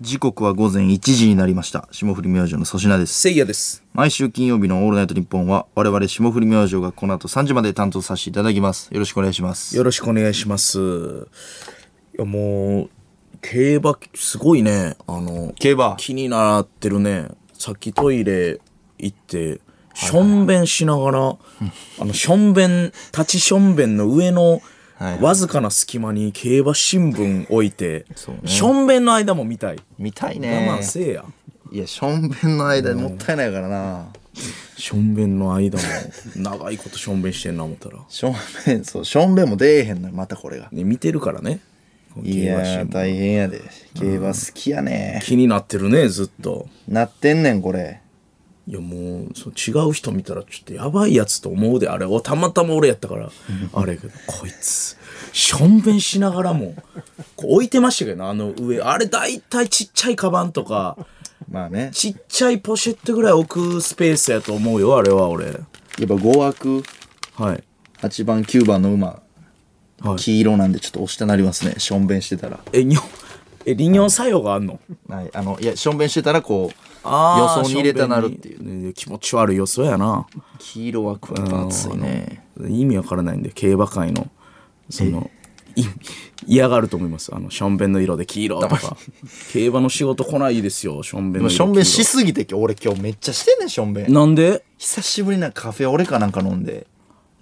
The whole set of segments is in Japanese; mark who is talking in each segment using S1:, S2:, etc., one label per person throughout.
S1: 時刻は午前1時になりました霜降り明星の粗品です
S2: せいやです。
S1: 毎週金曜日の「オールナイトニッポン」は我々霜降り明星がこの後3時まで担当させていただきますよろしくお願いします
S2: よろしくお願いします。いや、もう、競馬、すごいね。あの、
S1: 競馬
S2: 気になってるね。さっきトイレ行って、しょんべんしながら、あの、しょんべん、立ちしょんべんの上の、
S1: はいはい
S2: わずかな隙間に競馬新聞置いて、
S1: そうね
S2: しょんべんの間も見たい。
S1: 見たい
S2: 我
S1: ね
S2: 慢せえや。
S1: いやしょんべんの間にもったいないからな
S2: しょんべんの間も、長いことしょんべんしてんな思ったら。
S1: しょんべんそうしょんべんも出えへんのよまたこれが
S2: ね、見てるからね。
S1: い
S2: 競
S1: や
S2: 馬新
S1: ー
S2: 聞
S1: 大変やで競馬好きやね
S2: 気になってるね、ずっと。
S1: なってんねんこれ
S2: いやもうそう違う人見たらちょっとやばいやつと思うであれをたまたま俺やったからあれやけどこいつしょんべんしながらもこう置いてましたけどなあの上あれ大体ちっちゃいカバンとか
S1: まあね
S2: ちっちゃいポシェットぐらい置くスペースやと思うよあれは俺
S1: やっぱ5枠
S2: はい
S1: 8番9番の馬
S2: はい
S1: 黄色なんでちょっと押したなりますねしょんべんしてたら
S2: えにょえ利尿作用があんの
S1: はいあのいやしょんべんしてたらこう予
S2: あー
S1: 想に入れたなるっていう
S2: しょんべんにね気持ち悪い予想やな
S1: 黄色枠はやっぱ熱いね
S2: 意味わからないんで競馬界のそのい嫌がると思いますあのションベンの色で黄色とか競馬の仕事来ないですよションベン
S1: で
S2: の
S1: も
S2: 色
S1: しょんべん
S2: 黄
S1: しすぎて今日俺今日めっちゃしてんねんしょんべん
S2: 色なんで
S1: 久しぶりなカフェオレかなんか飲んです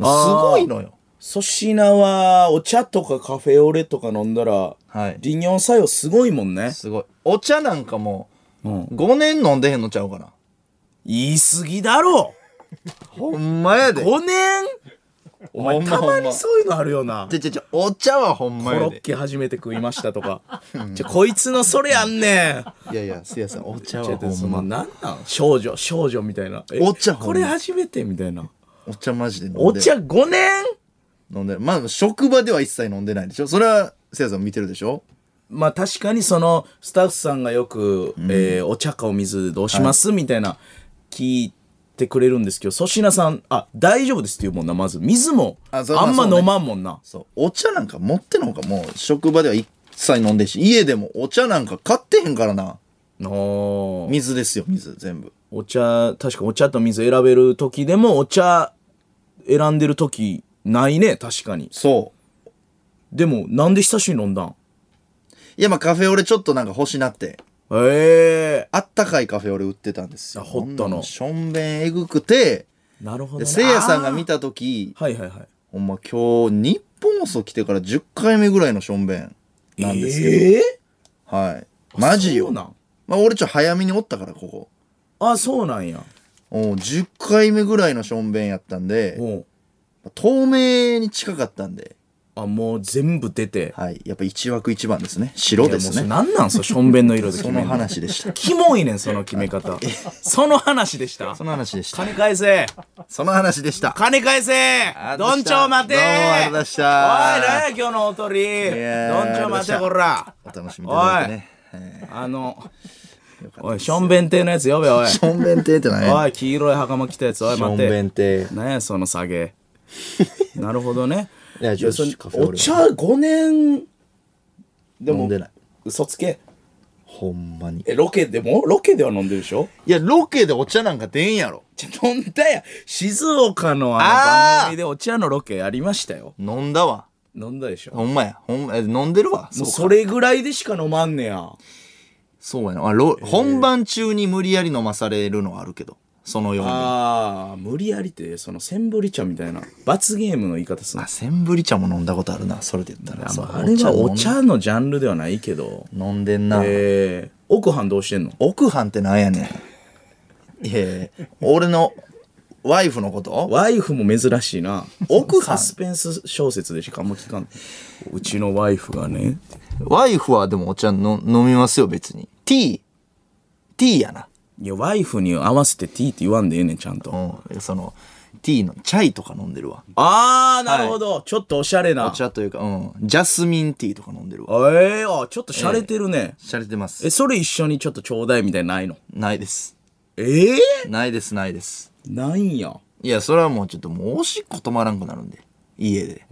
S2: あー
S1: ごいのよ
S2: 粗品はお茶とかカフェオレとか飲んだら、
S1: はい
S2: 利尿作用すごいもんね、
S1: すごいお茶なんかも
S2: うん、
S1: う5年飲んでへんのちゃうかな
S2: 言い過ぎだろ
S1: ほんまやで
S2: 5年お前
S1: ほんま
S2: た
S1: ほんま
S2: まにそういうのあるよな
S1: ちゃちゃちゃお茶はほん
S2: コ
S1: ま
S2: ロ
S1: や
S2: ッ
S1: で
S2: ケ初めて食いましたと か、じゃこいつのそれやんねん
S1: いやいやせいやさんお茶
S2: ちょ
S1: は
S2: っと
S1: ほ
S2: そ
S1: ん
S2: の
S1: ま
S2: なんなん少女少女みたいなえ
S1: お茶ほんま
S2: これ初めてみたいな
S1: お茶マジで飲んでる
S2: お茶5年
S1: 飲んでるまあ職場では一切飲んでないでしょそれはせいやさんも見てるでしょ
S2: まあ確かにそのスタッフさんがよく、えーお茶かお水どうします、みたいな聞いてくれるんですけど粗品さんあ大丈夫ですっていうもんなまず水もあ
S1: あそうまあ
S2: んま
S1: そうね
S2: 飲まんもんな、
S1: そうお茶なんか持ってんのかもう職場では一切飲んでんし家でもお茶なんか買ってへんからな
S2: おー
S1: 水ですよ水全部
S2: お茶確かお茶と水選べる時でもお茶選んでる時ないね確かに
S1: そう
S2: でもなんで久しぶりに飲んだん
S1: いやまあカフェオレちょっとなんか欲しなって
S2: ええ
S1: あったかいカフェオレ売ってたんですよ
S2: あホット
S1: ほん
S2: の
S1: なしょんべんえぐくて
S2: ー、なるほ
S1: で
S2: ど、ね、
S1: せいやさんが
S2: あー
S1: 見た時
S2: はいはいはい。
S1: ほんま今日日本放送来てから10回目ぐらいのしょんべんなんですけど、
S2: ええ
S1: はいマジよ
S2: そうなん
S1: まあ俺ちょっと早めにおったからここ
S2: あ、そうなんや。
S1: おう10回目ぐらいのしょんべんやったんで
S2: おう
S1: 透明に近かったんで
S2: あ、もう全部出て。
S1: はい。やっぱ一枠一番ですね。白です
S2: いやもうそれ
S1: ね。
S2: なんなんそしょんべんの色で決
S1: そ
S2: め
S1: の
S2: んの。
S1: 話でした。
S2: キモいねん、その決め方。その話でした
S1: そ。の話でした。
S2: 金返せ
S1: その話でした。
S2: 金返せ
S1: ありがとう
S2: ど
S1: ございまし
S2: ん
S1: た
S2: ちょう待て
S1: どうもありがとうございました
S2: おい、なんや今日のおとりど
S1: やー
S2: んちょう待て、
S1: ありがと
S2: こ
S1: うご
S2: ら
S1: お楽しみいただいてね。
S2: あの、おい、しょんべん亭のやつ呼べ、おい。
S1: しょんべん亭って何や
S2: おい、黄色い袴着たやつ、おい、
S1: しょ
S2: 待
S1: んべ
S2: て。
S1: ん亭。
S2: なんや、その下 げ。なるほどね。
S1: いや、ちょっとカフェオレ
S2: お茶5年で
S1: 飲
S2: も
S1: んでない。
S2: 嘘つけ
S1: ほんまに。
S2: えロケでもロケでは飲んでるでしょ
S1: いや、ロケでお茶なんか出んやろ。
S2: じゃ飲んだや静岡の
S1: あ
S2: あ
S1: ー
S2: の番組でお茶のロケやりましたよ
S1: 飲んだわ。
S2: 飲んだでしょ
S1: ほんまや。ほんま、え飲んでるわ。
S2: もう
S1: そうか
S2: それぐらいでしか飲まんねや
S1: そうやな。あロ本番中に無理やり飲まされるのはあるけど。そのように。あ、
S2: あー無理やりってそのセンブリ茶みたいな罰ゲームの言い方する
S1: センブリ茶も飲んだことあるな。それで言ったら。
S2: あ
S1: そう
S2: まああれはお。
S1: 飲ん
S2: 茶のジャンルではないけど
S1: 飲んでんな。
S2: えー、奥飯どうしてんの
S1: 奥飯ってなんやねん。いやいや俺のワイフのこと
S2: ワイフも珍しいな。
S1: 奥さん
S2: サスペンス小説でしかあんま聞かん。うちのワイフがね。
S1: ワイフはでもお茶の飲みますよ、別に。ティー、ティーやな。
S2: いや、ワイフに合わせてティーって言わんでええねん、ちゃんと。
S1: うん、その、ティーの、チャイとか飲んでるわ。
S2: あー、なるほど。ちょっとおしゃれ
S1: お
S2: な。
S1: 茶というか、うん、ジャスミンティーとか飲んでるわ。
S2: えー、あ、ちょっとしゃれてるね。
S1: しゃれてます
S2: え、。それ一緒にちょっとちょうだいみたいなのないの
S1: ないです。
S2: ええ
S1: ないです、ないです。
S2: ないんや。
S1: いや、それはもうちょっともうおしっこ止まらんくなるんで。家で。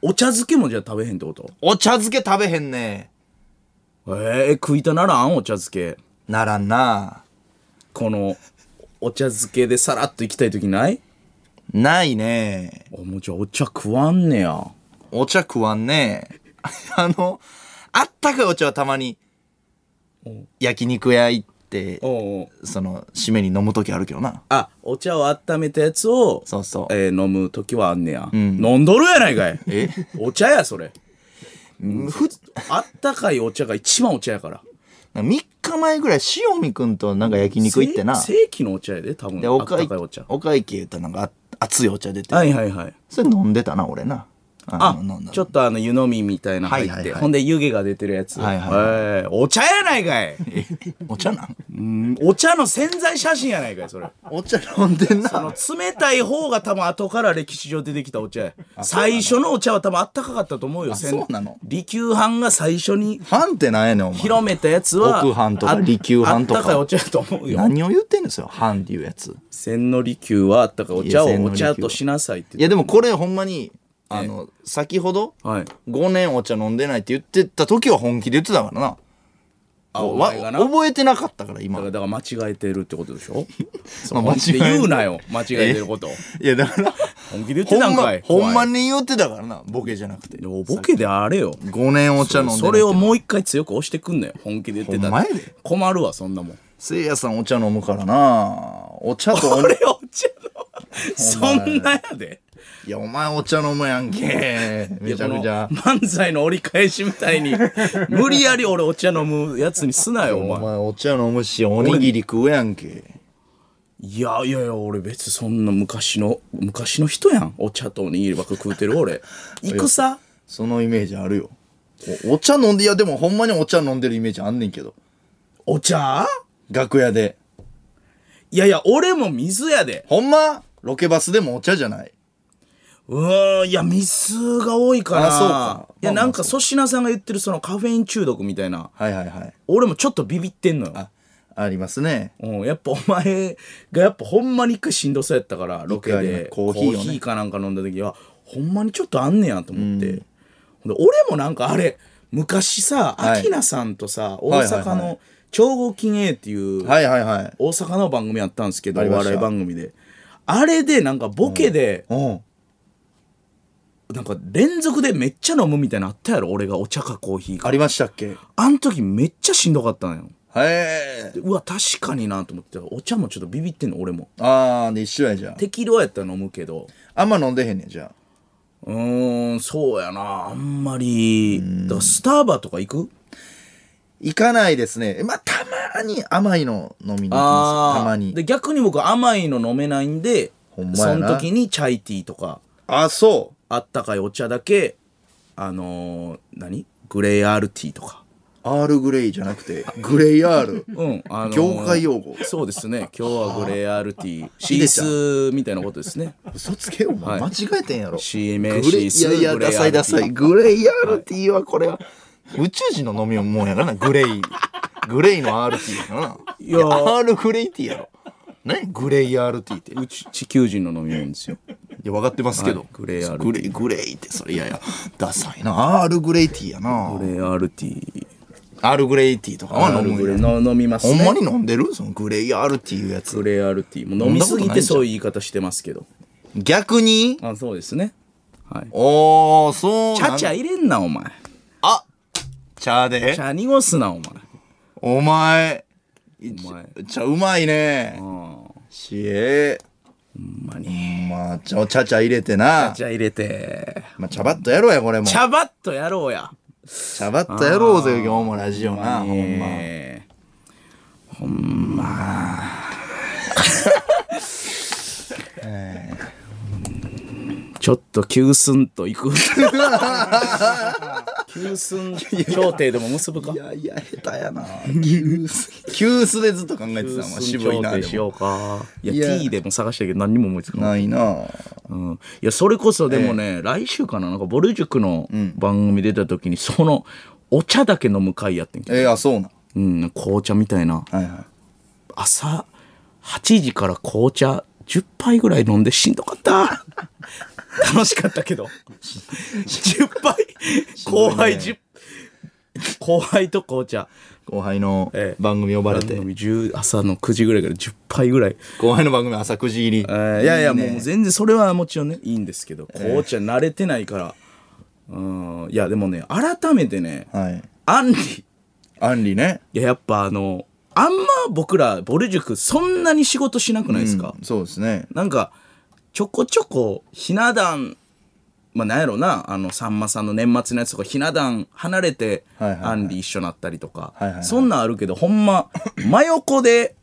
S2: お茶漬けもじゃあ食べへんってこと
S1: お茶漬け食べへんね。
S2: えー、食いたならんお茶漬け。
S1: ならんな
S2: この、お茶漬けでさらっと行きたい時ない
S1: ないね
S2: おもうじゃあお茶食わんねや。
S1: お茶食わんね あのあったかいお茶はたまに焼肉屋行って
S2: おう
S1: その締めに飲む時あるけどな
S2: あ、お茶を温めたやつを、
S1: そうそう
S2: えー飲む時はあんねや。飲んどるやないかい。
S1: え
S2: お茶や、それ。
S1: ふ
S2: あったかいお茶が一番お茶やから。
S1: 3日前ぐらい塩見くんとなんか焼肉行ってな
S2: せ正規のお茶やで、多分。
S1: で
S2: あ
S1: お
S2: っ
S1: 会
S2: たかいお茶。
S1: お会計言ったらなんかあ熱いお茶出て
S2: はいはいはい。
S1: それ飲んでたな俺な
S2: あ
S1: の飲んだの
S2: ちょっとあの湯飲みみたいなの入って、
S1: はいはいはい
S2: ほんで湯気が出てるやつ、
S1: はいはい
S2: えーお茶やないかい
S1: えお茶なん
S2: うんお茶の潜在写真やないかいそれ
S1: お茶飲んでん
S2: あ
S1: な
S2: の冷たい方が多分後から歴史上出てきたお茶や最初のお茶は多分あったかかったと思うよせん
S1: そうなの
S2: 利休藩が最初に
S1: 飯ってなんやねんお前
S2: 広めたやつは
S1: 奥藩とか
S2: あ
S1: 利休藩とか
S2: あったかいお茶やと思うよ
S1: 何を言ってんですよ飯っていうやつ
S2: 千利休はあったかいお
S1: いや
S2: 茶を
S1: 千利休
S2: お茶としなさいって
S1: いやでもこれほんまにあの先ほど
S2: はい
S1: 5年お茶飲んでないって言ってた時は本気で言ってたからな
S2: あ
S1: こう
S2: お
S1: わ
S2: 前がなだか
S1: 覚えてなかったから今
S2: らだから間違えてるってことでしょそ う
S1: まあ
S2: 本気で
S1: 間違えてる
S2: 言うなよ間違えてること
S1: いやだから
S2: 本気で言って
S1: ほ
S2: た
S1: ん
S2: ん
S1: ま
S2: かい
S1: ほんま
S2: に
S1: に言ってたからなボケじゃなくて
S2: ボケであれよ
S1: 5年お茶飲んでない
S2: それをもう一回強く押してくんのよ本気で言ってた
S1: ほんまやで
S2: 困るわそんなもん
S1: せいやさんお茶飲むからなお茶 とお
S2: これお茶のそんなやで
S1: いやお前お茶飲むやん けめちゃくちゃ
S2: この漫才の折り返しみたいに無理やり俺お茶飲むやつにすなよお
S1: お
S2: 前
S1: 前お茶飲むしおにぎり食うやんけ
S2: いやいやいや俺別にそんな昔の昔の人やんお茶とおにぎりばっか食うてる 俺戦
S1: そのイメージあるよおお茶飲んでいやでもほんまにお茶飲んでるイメージあんねんけど
S2: お茶
S1: 楽屋で
S2: いやいや俺も水やで
S1: ほんまロケバスでもお茶じゃないう
S2: ーんいやミスが多いから
S1: あそうか
S2: い
S1: ま
S2: や
S1: あまあ
S2: なんか粗品さんが言ってるそのカフェイン中毒みたいな
S1: はいはいはい
S2: 俺もちょっとビビってんのよ
S1: あありますね
S2: うん、やっぱお前がやっぱほんまに一回しんどそうやったからロケ
S1: 一回ありま
S2: です
S1: コーヒーをね
S2: かなんか飲んだ時はほんまにちょっとあんねやと思って、ほんで俺もなんかあれ昔さ
S1: はい
S2: 明菜さんとさ、
S1: はいはい
S2: 大阪の「超合金 A」っていう
S1: はいはいはい
S2: 大阪の番組やったんですけど、
S1: あり
S2: お
S1: ました
S2: 笑い番組であれでなんかボケで、
S1: うん
S2: なんか連続でめっちゃ飲むみたいなのあったやろ俺がお茶かコーヒー
S1: あ
S2: か
S1: りましたっけへ
S2: あん時めっちゃしんどかったのよ
S1: え
S2: でうわ確かになと思ってお茶もちょっとビビってんの俺も
S1: あーで一緒やじゃあ
S2: 適量やったら飲むけど
S1: あんま飲んでへんねんじゃあ
S2: うーんそうやなあんまりだからスターバとか行く
S1: 行かないですねまあたまに甘いの飲みに行きますたまに
S2: で逆に僕甘いの飲めないんで
S1: ほんま
S2: そ
S1: や
S2: の
S1: な
S2: 時にチャイティーとか
S1: あそう
S2: あったかいお茶だけあのー何グレーアールティーとか
S1: アールグレイじゃなくてグレイアール
S2: うんあのー
S1: 業界用語
S2: そうですね今日はグレーアールティーシ
S1: 秀
S2: ー
S1: ちゃん
S2: スみたいなことですね
S1: 嘘つけよお前、
S2: はい
S1: 間違えてんやろ
S2: シーメン
S1: グレ
S2: シー
S1: イい
S2: ス
S1: やいや
S2: グレイ
S1: ダサいダサ
S2: アルティ
S1: いグレイアールティーはこれは宇宙人の飲み物やからなグレ イグレイの RT やからない
S2: いやー
S1: アールグレイティーやろ何グレイ RT っていう
S2: ち地球人の飲み物ですよ
S1: いや分かってますけど、
S2: はいグレイ RT
S1: グレイグレイってそれいやいやダサいなアールグレイティーやな
S2: グレーアールティー
S1: アールグレイティーとかは飲む
S2: グレ
S1: よ
S2: ーの飲みます
S1: ほ
S2: ね
S1: んまに飲んでるそのグレイ RT いうやつ
S2: グレーアルティーもう飲みすぎてそういう言い方してますけど
S1: 逆に
S2: あそうですねはい
S1: おーそう
S2: チ
S1: なん
S2: ャチャ入れんなお前
S1: あ茶で
S2: チャ濁すなお前
S1: お前
S2: お前
S1: 茶うまいね
S2: あん
S1: しえ
S2: まに
S1: まあ茶茶茶入れて
S2: チャ
S1: な
S2: チャ入れて
S1: まあ茶バッとやろうやこれも
S2: チャバッとやろうや
S1: 茶バッとやろうぜ今日もラジオなほんま
S2: ええほんまちょっと急寸といく 急寸協定でも結ぶか
S1: いやいや下手やな急須 急須でずっと考えてたもん
S2: 急
S1: 渋い
S2: 寸協
S1: な
S2: 定
S1: で
S2: し
S1: も
S2: ようかい
S1: い
S2: や
S1: や
S2: T でも探したけど何にも思いつかな
S1: な
S2: い
S1: いな
S2: うん、いやそれこそでもね、来週かななんかぼる塾の番組出た時にそのお茶だけ飲む会やってんけど、
S1: ええあそうな
S2: うん、紅茶みたいな
S1: はいは
S2: 朝8時から紅茶10杯ぐらい飲んでしんどかった 楽しかったけど10杯後輩 10, 後輩と紅茶。
S1: 後輩の
S2: ええ
S1: 番組呼ばれ
S2: 番
S1: て。
S2: 組10朝の9時ぐらいから10杯ぐらい。
S1: 後輩の番組朝9時入り。
S2: えーいやいや、
S1: ね
S2: もう全然それはもちろんね、いいんですけど、紅茶慣れてないから。うん、いや、でもね、改めてね、
S1: はい。
S2: アンリ。
S1: アンリね。
S2: いや、やっぱあの、あんま僕ら、ボル塾、そんなに仕事しなくないですか、
S1: うんそうですね。
S2: なんか、ちょこちょこ、ひな壇、まあ、なんやろな、あの、さんまさんの年末のやつとか、ひな壇離れて、
S1: はいはいはい
S2: アンリ一緒になったりとか、
S1: はいはいはい
S2: そんなんあるけど、ほんま、真横で、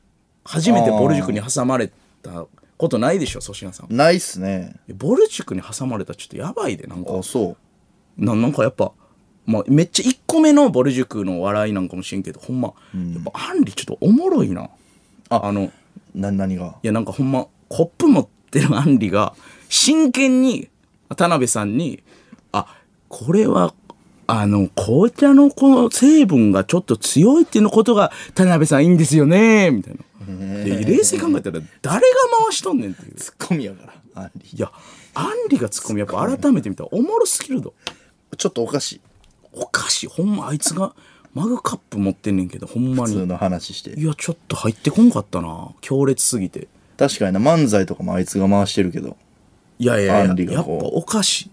S2: 初めてボル塾に挟まれたことないでしょ、粗品さん。
S1: ないっすね。
S2: ボル塾に挟まれたらちょっとやばいで、なんか。
S1: あ、そう。
S2: ななんかやっぱ、まあ、めっちゃ1個目のぼる塾の笑いなんかもしれんけどほんま、やっぱアンリちょっとおもろいなあ
S1: あ
S2: のい
S1: な、何が
S2: やなんかほんまコップ持ってるアンリが真剣に田辺さんに「あこれはあの紅茶のこの成分がちょっと強いっていうのことが田辺さんいいんですよね」みたいな。で冷静に考えたら誰が回しとんねんっていう。
S1: ツッコミやから、アンリ。
S2: いやアンリがツッコミやっぱ改めて見たらおもろすぎるぞ。
S1: ちょっとおかしい。
S2: おかしいほんまあいつがマグカップ持ってんねんけどほんま
S1: 普通
S2: に
S1: の話して
S2: い。やちょっと入ってこんかったな強烈すぎて
S1: 確かにな、漫才とかもあいつが回してるけど、
S2: いやいやい
S1: ア
S2: や
S1: ンリ
S2: や
S1: が
S2: っぱ
S1: こう
S2: おかしい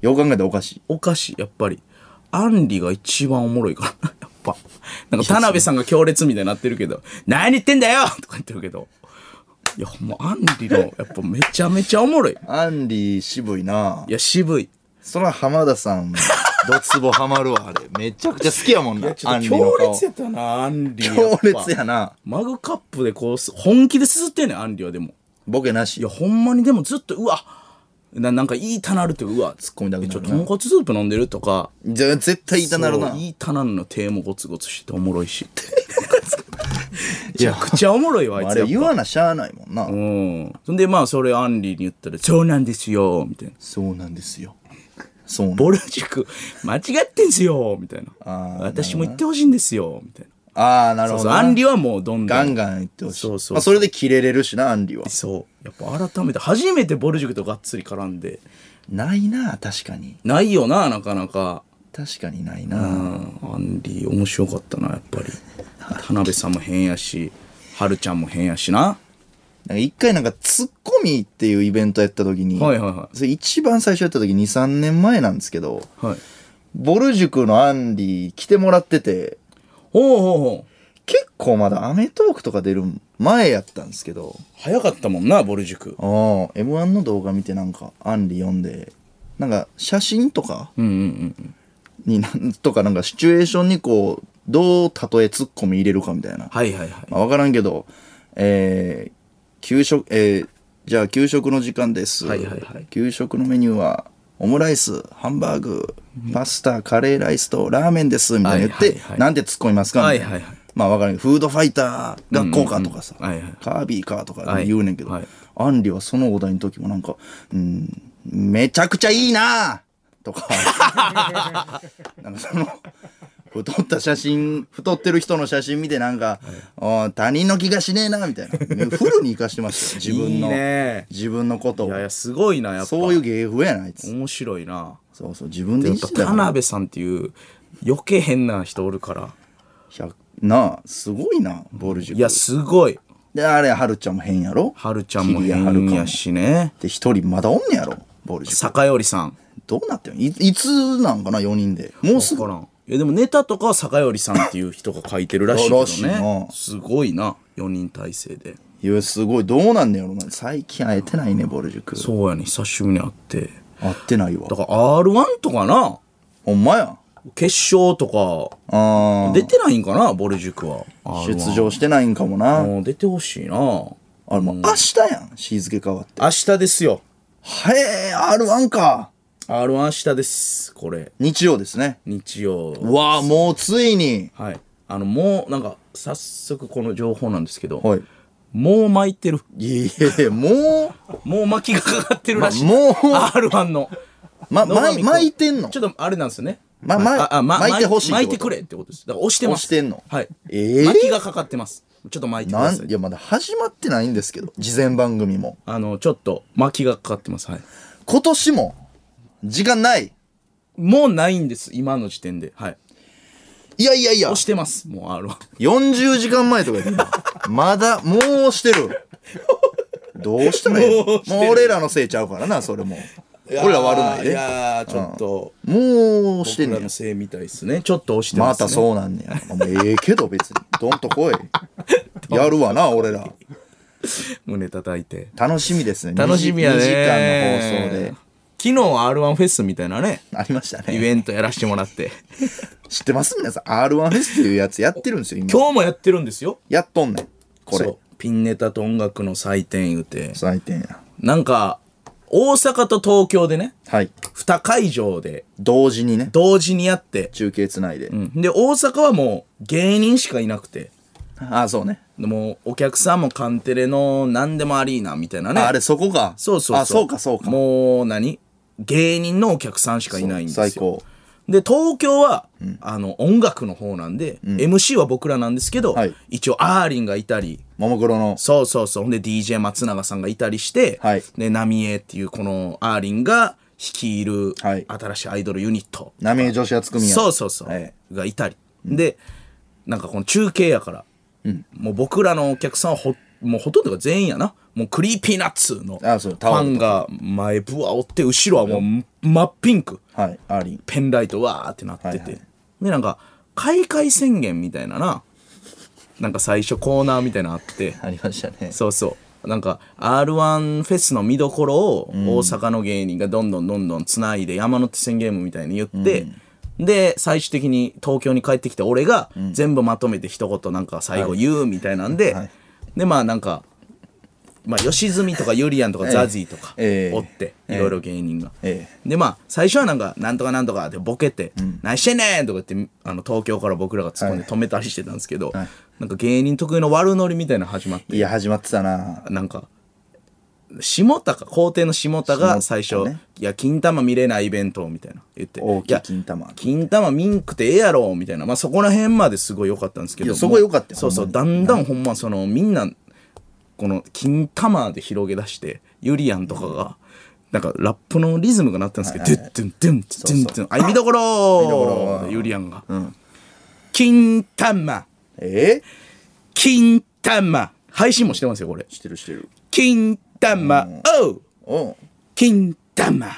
S1: よう考えたらおかしい。
S2: おかしいやっぱりアンリが一番おもろいから やっぱなんか田辺さんが強烈みたいになってるけど「何言ってんだよ!」とか言ってるけどいやほんまアンリのやっぱめちゃめちゃおもろい
S1: アンリ渋いない
S2: や渋い
S1: そら浜田さ ん、ドツボハマるわ、あれ。めちゃくちゃ好きやもんな、アンリの
S2: 強
S1: 顔
S2: 烈。やったなアンリやっ
S1: 強
S2: ぱ
S1: 烈やな。
S2: マグカップでこうす本気ですすってんねんアンリはでも
S1: ボケないし
S2: や。ほんまにでもずっとうわななんかいいたなるといううわ
S1: ツッコミだけ
S2: えち
S1: な
S2: ょっ
S1: る
S2: と
S1: な
S2: 豚骨スープ飲んでるとか
S1: じゃあ絶対痛なるな
S2: そう。いいたなるの手もゴツゴツしてておもろいしめちゃくちゃおも ろいわあい
S1: あ
S2: つや
S1: れ
S2: っぱ
S1: 言わなしゃあないもんな。
S2: うんそんでまあそれアンリに言ったら「そうなんですよ」みたいな
S1: そうなんですよ。そうな
S2: 「
S1: ん
S2: ボル塾間違ってんすよ」みたいな
S1: あー
S2: 私も言ってほしいんですよ」みたいな
S1: ああ、なる
S2: そう
S1: ほ
S2: そ
S1: ど
S2: う
S1: な。
S2: アンリはもうどんどん
S1: ガンガン言ってほしい。
S2: そうそうそう
S1: まあ、それでキレれるしな、アンリは。
S2: そうやっぱ改めて初めてボル塾とがっつり絡んで
S1: ないな、確かに。
S2: ないよななかなか
S1: 確かにないうな。
S2: んアンディ面白かったなやっぱり田辺さんも変やしはるちゃんも変やしな
S1: なんか一回なんか、ツッコミっていうイベントやった時に、
S2: はいはいは
S1: それ一番最初やった時2、3年前なんですけど、
S2: いはい
S1: ボル塾のアンリ来てもらってて、
S2: ほうほうほう
S1: 結構まだアメトークとか出る前やったんですけど、
S2: 早かったもんなボル塾
S1: ああ、M1 の動画見てなんか、アンリ読んで、なんか写真とか
S2: うんうんうんうん
S1: になん、とかなんかシチュエーションにこう、どう例えツッコミ入れるかみたいな。
S2: はいはいはい
S1: まあ、分からんけど、えー、給食、えーじゃあ給食の時間です。
S2: はいはいはい
S1: 給食のメニューは、オムライス、ハンバーグ、パスタ、カレーライスとラーメンです、みたいな言って、
S2: はいはいはい
S1: なんて突っ込みますかみたいな
S2: はいはいはい
S1: まあ分からんけど、フードファイター学校かとかさ、
S2: うんうんうんはいはい
S1: カービィかとか言うねんけど、
S2: はいはい
S1: アンリはそのお題の時もなんか、うん、めちゃくちゃいいなと か、なんかその、太った写真、太ってる人の写真見てなんか、おい他人の気がしねえな、みたいな。ねフルに活かしてましたよ、自分の。
S2: いいね
S1: 自分のこと
S2: い
S1: を
S2: やい。やすごいなやっぱ
S1: そういう芸風やな、あいつ。
S2: 面白いな
S1: そうそう、自分で
S2: や
S1: 言
S2: っ
S1: って
S2: ぱ
S1: た
S2: 田
S1: から。
S2: 辺さんっていう余計変な人おるから
S1: 100なあ、すごいな、ボルジュ
S2: いやすごい
S1: で、あれ、はるちゃんも変やろ
S2: はるちゃんも
S1: キリはる
S2: 変
S1: か
S2: やしね
S1: で、一人まだおんねやろボルジュ
S2: 坂よりさん
S1: どうなってんのいいつなんかな、4人で。もうす
S2: わ
S1: ぐ。
S2: からんいやでもネタとかは坂よりさんっていう人が書いてるらしいけど
S1: らしい
S2: ね
S1: な
S2: すごいな4人体制で
S1: いや、すごい。どうなんねやろな。最近会えてないね、ボルジュク。
S2: そうやね久しぶりに会って
S1: 会ってないわ
S2: だ。から r 1とかな
S1: ほんまや。
S2: 決勝と
S1: あ
S2: か
S1: ー
S2: 出てないんかなボル塾は R1
S1: 出場してないんかもな。
S2: もう出てほしいな
S1: あれもう明日やん、シーズケ変わって。
S2: 明日ですよ
S1: へえ、R1 か。
S2: r 1明日ですこれ
S1: 日曜ですね。
S2: 日曜
S1: うわあ、もうついに。
S2: はいあのもうなんか早速この情報なんですけど、
S1: はい。
S2: もう巻いてる
S1: いやいや、も
S2: もう巻きがかかってるらしい、
S1: まもう
S2: R1 の
S1: う、ま、
S2: 野上
S1: 巻
S2: 君
S1: い巻いてんの
S2: ちょっとあれなんですよね。
S1: ま
S2: はい
S1: ま
S2: ああま
S1: 巻いてほしいってこと
S2: 巻いてくれってことです。だから押してます。
S1: 押してんの
S2: はい。
S1: ええ
S2: 巻きがかかってます。ちょっと巻いてくだ
S1: な
S2: さ
S1: ん
S2: い
S1: い。や、まだ始まってないんですけど、事前番組も。
S2: あの、ちょっと巻きがかかってます。はい。
S1: 今年も、時間ない。
S2: もうないんです。今の時点で。はい。
S1: いやいやいや
S2: 押、してます。もう R は。
S1: 40時間前とか 言ってたまだ、もうしてる。どうしたらいいの
S2: も
S1: も
S2: う
S1: う俺らのせいちゃうからな、それも。俺ら悪ない
S2: い
S1: で。
S2: やー、ちょっと、
S1: もうしてん
S2: 僕
S1: ね
S2: ら
S1: ん
S2: の。せいみたいですね。ちょっと押してま、
S1: ます
S2: ね。
S1: たそうなんねや。お前ええけど別に。どんと 来い。やるわな、俺ら。
S2: 胸叩いて。
S1: 楽しみですね。
S2: 楽しみや
S1: 2
S2: ね。
S1: 時間の放送で。。
S2: 昨日 R1 フェスみたいなね、
S1: ありました
S2: イ
S1: ね。
S2: ベントやらせてもらって。
S1: 知ってます皆さん。R1 フェスっていうやつやってるんですよ、今。
S2: 今日もやってるんですよ。
S1: やっとんねん。こ
S2: そう
S1: れ。。
S2: ピンネタと音楽の祭典言うて。
S1: 採点や。
S2: なんか、大阪と東京でね、
S1: はい。
S2: 2会場で
S1: 同時にね、
S2: 同時にやって、
S1: 中継つないで。
S2: うんで、大阪はもう芸人しかいなくて、
S1: ああ、そうね。
S2: でもうお客さんもカンテレの何でもアリーナみたいなね。
S1: ああれ、そこか。
S2: そうそうそう。
S1: あ、そうか、そうか。
S2: もう何芸人のお客さんしかいないんですよ。
S1: 最高。
S2: で、東京は、あの、音楽の方なんで、MC は僕らなんですけど、
S1: はい
S2: 一応、アーリンがいたり、
S1: ももクロの。
S2: そうそうそう、ほんで DJ 松永さんがいたりして、
S1: はい
S2: で、ナミエっていうこのアーリンが率いる、
S1: はい
S2: 新しいアイドルユニット、
S1: なめ女子厚組や。
S2: そうそうそう、
S1: はい
S2: がいたり。で、なんかこの中継やから、もう僕らのお客さんはほ、もうほとんどが全員やな。もうクリーピーナッツのフ
S1: あそうタオ
S2: ァ
S1: ル
S2: ンが前ブワおって、後ろはもう真っピンク。
S1: はい、アーリン。
S2: ペンライトわーってなってて、
S1: はいはい
S2: でなんか開会宣言みたいなななんか最初コーナーみたいなのあって
S1: ありましたね。
S2: そうそうなんか r 1フェスの見どころを大阪の芸人がどんどんどんどんつないで山手線ゲームみたいに言って、で最終的に東京に帰ってきた俺が全部まとめて一言なんか最後言うみたいなんで、
S1: はい
S2: でまあなんか、まあ、吉住とかゆりやんとかザジーとか
S1: ええ
S2: おって、いろいろ芸人が。
S1: ええ
S2: でまあ最初はなんか「なんとかなんとか」ってボケて「何してんねん!」とか言ってあの東京から僕らが突っ込んで止めたりしてたんですけど、
S1: はい
S2: なんか芸人特有の悪ノリみたいなの始まって
S1: いや、始まってたな。
S2: なんか下田か皇帝の下田が最初
S1: 下
S2: 「
S1: 田ね
S2: いや金玉見れないイベント」みたいな言って「
S1: 大きい
S2: や
S1: 金玉
S2: 金玉見んくてええやろ」みたいなまあそこら辺まですごい良かったんですけ
S1: い
S2: ど
S1: やそこは良かったよ
S2: そうそうだんだんほんまそのみんなこの金玉で広げ出してゆりやんとかが。なんかラップのリズムが鳴ったんですけど、ドゥッドゥンドゥンドゥンドゥン、あい見どころーでゆりやんが、金玉、
S1: え
S2: 金玉、配信もしてますよ、これ
S1: え。してるしてる。
S2: 金玉、おう
S1: おう
S2: 金玉くー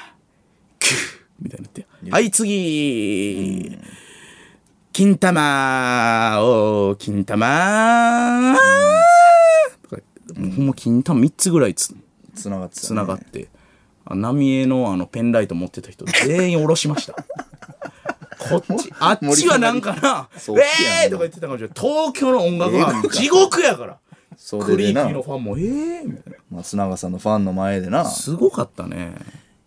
S2: みたいになってはい次、金玉おー金玉とかもうほんま金玉3つぐらいつ
S1: つながってたね。
S2: つながって、あ浪江のあのペンライト持ってた人全員下ろし ましたこっちあっちはなんかな「
S1: そうしてやんな
S2: えー!」とか言ってたかもしれない東京の音楽は地獄やから
S1: そう
S2: ク
S1: で
S2: リー
S1: で
S2: ピ
S1: な
S2: ー、のファンも「えー!」みたいな
S1: 松永さんのファンの前でな。
S2: すごかったね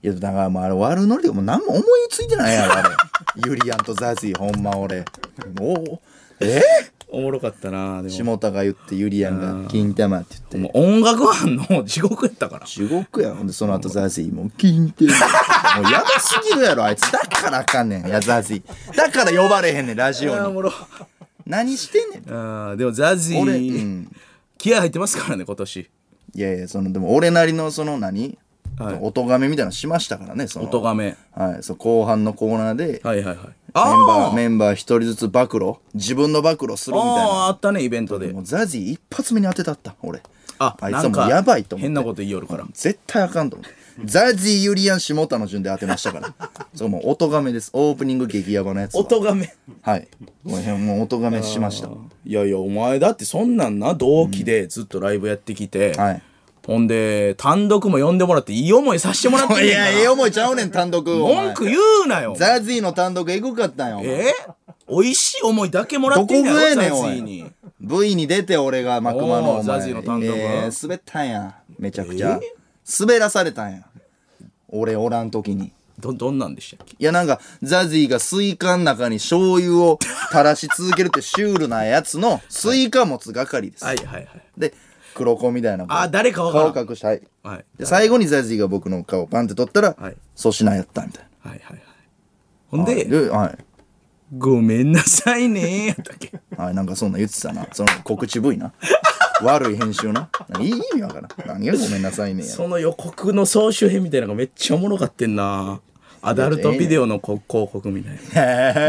S1: いや、だからもうあれ悪ノリでもう何も思いついてないやろ、あ れ。ユリアンとザジー、ほんま俺。もう、え
S2: おもろかったなでも
S1: 下田が言ってユリアンが金玉って言って。
S2: もう音楽班の地獄やったから
S1: 地獄やん。ほんで、その後ザジーもう金玉。もうやばすぎるやろ、あいつ。だからあかんねん。いや、ザジー。だから呼ばれへんねん、ラジオに。
S2: もろ
S1: 何してんねん。
S2: あーでもザジー
S1: 俺、うん。
S2: 気合入ってますからね今年
S1: いやいや、その、でも俺なりの、その何、おとがめみたいなのしましたからね、その。
S2: おとがめ
S1: はい、そう後半のコーナーで、
S2: はいはいはい
S1: メンバ
S2: あ
S1: ー、メンバー一人ずつ暴露、自分の暴露する
S2: ー
S1: みたい
S2: あー
S1: な。
S2: あったねイベントで
S1: もうザジー一発目に当てたった、俺。
S2: あ
S1: あいつ
S2: な
S1: は
S2: ん
S1: もう
S2: か
S1: やばいと思って
S2: 変なこと言いよるから
S1: 絶対あかんと思って。ザジー、ユリアン、下田の順で当てましたから。 そう、もう音がめです。オープニング激ヤバなやつは。
S2: おとがめ
S1: はい。この辺もう音がめしました。
S2: いやいやお前だってそんなんな同期でずっとライブやってきて、
S1: はい
S2: ほんで単独も呼んでもらっていい思いさせてもらってんね
S1: い
S2: んから
S1: や、ええ思いちゃうねん、単独。お前
S2: 文句言うなよ
S1: ザジーの単独エグかったんよ。お前
S2: え美味しい思いだけもらっ
S1: ど
S2: て
S1: こ
S2: んね
S1: 食えね
S2: や
S1: ん
S2: ろ
S1: お
S2: ザ
S1: い
S2: ジーに
S1: V に出て俺がマクマの
S2: おー
S1: お前
S2: ザジーの単独
S1: えー滑ったんやめちゃくちゃ、滑らされたんや俺おらん時に
S2: どどんなんでしたっけ
S1: いやなんかザジーがスイカの中に醤油を垂らし続けるってシュールなやつのスイカ持つ係です、
S2: はいはいはい。
S1: で黒子みたいな子
S2: あ、誰かわから
S1: 顔
S2: ん。はい。
S1: 隠してはい
S2: はい
S1: で最後にザジーが僕の顔パンって取ったら
S2: はい
S1: 粗品、やったみたい
S2: はいはい。ほん
S1: な
S2: で、
S1: ではい
S2: ごめんなさいねやったっけ。
S1: はい、なんかそんなん言ってたな。その告知部位な。 悪い編集な。いい意味わからん。何がごめんなさいねや。
S2: その予告の総集編みたいなのがめっちゃおもろかってんな。アダルトビデオのこ広告みたいな。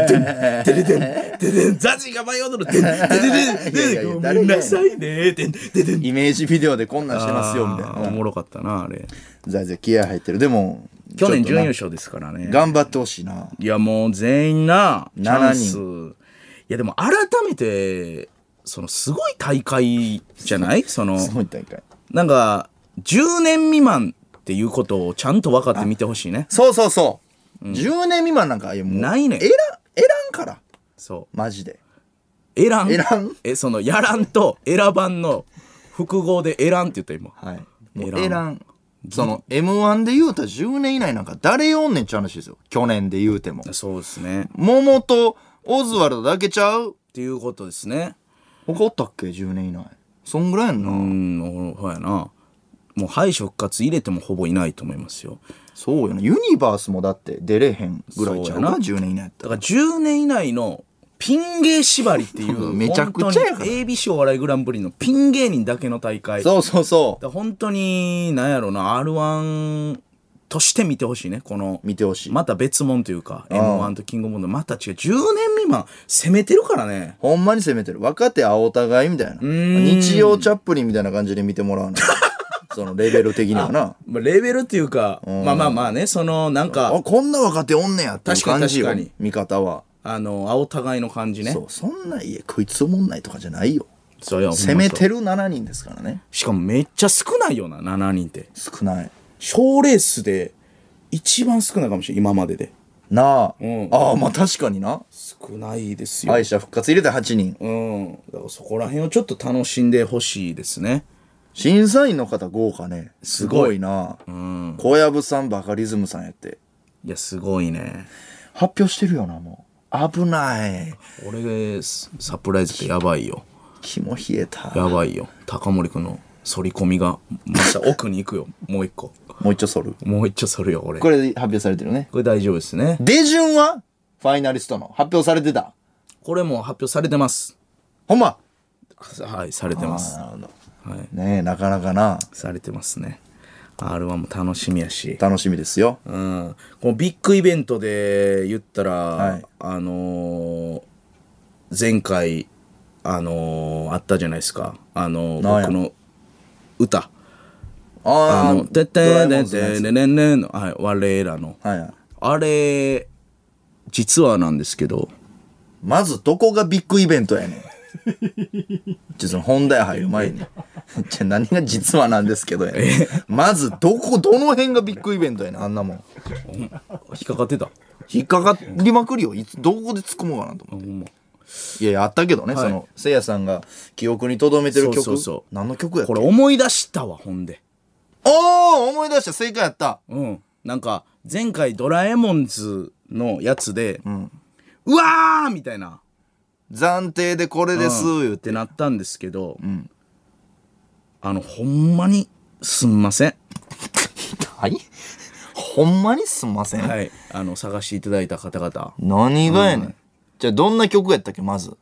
S2: でででんででんザジが舞い踊るでんで
S1: い
S2: で
S1: やい
S2: で
S1: や
S2: んご
S1: 誰
S2: めん
S1: がやねん
S2: なさいねでんででん
S1: イメージビデオでこんなんしてますよみたい
S2: あーお
S1: な
S2: もろかったなあれ
S1: ザイザイ気合入ってるでも
S2: 去年
S1: ちょっと
S2: 準
S1: な
S2: 優勝ですからね
S1: 頑張ってほしいない
S2: やもう全員なチャ
S1: 7
S2: ン
S1: 人
S2: スいやでも改めてそのすごい大会じゃないその
S1: すごい大会
S2: なんか10年未満っていうことをちゃんと分かって見てほしいね
S1: そうそうそう、10年未満なんかいやもう
S2: ないねん
S1: えらえらんから
S2: そう
S1: マジで
S2: エラン
S1: エラン
S2: えそのやらんとエラ版の複合でエランって言った今
S1: はい
S2: もう
S1: えらんその m 1で言うたら10年以内なんか誰おんねんっちゃう話ですよ去年で言うても
S2: そうですね
S1: 桃とオズワルドだけちゃう
S2: っていうことですね
S1: 他おったっけ10年以内そんぐらいやんな、
S2: うんほほやなもう敗者復活入れてもほぼいないと思いますよ
S1: そうよなユニバースもだって出れへんぐらいちゃうな
S2: そう
S1: 10
S2: やな
S1: 年以内やった
S2: だ
S1: ら
S2: から10年以内のピン芸縛りってい う
S1: めちゃくちゃやから
S2: 本当に ABC お笑いグランプリのピン芸人だけの大会だか
S1: そうそうそう
S2: ら本当になんやろな r 1として見てほしいねこの
S1: 見てほしい
S2: また別物というか m 1とキングオブコントまた違う10年未満攻めてるからね
S1: ほんまに攻めてる若手青互いみたいな日曜チャップリンみたいな感じで見てもら うなそのレベル的にはな
S2: まあレベルっていうかまあまあまあねそのなん
S1: あ
S2: か
S1: こんな若手おんねやっていう
S2: 確かに
S1: 感じよ
S2: 確かに
S1: 見方は、
S2: あの青互いの感じね
S1: そうそんないやこいつおもんないとかじゃないよ
S2: そうよ
S1: 攻めてる7人ですからね
S2: しかもめっちゃ少ないよな7人って
S1: 少ない
S2: 賞レースで一番少ないかもしれない今までで
S1: なあ、
S2: ん
S1: ああまあ確かにな
S2: 少ないですよ、
S1: 敗者復活入れて8人
S2: うんだからそこら辺をちょっと楽しんでほしいですね
S1: 審査員の方豪華ねす
S2: す
S1: ご
S2: ごい
S1: いな
S2: うん
S1: 小籔さんバカリズムさんやって
S2: いやすごいね
S1: 発表してるよなもう危ない
S2: 俺ササプライズってやばいよ
S1: 肝冷えた
S2: やばいよ高森君の反り込みがまた奥に行くよ もう一個
S1: もう一丁剃る
S2: もう一丁そるよ俺こ
S1: これ発表されてるよね
S2: れ大丈夫ですね
S1: 出順はファイナリストの発表されてた
S2: これもう発表されてます
S1: ほんま
S2: はいされてます
S1: あなるほど
S2: はい
S1: ねえなかなかな
S2: されてますね R1 も楽しみやし
S1: 楽しみですよ
S2: うん、このビッグイベントで言ったら、
S1: い
S2: あのー前回、あのーあったじゃないですか、あのー
S1: なんや
S2: 僕の歌「あ
S1: あ
S2: の
S1: ー
S2: て
S1: ドラ
S2: て
S1: えもん
S2: て
S1: ズのや
S2: て
S1: つ
S2: ねねねの」はい「我らの
S1: はいはい」
S2: あれ実はなんですけど
S1: まずどこがビッグイベントやねん。ちょっと本題入る前 に。じゃ何が実はなんですけどやねん。まずどこ、どの辺がビッグイベントやねん、あんなもん。
S2: 引っかかってた。
S1: 引っかかりまくりよ。いつ、どこで突っ込もうかなと思って。いやいや、あったけどね、その、せいやさんが記憶に留めてる曲。
S2: そうそうそう
S1: 何の曲やっ
S2: こ
S1: た
S2: れ思い出したわほんで、
S1: おー思い出した正解やった。
S2: うん、なんか前回「ドラえもんズ」のやつで「うんわー!」みたいな。
S1: 暫定でこれです、言う。
S2: っててなったんですけど、あのほんまにすんません
S1: はいほんまにすんません。
S2: はいあの探していただいた方々
S1: 何がやねん。じゃあどんな曲やったっけ、まず。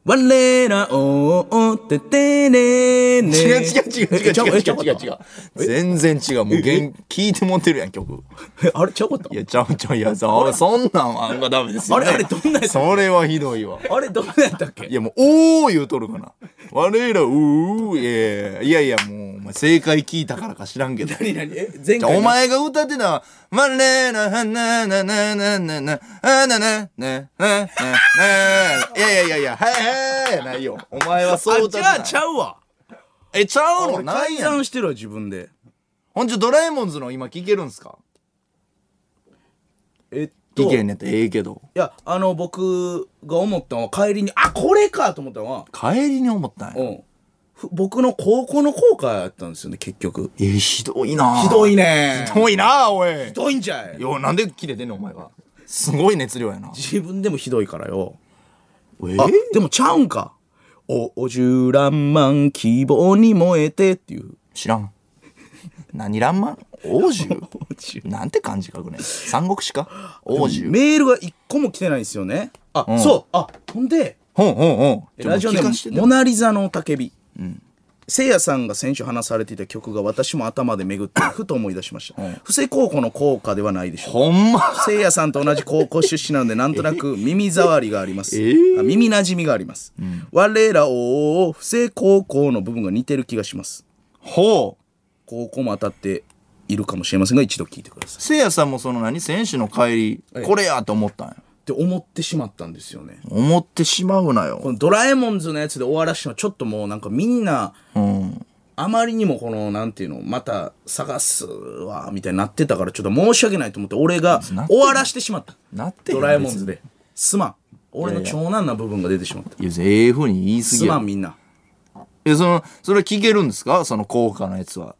S2: 「我らおおててれね」
S1: 違う違う違う違う
S2: えちゃ
S1: 違う違う
S2: えちゃかった
S1: 違う違う全然違うもう原聞いてもってるやん曲
S2: えあれちゃうかった
S1: いやちゃうちゃう いやさ俺そんなんはあんまダメですよ、ね、
S2: あれあれどんなやつ
S1: それはひどいわ
S2: あれどんなやったっ
S1: い
S2: け
S1: やもう「おー」言うとるかな我ら「うー」いやいやいやもうお前正解聞いたからか知らんけど
S2: 何何え前
S1: じゃあ
S2: 回
S1: お前が歌ってたのは「まれなはななななななあななななないやいやいやいやはいはいやないよお前はそう
S2: あ
S1: 歌
S2: じ
S1: って
S2: ゃ
S1: な
S2: あ
S1: い
S2: ちゃうわ
S1: えちゃうの
S2: 俺
S1: なん
S2: 改
S1: やねん
S2: ざんしてるわ自分で
S1: ほんじゃドラえもんズの今聞けるんすか
S2: えっと
S1: 聞け
S2: い
S1: んねってええけど
S2: やあの僕が思ったのは帰りにあこれかと思ったのは
S1: 帰りに思ったん
S2: う
S1: や
S2: んふ僕の高校の校歌やったんですよね結局
S1: えひどいな
S2: ひど
S1: い
S2: いね
S1: ひどいなおい
S2: ひどいんじゃい
S1: よなんで切れてんのお前はすごい熱量やな
S2: 自分でもひどいからよ。
S1: え
S2: あ、でもちゃうんか。お、おじゅらんまん希望に燃えてっていう。
S1: 知らん何らんまん王獣
S2: 獣
S1: なんて漢字書くねん三国志か王獣
S2: メールが一個も来てないんですよね。あ、そう。あ、ほんで、
S1: ほんほんほん
S2: ラジオ
S1: ち
S2: ネ
S1: ょっと聞
S2: ー
S1: かして
S2: ム、モナリザの雄たけび。せいやさんが先週話されていた曲が私も頭で巡ってふと思い出しました、布施高校の校歌ではないでしょう
S1: ほんま
S2: せいやさんと同じ高校出身なのでなんとなく耳障りがあります、あ耳なじみがあります、我らを不正高校の部分が似てる気がします
S1: ほう
S2: 高校も当たっているかもしれませんが一度聞いてください
S1: せいやさんもその何選手の帰りこれやと思ったんや
S2: って思ってしまったんですよね
S1: 思ってしまうな
S2: こ
S1: よ
S2: のドラえもんズのやつで終わらしたのちょっともうなんかみんな
S1: うん
S2: あまりにもこのなんていうのまた探すわみたいになってたからちょっと申し訳ないと思って俺が
S1: なって
S2: 終わらしてしまった
S1: なってへん
S2: ドラえもんズですまん俺の長男な部分が出てしまった
S1: いやええふうに言い過
S2: す
S1: ぎや
S2: ま
S1: ろ
S2: んみんな
S1: えそのそれ聞けるんですかその効果のやつは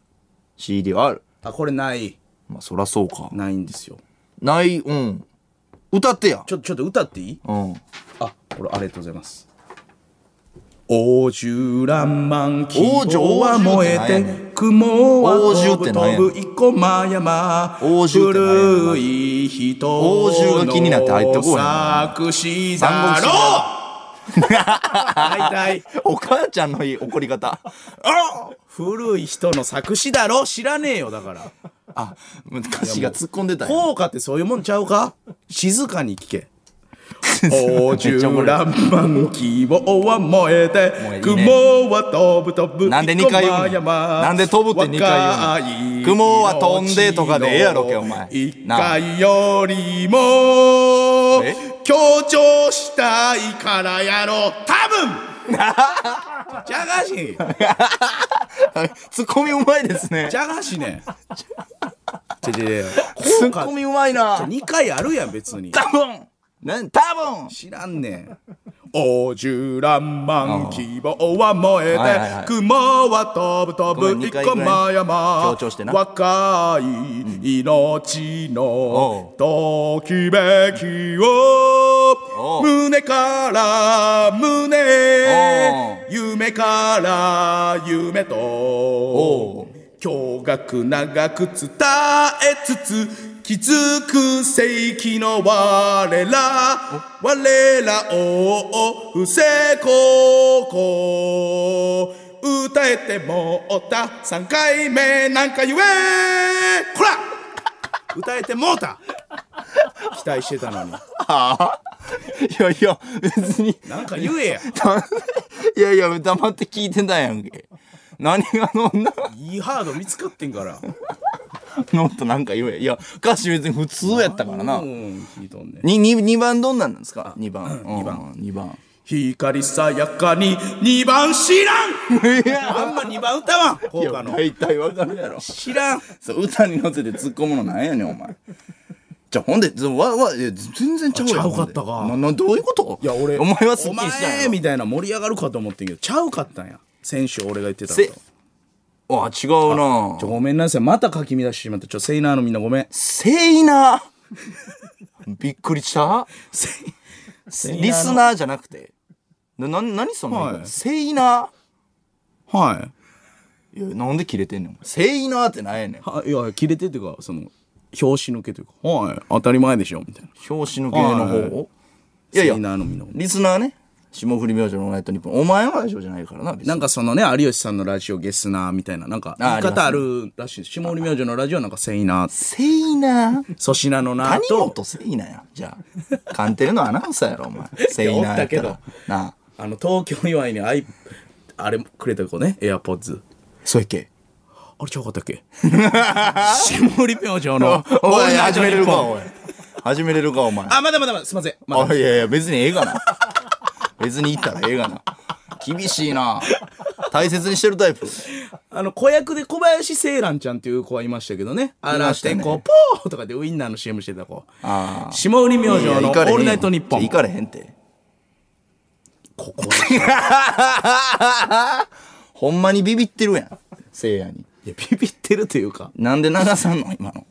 S1: CD はある
S2: あこれない
S1: まあそらそうか
S2: ないんですよ
S1: ないうん歌ってや
S2: ちょっとちょっと歌っていい
S1: うん
S2: あこれありがとうございます王獣らんまん希望は燃え
S1: 王獣王獣ってなんやね
S2: て雲は
S1: 王
S2: 飛
S1: 獣っ
S2: ぶ
S1: てなんやねん
S2: 飛ぶ生駒山
S1: 王獣ってなんやねん
S2: 古い人
S1: 王獣が気になって入ってこうへんな
S2: 作詞だろう 大 体
S1: お母ちゃんのいい怒り方
S2: 古い人の作詞だろ知らねえよだから
S1: あ歌詞が突っ込んでたよ
S2: 効果ってそういうもんちゃうか静かに聞け。おじゅうらんまん希望は燃えて
S1: もういいね
S2: 雲は飛ぶ飛ぶ
S1: なんで二回言うの
S2: 生駒山
S1: なんで飛ぶって二回言うの
S2: 若い
S1: 雲は飛んでとかでええやろけお前
S2: 一
S1: なあ
S2: 回よりも
S1: え
S2: 強調したいからやろ 多分じゃがし
S1: ツッコミうまいですね
S2: じゃがし ねちょちょ
S1: ツ
S2: ちょ効
S1: ッ
S2: 果
S1: コミうまいな
S2: 2回あるやん別に
S1: 多分なん多分
S2: 知らんねん。おじゅらんまん希望は燃え
S1: はいはいはい
S2: て、雲は飛ぶ飛
S1: ご
S2: ぶ
S1: めん
S2: 生駒山。
S1: 強調してな
S2: 若い命の
S1: おう
S2: ときめきを
S1: おう
S2: 胸から胸へ
S1: おう
S2: 夢から夢と
S1: おう
S2: 驚愕長く伝えつつ気づく世紀の我ら我らを不正高校歌えてもうた3回目なんか言えこら歌えてもうた 期待してたのに
S1: はあいやいや別に
S2: なんか言えや
S1: たいやいや黙って聞いてたやんけ何がのんない
S2: いハード見つかってんから
S1: のっとなんか言えいや歌詞別に普通やったからな
S2: うん聞いとんね
S1: にに2番どんなんなんですか2番2番2番
S2: 光さやかに2番知らん
S1: いや
S2: あんま2番歌わん
S1: い
S2: 効
S1: や
S2: 果の
S1: 大体わかるやろ
S2: 知らん
S1: そう歌に乗せて突っ込むのなんやねんお前じゃあほんでずわわいや全然ちゃうやん
S2: あちゃうかったか
S1: ななどういうこと
S2: いや俺
S1: お前はすっきりしたん
S2: お前
S1: やろ
S2: みたいな盛り上がるかと思ってんけどちゃうかったんや先週俺が言ってたの
S1: せ
S2: と
S1: あ違うな
S2: ちょごめんなさいまた書き乱してしまったちょセイナーのみんなご めん
S1: せいな びっくりした
S2: セイセイナーの
S1: リスナーじゃなくてなな何その言い
S2: は
S1: 方
S2: い
S1: せいな
S2: はい
S1: やなんで切れてんねんお前せいなってなんやねん
S2: いはいいや切れてっていうかその表紙抜けというかはい当たり前でしょみたいな
S1: 表紙の芸の方
S2: は
S1: をいやいや
S2: セイナーのみんなごめん
S1: リスナーね霜降り明星のオールナイトニッポンお前はラジオじゃないからな別に
S2: なんかそのね有吉さんのラジオゲスナーみたいななんか言い方あるらしいです下降り明星のラジオはなんかセイナー
S1: せいな
S2: 粗品のなー
S1: 谷
S2: と
S1: 本せいなやじゃあカンテレのアナウンサーやろお前せい
S2: いやお
S1: な
S2: っ
S1: や
S2: た
S1: っ
S2: け
S1: た
S2: ど
S1: らなあ
S2: あの東京祝いにあいあれくれた子ねエアポッズ
S1: そういけ
S2: あれちゃうかったっ け下降り明星の
S1: おい
S2: オールナイ
S1: 始
S2: トニ
S1: めれ
S2: ッ
S1: る
S2: ポン
S1: かおい始めれるかお前
S2: あ、まだまだまだ、すいません。まだ
S1: あいやいや別にええがな 別に行ったらええがな厳しいな大切にしてるタイプ
S2: あの、子役で小林聖蘭ちゃんっていう子はいましたけどね。あ
S1: いま
S2: ら
S1: し
S2: した
S1: ね
S2: て、こう、ポーとかでウインナーの CM してた子。
S1: ああ
S2: 下降り明星のオールナイトニッポン。
S1: 行かれへん て
S2: ここで。い
S1: ほんまにビビってるやんせいやに
S2: や、ビビってるというか。
S1: なんで流さんの今の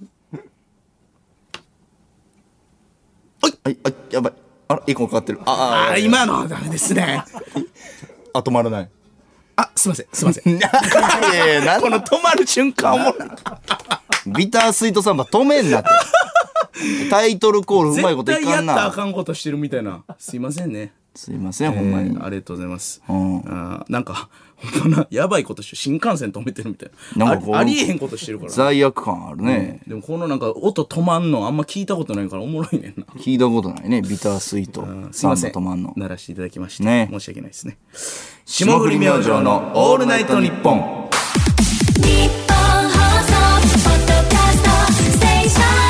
S1: あいあいあやばいあらエコーかかってるあ
S2: あー、今のはダメですね。
S1: ああ止まらない
S2: あ、すいません、すいま せん。
S1: いやいやなん
S2: この止まる瞬間おもろい
S1: ビタースイートサンバ止めんなってタイトルコールうまいこ
S2: 絶
S1: とい
S2: 対や
S1: か
S2: っ
S1: ん
S2: たらあ
S1: な
S2: かんことしてるみたいな。すいませんね。
S1: すいません、ほんまに。
S2: ありがとうございます。
S1: うん
S2: あーなんか、ほんまな、やばいことしてる、新幹線止めてるみたいな。
S1: なんかこう
S2: あありえへんことしてるから。
S1: 罪悪感あるね。
S2: でもこのなんか音止まんのあんま聞いたことないからおもろ いねんな。
S1: 聞いたことないね、ビタースイート。
S2: すいません。
S1: サンバ止まんの。
S2: 鳴らしていただきまして。
S1: ね
S2: 申し訳ないですね。
S1: 霜降り明星のオールナイトニッポン。
S3: 日本放送ポッドキャストステーション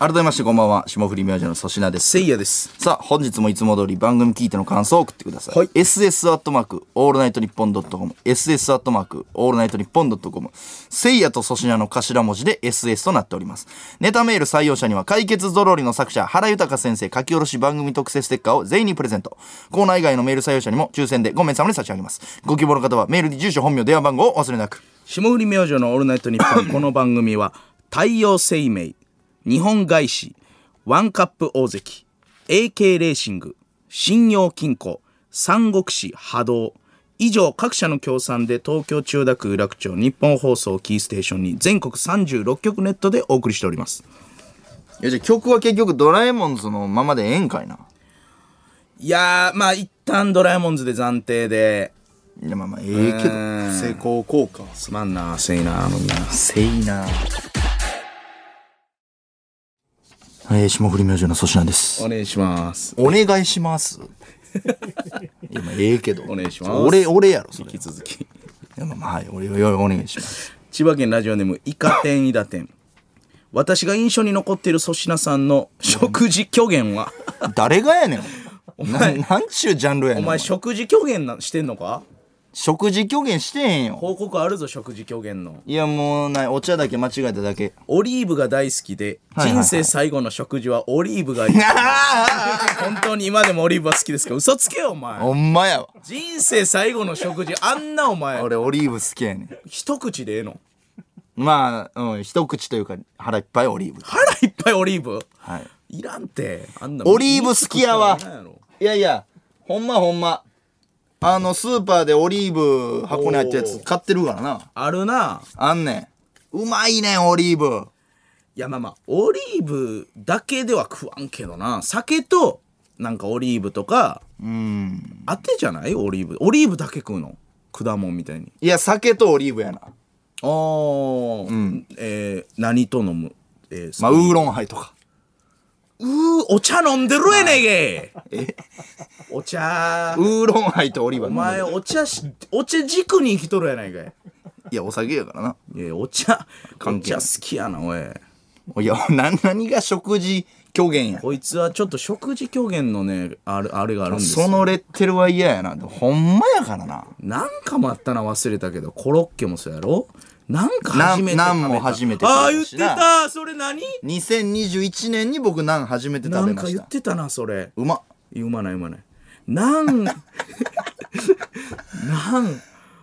S1: 改めましてこんばんは霜降り明星の粗品です
S2: せいやです。
S1: さあ本日もいつも通り番組聞いての感想を送ってください、
S2: はい
S1: SS アットマークオールナイトニッポンドットコム SS アットマークオールナイトニッポンドットコムせいやと粗品の頭文字で SS となっておりますネタメール採用者には解決ぞろりの作者原豊先生書き下ろし番組特製ステッカーを全員にプレゼントコーナー以外のメール採用者にも抽選で5名様に差し上げますご希望の方はメールに住所本名電話番号をお忘れなく
S2: 霜降り明星のオールナイトニッポンこの番組 は太陽生命日本外資ワンカップ大関 AK レーシング信用金庫三国志波動以上各社の協賛で東京千代田区有楽町日本放送をキーステーションに全国36局ネットでお送りしております
S1: いやじゃあ曲は結局ドラえもんズのままでええんかいない
S2: やーまあ一旦ドラえもんズで暫定で
S1: いやまあまあええけど
S2: うん
S1: 成功効果
S2: すまんなせいなあのみんな
S1: せいなえー、霜降り明星の粗品です
S2: お願いします
S1: お願いします いやまあええけど
S2: お願いします
S1: 俺俺やろそれ
S2: 引き
S1: い
S2: 続き
S1: やまあまあはい俺よお願いし ます
S2: 千葉県ラジオネームイカ天イダ天私が印象に残っている粗品さんの食事虚言は
S1: 誰がやねんお
S2: 前
S1: ななんちゅうジャンルやね
S2: お
S1: ん
S2: 前食事虚言なしてんのか
S1: 食事虚言してへんよ
S2: 報告あるぞ食事虚言の
S1: いやもうないお茶だけ間違えただ け
S2: オリーブが大好きで
S1: いはいは
S2: 人
S1: い
S2: 生最後の食事はオリーブがいい 本当に今でもオリーブは好きですけど嘘つけよお前
S1: ほんまやわ
S2: 人生最後の食事あんなお前
S1: 俺オリーブ好きやねん
S2: 一口でええの
S1: まあ、うん、一口というか腹いっぱいオリーブ
S2: 腹いっぱいオリーブ
S1: はい
S2: いらんてあんな
S1: オリーブ好きやわいやいや、ほんまほんま。あの、スーパーでオリーブ箱に入ったや
S2: お
S1: つ
S2: ー
S1: 買ってるからな。
S2: あるな
S1: あんねん。うまいねん、オリーブ。
S2: いやまあまあオリーブだけでは食わんけどな酒となんかオリーブとか
S1: うん。
S2: あてじゃないオリーブオリーブだけ食うの果物みたいに
S1: いや、酒とオリーブやな。
S2: ああうんえー、何と飲むえー、
S1: まあ、ウーロンハイとか。
S2: うーお茶飲んでるやねげ
S1: え
S2: お茶
S1: ウーロンハイとオリーブ
S2: お
S1: は飲んで
S2: 前
S1: る
S2: お茶しお茶軸に生きとるやないかい
S1: いや、お酒やからな。
S2: いやお茶お
S1: 関係
S2: 茶
S1: ない
S2: 好きやなおい
S1: いや、な、何が食事虚言や。
S2: こいつはちょっと食事狂言のねあるあれがあるんですよ
S1: そのレッテルは嫌やな。でもほんまやからな。
S2: なんかもあったな忘れたけどコロッケもそうやろなんか初めて食べた
S1: ナンナンも初めて食べたしな
S2: ああ言ってたそれ何
S1: 2021年に僕ナン初めて
S2: な
S1: 食べ
S2: ん
S1: ま
S2: か
S1: し。
S2: 言ったてたなそれ
S1: うまっ。
S2: 言まない言まないなんなん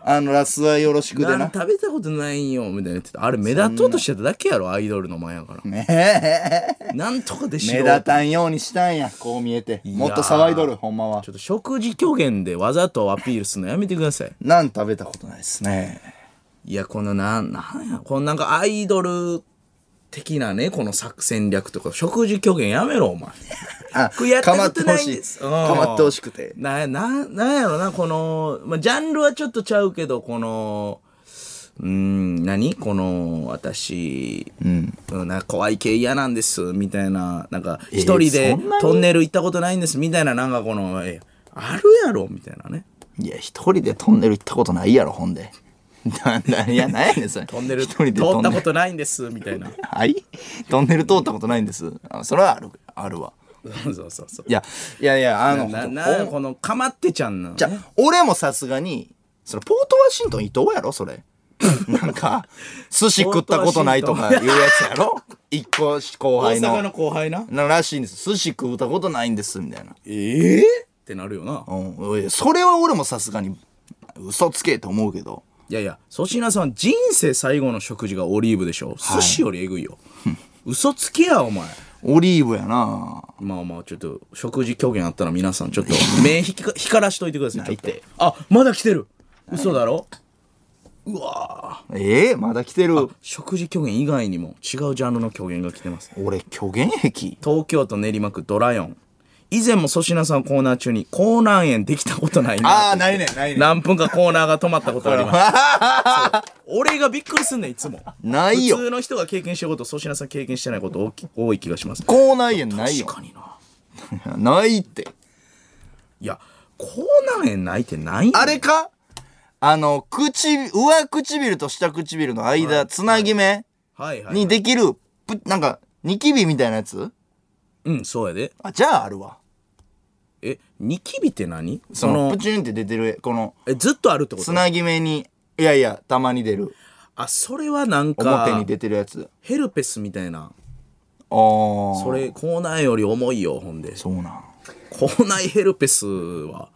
S1: あの、ラスはよろしくで
S2: な。
S1: なん
S2: 食べたことないんよみたいな言ってたあれ目立とうとしてただけやろアイドルの前やから
S1: ねえ。
S2: なんとかでし
S1: 目
S2: ろ
S1: 立たんようにしたんやこう見えて
S2: やー
S1: もっと騒いどるほんまは
S2: ちょっと食事狂言でわざとアピールするのやめてください
S1: なん食べたことないですね
S2: いやこのなんなんやこのなんかアイドル的なねこの作戦略とか食事狂言やめろお前
S1: あ
S2: これやった
S1: かま
S2: こ
S1: って
S2: と
S1: ほ
S2: ないん
S1: しい
S2: です
S1: かまってほしくて
S2: なななんやろなこの、まあ、ジャンルはちょっとちゃうけどこのうーん何この私、うん、なんか怖い系嫌なんですみたいななんか
S1: ー
S2: 一人で
S1: そんなに
S2: トンネル行ったことないんですみたいななんかこのえあるやろみたいなね
S1: いや一人でトンネル行ったことないやろほんで なないやなんやねんそれ
S2: トンネル
S1: 一
S2: 通
S1: 人でト
S2: っ
S1: ンネ
S2: た
S1: ル
S2: ことないんですみた いな
S1: はいトンネル通ったことないんですあそれはあるあるわ
S2: そうそうそうそう
S1: いやいやいやあの
S2: な
S1: ほん
S2: なこのかまってちゃんの
S1: じゃあ俺もさすがにそれポートワシントン伊藤やろそ れ なんか寿司食ったことないとかいうやつやろ一個後輩
S2: 大
S1: の
S2: 阪の後輩な
S1: ならしいんです寿司食うたことないんですみたいな、
S2: ええってなるよな
S1: うんいや、それは俺もさすがに嘘つけと思うけど
S2: いやいや、粗品さん、人生最後の食事がオリーブでしょ。寿司よりえぐいよ。嘘つけや、お前。
S1: オリーブやな
S2: まあまあ、ちょっと、食事狂言あったら皆さん、ちょっと、目ひか光らしといてください。ちょっと
S1: ないて
S2: あ、まだ来てる。嘘だろうわぁ。
S1: ええまだ来てる
S2: 食事狂言以外にも、違うジャンルの狂言が来てます。
S1: 俺虚言癖
S2: 東京都練馬区ドラヨン。以前も粗品さんコーナー中に口内炎できたことない
S1: あ
S2: な
S1: あ、ないね、ないね。
S2: 何分かコーナーが止まったことあり ましたそう俺がびっくりすんねんいつも
S1: ないよ
S2: 普。通の人が経験してること粗品さん経験してないこと多き多い気がします
S1: 口内炎ないよ。
S2: 確かにな
S1: ないって。
S2: いや口内炎ないってない
S1: あれかあの、口、上唇と下唇の間、つなぎ目
S2: はいはい、はい、
S1: にできる、ぷなんか、ニキビみたいなやつ
S2: うんそうやで
S1: あ、じゃああるわ。
S2: えニキビって何
S1: そ
S2: そ
S1: の、
S2: の
S1: プチュンって出てる、この、
S2: えずっとあるってこ
S1: つ
S2: と
S1: なぎ目に、いやいや、たまに出る。
S2: あそれはなんか
S1: 表に出てるやつ。
S2: ヘルペスみたいな
S1: あー。
S2: そ。れ口内炎より重いよほんで
S1: そうなん。
S2: 口内ヘルペスは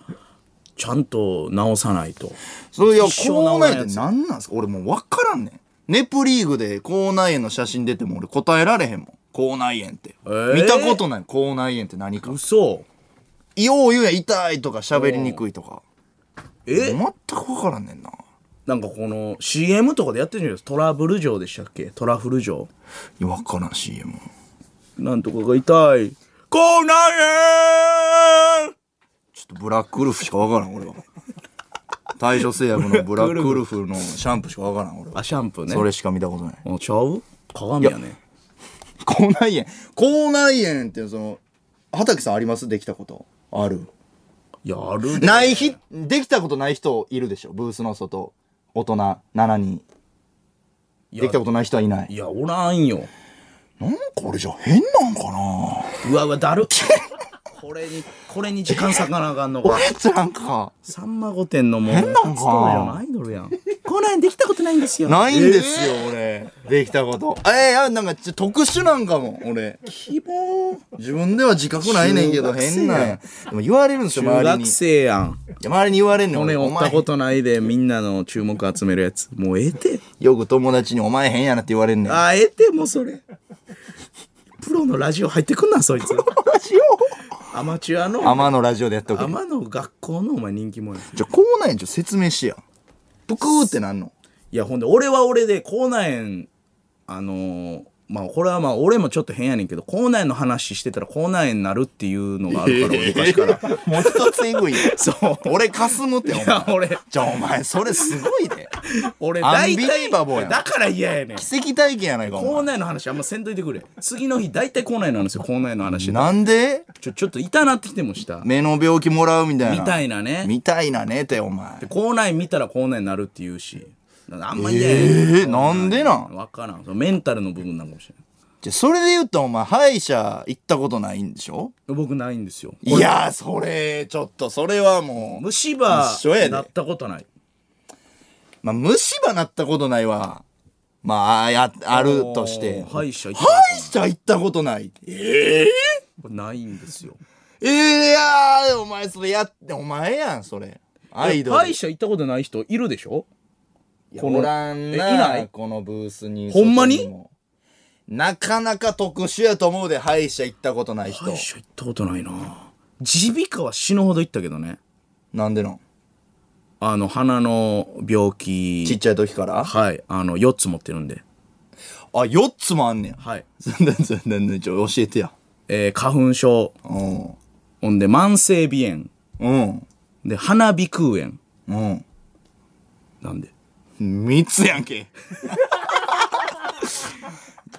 S2: ちゃんと治さないと
S1: それいや、
S2: 一生治
S1: 口
S2: らな
S1: 内
S2: い
S1: 炎
S2: やつ
S1: って何なんすか俺もう分からんねん。ネプリーグで口内炎の写真出ても俺答えられへんもん。口内炎って。
S2: ー
S1: 見たことない。口内炎って何か。
S2: 嘘
S1: よう言うやん痛いとか喋りにくいとか。
S2: え
S1: 全く分からんねんな。
S2: なんかこの CM とかでやってるんじゃないですかトラブル城でしたっけトラフル城
S1: いや、分からん CM。
S2: なんとかが痛い口内炎
S1: ちょっとブラックウルフしか分からん、俺は。大正製薬のブラックウルフのシャンプーしか分からん、俺は。
S2: あシャンプーね
S1: それしか見たことない。
S2: あちゃう鏡やね
S1: 口内炎。口内炎って、その、畑さんありますできたこと。ある。
S2: いやあるで
S1: ないひ、できたことない人いるでしょブースの外。大人7人。
S2: いや
S1: できたことない人はいないい。
S2: やおらんよ
S1: なんか俺じゃ変なんかな
S2: うわうわだるこれにこれに時間割かなあかんのか
S1: 俺ってなんか、
S2: さんま御殿のもう
S1: 変なんか
S2: 初登場のアイドルやんこないできたことないんですよ
S1: ないんですよ、俺。できたこと。えー、あなんかちょ特殊なんかも、俺。
S2: 希望
S1: 自分では自覚ないねんけど、
S2: 中学生
S1: 変なんや。でも言われるんですよ、
S2: 中
S1: 周り
S2: 学
S1: に。い
S2: 生やん
S1: や周りに言われんの
S2: 骨
S1: 俺。お
S2: 折った
S1: 前
S2: こ、とないでみんなの注目集めるやつもうええて
S1: よく友達にお前変やなって言われんねん。
S2: あええてもうそれプロのラジオ入ってくんなそいつ
S1: ラジ
S2: アマチュアの
S1: オ天のラジオでやっとく。
S2: 天の学校のお前人気者や
S1: じゃ、こうなんやんちょ、説明してや。ぷくーってなんの
S2: いやほんで俺は俺で口内炎あのーまあこれはまあ俺もちょっと変やねんけど口内炎の話してたら口内炎になるっていうのがあるから俺昔から、
S1: もう一つえぐいよ。
S2: そう
S1: 俺かすむって、お
S2: いや
S1: 前。
S2: 俺
S1: じゃあ、お前、それすごい で。
S2: 俺
S1: アン
S2: 大
S1: ビリ
S2: 体
S1: ーバボーやん
S2: だから嫌やねん
S1: 奇跡体験やないか、お
S2: 校
S1: 前。
S2: 内の話あんませんといてくれ次の日大体校内の話よ校内の話
S1: なんで
S2: ちょちょっと痛なってきてもしたみ
S1: 目の病気もらうみたいな。
S2: たいなね
S1: みたいなねって、お前。
S2: 校内見たら校内になるって言うしあんま嫌やね
S1: ええなんでなん
S2: 分からんそのメンタルの部分なのかもしれない
S1: じゃ、それで言うと、お前、歯医者行ったことないんでしょ
S2: 僕ないんですよ
S1: いやー、それ、ちょっと、それはもう、
S2: 虫歯
S1: 一緒やで
S2: なったことない
S1: まあ、虫歯なったことないわ。まあ、あや、あるとして。
S2: 歯医者行っ
S1: 歯
S2: たこと
S1: 医者行ったことない。ええ
S2: ないないんですよ
S1: えー、いやー、お前、それやって、お前やん、それ。アイドル。
S2: 歯医者行ったことない人いるでしょ
S1: こ
S2: こ
S1: の
S2: の
S1: おらんな
S2: えいない
S1: このブースに
S2: ほんまに
S1: 外もなかなか特殊やと思うで歯医者行ったことない人
S2: 歯医者行ったことないな耳鼻科は死ぬほど行ったけどね
S1: なんでの
S2: あの鼻の病気
S1: ちっちゃい時から
S2: はい、あの、4つ持ってるんで。
S1: あ四4つもあんねや
S2: はい。
S1: 全然全然ちょ教えてや
S2: えー花粉症。
S1: うん
S2: ほんで、慢性鼻炎。
S1: うん
S2: で、鼻鼻腔炎。
S1: うん
S2: なんで。
S1: 3つやん け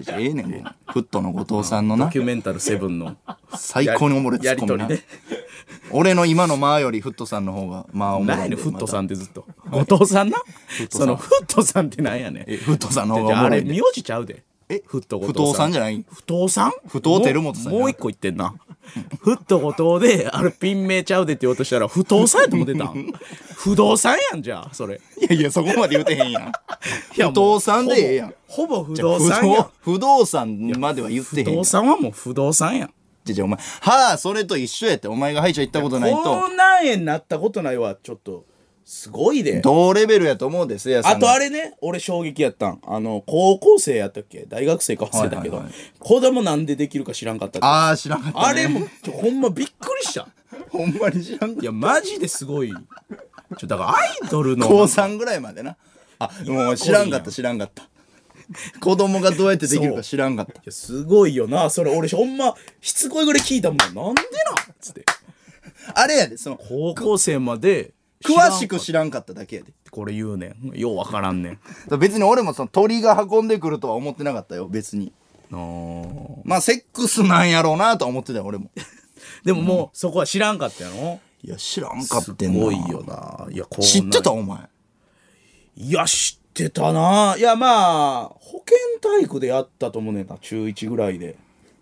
S1: ちょええねんけどフットの後藤さんの
S2: ド
S1: な
S2: キュメンタルセブンの。
S1: 最高におもろいツ
S2: や
S1: ッ
S2: り
S1: コ
S2: と
S1: ミ
S2: り
S1: な、
S2: ね。
S1: 俺の今の間よりフットさんの方がまあおもろい
S2: 何やねん、フットさ
S1: ん
S2: んってずっと。後藤さんな
S1: トさん
S2: その、フットさんってなんやねん。
S1: えフットさんの方
S2: じ
S1: が
S2: ゃ
S1: お
S2: あ、
S1: も
S2: あ
S1: ろ
S2: れ、
S1: いで
S2: 名字ちゃうで。
S1: え
S2: フット後
S1: 不
S2: 藤
S1: 藤さんじ
S2: ゃ
S1: ゃない
S2: 不藤さん不
S1: 藤輝元さん
S2: もうもう一個言ってんな。フット後藤で、あれ、ピン名ちゃうでって言おうとしたら、不藤さんやと思って たん不動産やんじゃあ、それ。
S1: いやいや、そこまで言うてへんやん。
S2: いやも
S1: 不
S2: う
S1: 動産でええやん。
S2: ほぼ不
S1: じゃあ
S2: 動産やん。
S1: 不動不動産までは言ってへ
S2: 不
S1: んやん。
S2: 動
S1: じ
S2: 産はもう不動産やん。
S1: ゃじゃあお前、はあ、それと一緒やって、お前が歯医者行ったことないと、
S2: 口内炎になったことないはちょっとすごいで。
S1: 同レベルやと思うですやさん
S2: あとあ
S1: れ
S2: れね、俺衝撃やったん。あの、高校生やったっけ大学生か忘れたけど、
S1: はいはい
S2: 子供なんでできるか知らんかったっけ
S1: ああ、知らんかった、ね。
S2: あれも、ちょほんまびっくりした。
S1: ほんまに知らんかっ
S2: いや、マジですごい。ちょ、だからアイドル
S1: た。
S2: の。
S1: 高3ぐらいまでな。あ、もう知らんかった、知らんかった。子供がどうやってできるか知らんかった
S2: やすごいよなそれ俺ほんましつこいぐらい聞いたもんなんでなんつって
S1: あれやでその
S2: 高校生まで
S1: 詳しく
S2: 知らんかっ
S1: 知らんかっただけやで
S2: てこれ言うねんようわからんねん
S1: 別に俺もその鳥が運んでくるとは思ってなかったよ別に
S2: あー
S1: まあセックスなんやろうなとは思ってたよ俺も
S2: でももうそこは知らんかったやろ
S1: いや知らんかっ
S2: す
S1: た
S2: ごいよないやこうな
S1: 知ってたお前
S2: いや知ってたないやまあ保健体育でやったと思うねんな中1ぐらいで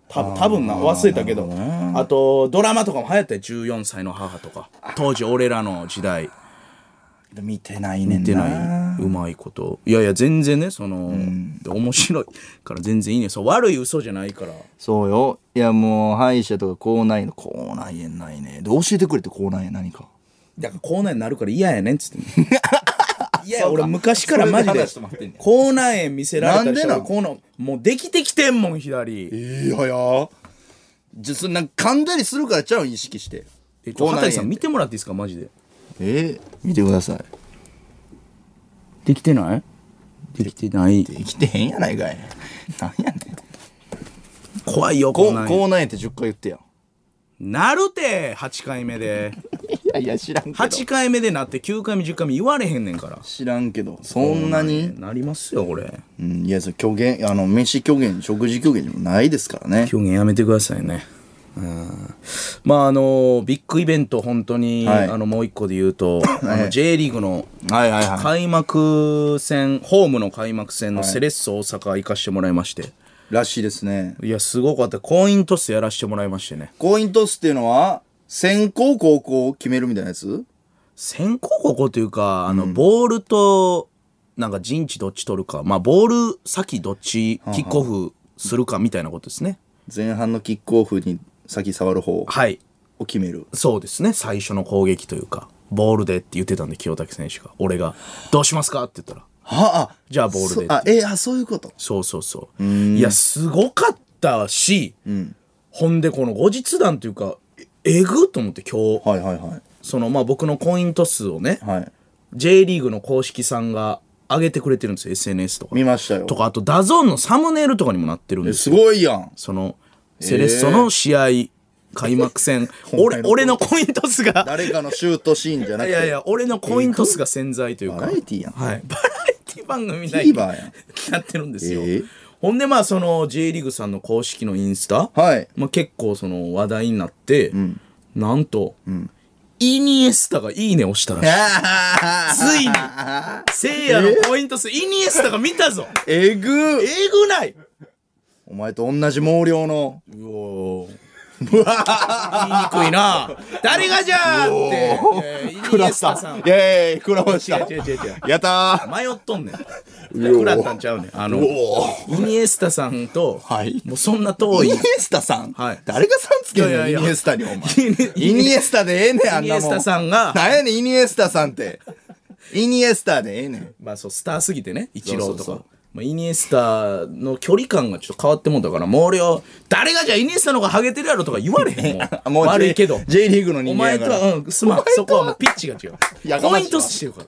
S2: た多分な忘れたけどあとドラマとかも流行ったよ14歳の母とか当時俺らの時代
S1: 見てないねんな
S2: 見てないうまいこといやいや全然ねその、で面白いから全然いいねそう悪い嘘じゃないから
S1: そうよいやもう歯医者とか口内炎口内炎ないねで教えてくれて口内炎何か
S2: だから口内炎なるから嫌やねんっつってんの いや俺昔からマジ
S1: それで
S2: で
S1: 話止まってんねん
S2: 口内炎見せられたりしたら
S1: なんで
S2: 口内炎もうできてきてんもん左
S1: いやいやじゃそんなん噛んだりするからちゃうん意識して
S2: えちょ畑さん見
S1: て
S2: てもらっていいですかマジで
S1: えー見てください
S2: できてないできてない
S1: 生きてへんやないか いなんやねん
S2: 怖いよ
S1: こ
S2: 口
S1: う
S2: 内
S1: こ
S2: 炎
S1: うなんやって10回言ってや
S2: なるて8回目で
S1: いやいや知らんけ
S2: 8回目でなって9回目10回目言われへんねんから
S1: 知らんけどそんなに
S2: なりますよ俺
S1: うんいやそれ虚言あの飯虚言食事虚言でもないですからね
S2: 表現やめてくださいね。うんまああのビッグイベント本当に、
S1: はい
S2: あのもう一個で言うと、あの J リーグの
S1: はいはいい
S2: 開幕戦ホームの開幕戦のセレッソ大阪行かしてもらいまして、
S1: らしいですね
S2: い、やすごかったコイントスやらしてもらいましてね
S1: コイントスっていうのは先行後攻を決めるみたいなやつ
S2: 先行後攻というかあの、ボールとなんか陣地どっち取るかまあボール先どっちキックオフするかみたいなことですね
S1: 前半のキックオフに先触る方
S2: はい
S1: を決める
S2: そうですね最初の攻撃というかボールでって言ってたんで清武選手が俺が「どうしますか?」って言ったら
S1: はあ
S2: じゃあボールで
S1: そあえーあそういうこと
S2: そうそうそういやすごかったし、ほんでこの後日談というかええぐっと思って今日
S1: はいはいはい
S2: そのまあ僕のコイント数をね、
S1: はい
S2: J リーグの公式さんが上げてくれてるんですよ SNS とか
S1: 見ましたよ
S2: とかあとダゾーンのサムネイルとかにもなってるんですよ
S1: すごいやん
S2: そのセレッソの試合、開幕戦
S1: 前
S2: 俺
S1: の
S2: 俺のコイントスが
S1: 誰かのシュートシーンじゃなく
S2: い
S1: て
S2: やいや、俺のコイントスが潜在というか。
S1: バラエティやん
S2: はい。 バラエティ番組みたい
S1: TVer やん
S2: なってるんですよ。
S1: ええ
S2: ほんでまあ、その J リーグさんの公式のインスタ。
S1: はい
S2: まあ結構その話題になって、なんと、イニエスタがいいね押したら しい。
S1: あ
S2: ついに、せいやのコイントス、イニエスタが見たぞ
S1: ーえぐ
S2: えぐない
S1: お前と同じ毛量の
S2: うおー。言いにくいな誰がじゃあって、えーイニエスタさん
S1: イェーイ食らわした
S2: 違う違う違う
S1: やった
S2: 迷っとんねん。食らったんちゃうねん。あの、
S1: ー
S2: イ
S1: お
S2: ニエスタさんと、
S1: はい
S2: もうそんな遠
S1: イ
S2: い。
S1: ニエ
S2: イ
S1: スタさん、
S2: はい
S1: 誰がさんつけん
S2: いや
S1: の
S2: い
S1: イ
S2: やいや
S1: ニエスタにお 前
S2: ニ
S1: イニエスタでええねんあんなもん
S2: イニエスタさんが
S1: なんやねんイニエスタさんってイニエスタでええねん
S2: まあそう、スターすぎてね、イチローと
S1: そうそう
S2: か。まあイニエスタの距離感がちょっと変わってもんだから、もう俺は、誰がじゃあイニエスタの方がハゲてるやろとか言われへん
S1: あ
S2: もん。 悪いけど。
S1: J, J リーグの人
S2: お
S1: 間
S2: 前
S1: やか
S2: と
S1: ら
S2: は、うん、すまん。そこはもうピッチが違
S1: や
S2: う。
S1: か
S2: コ
S1: ま
S2: イ
S1: しいわ
S2: ントスしてるから。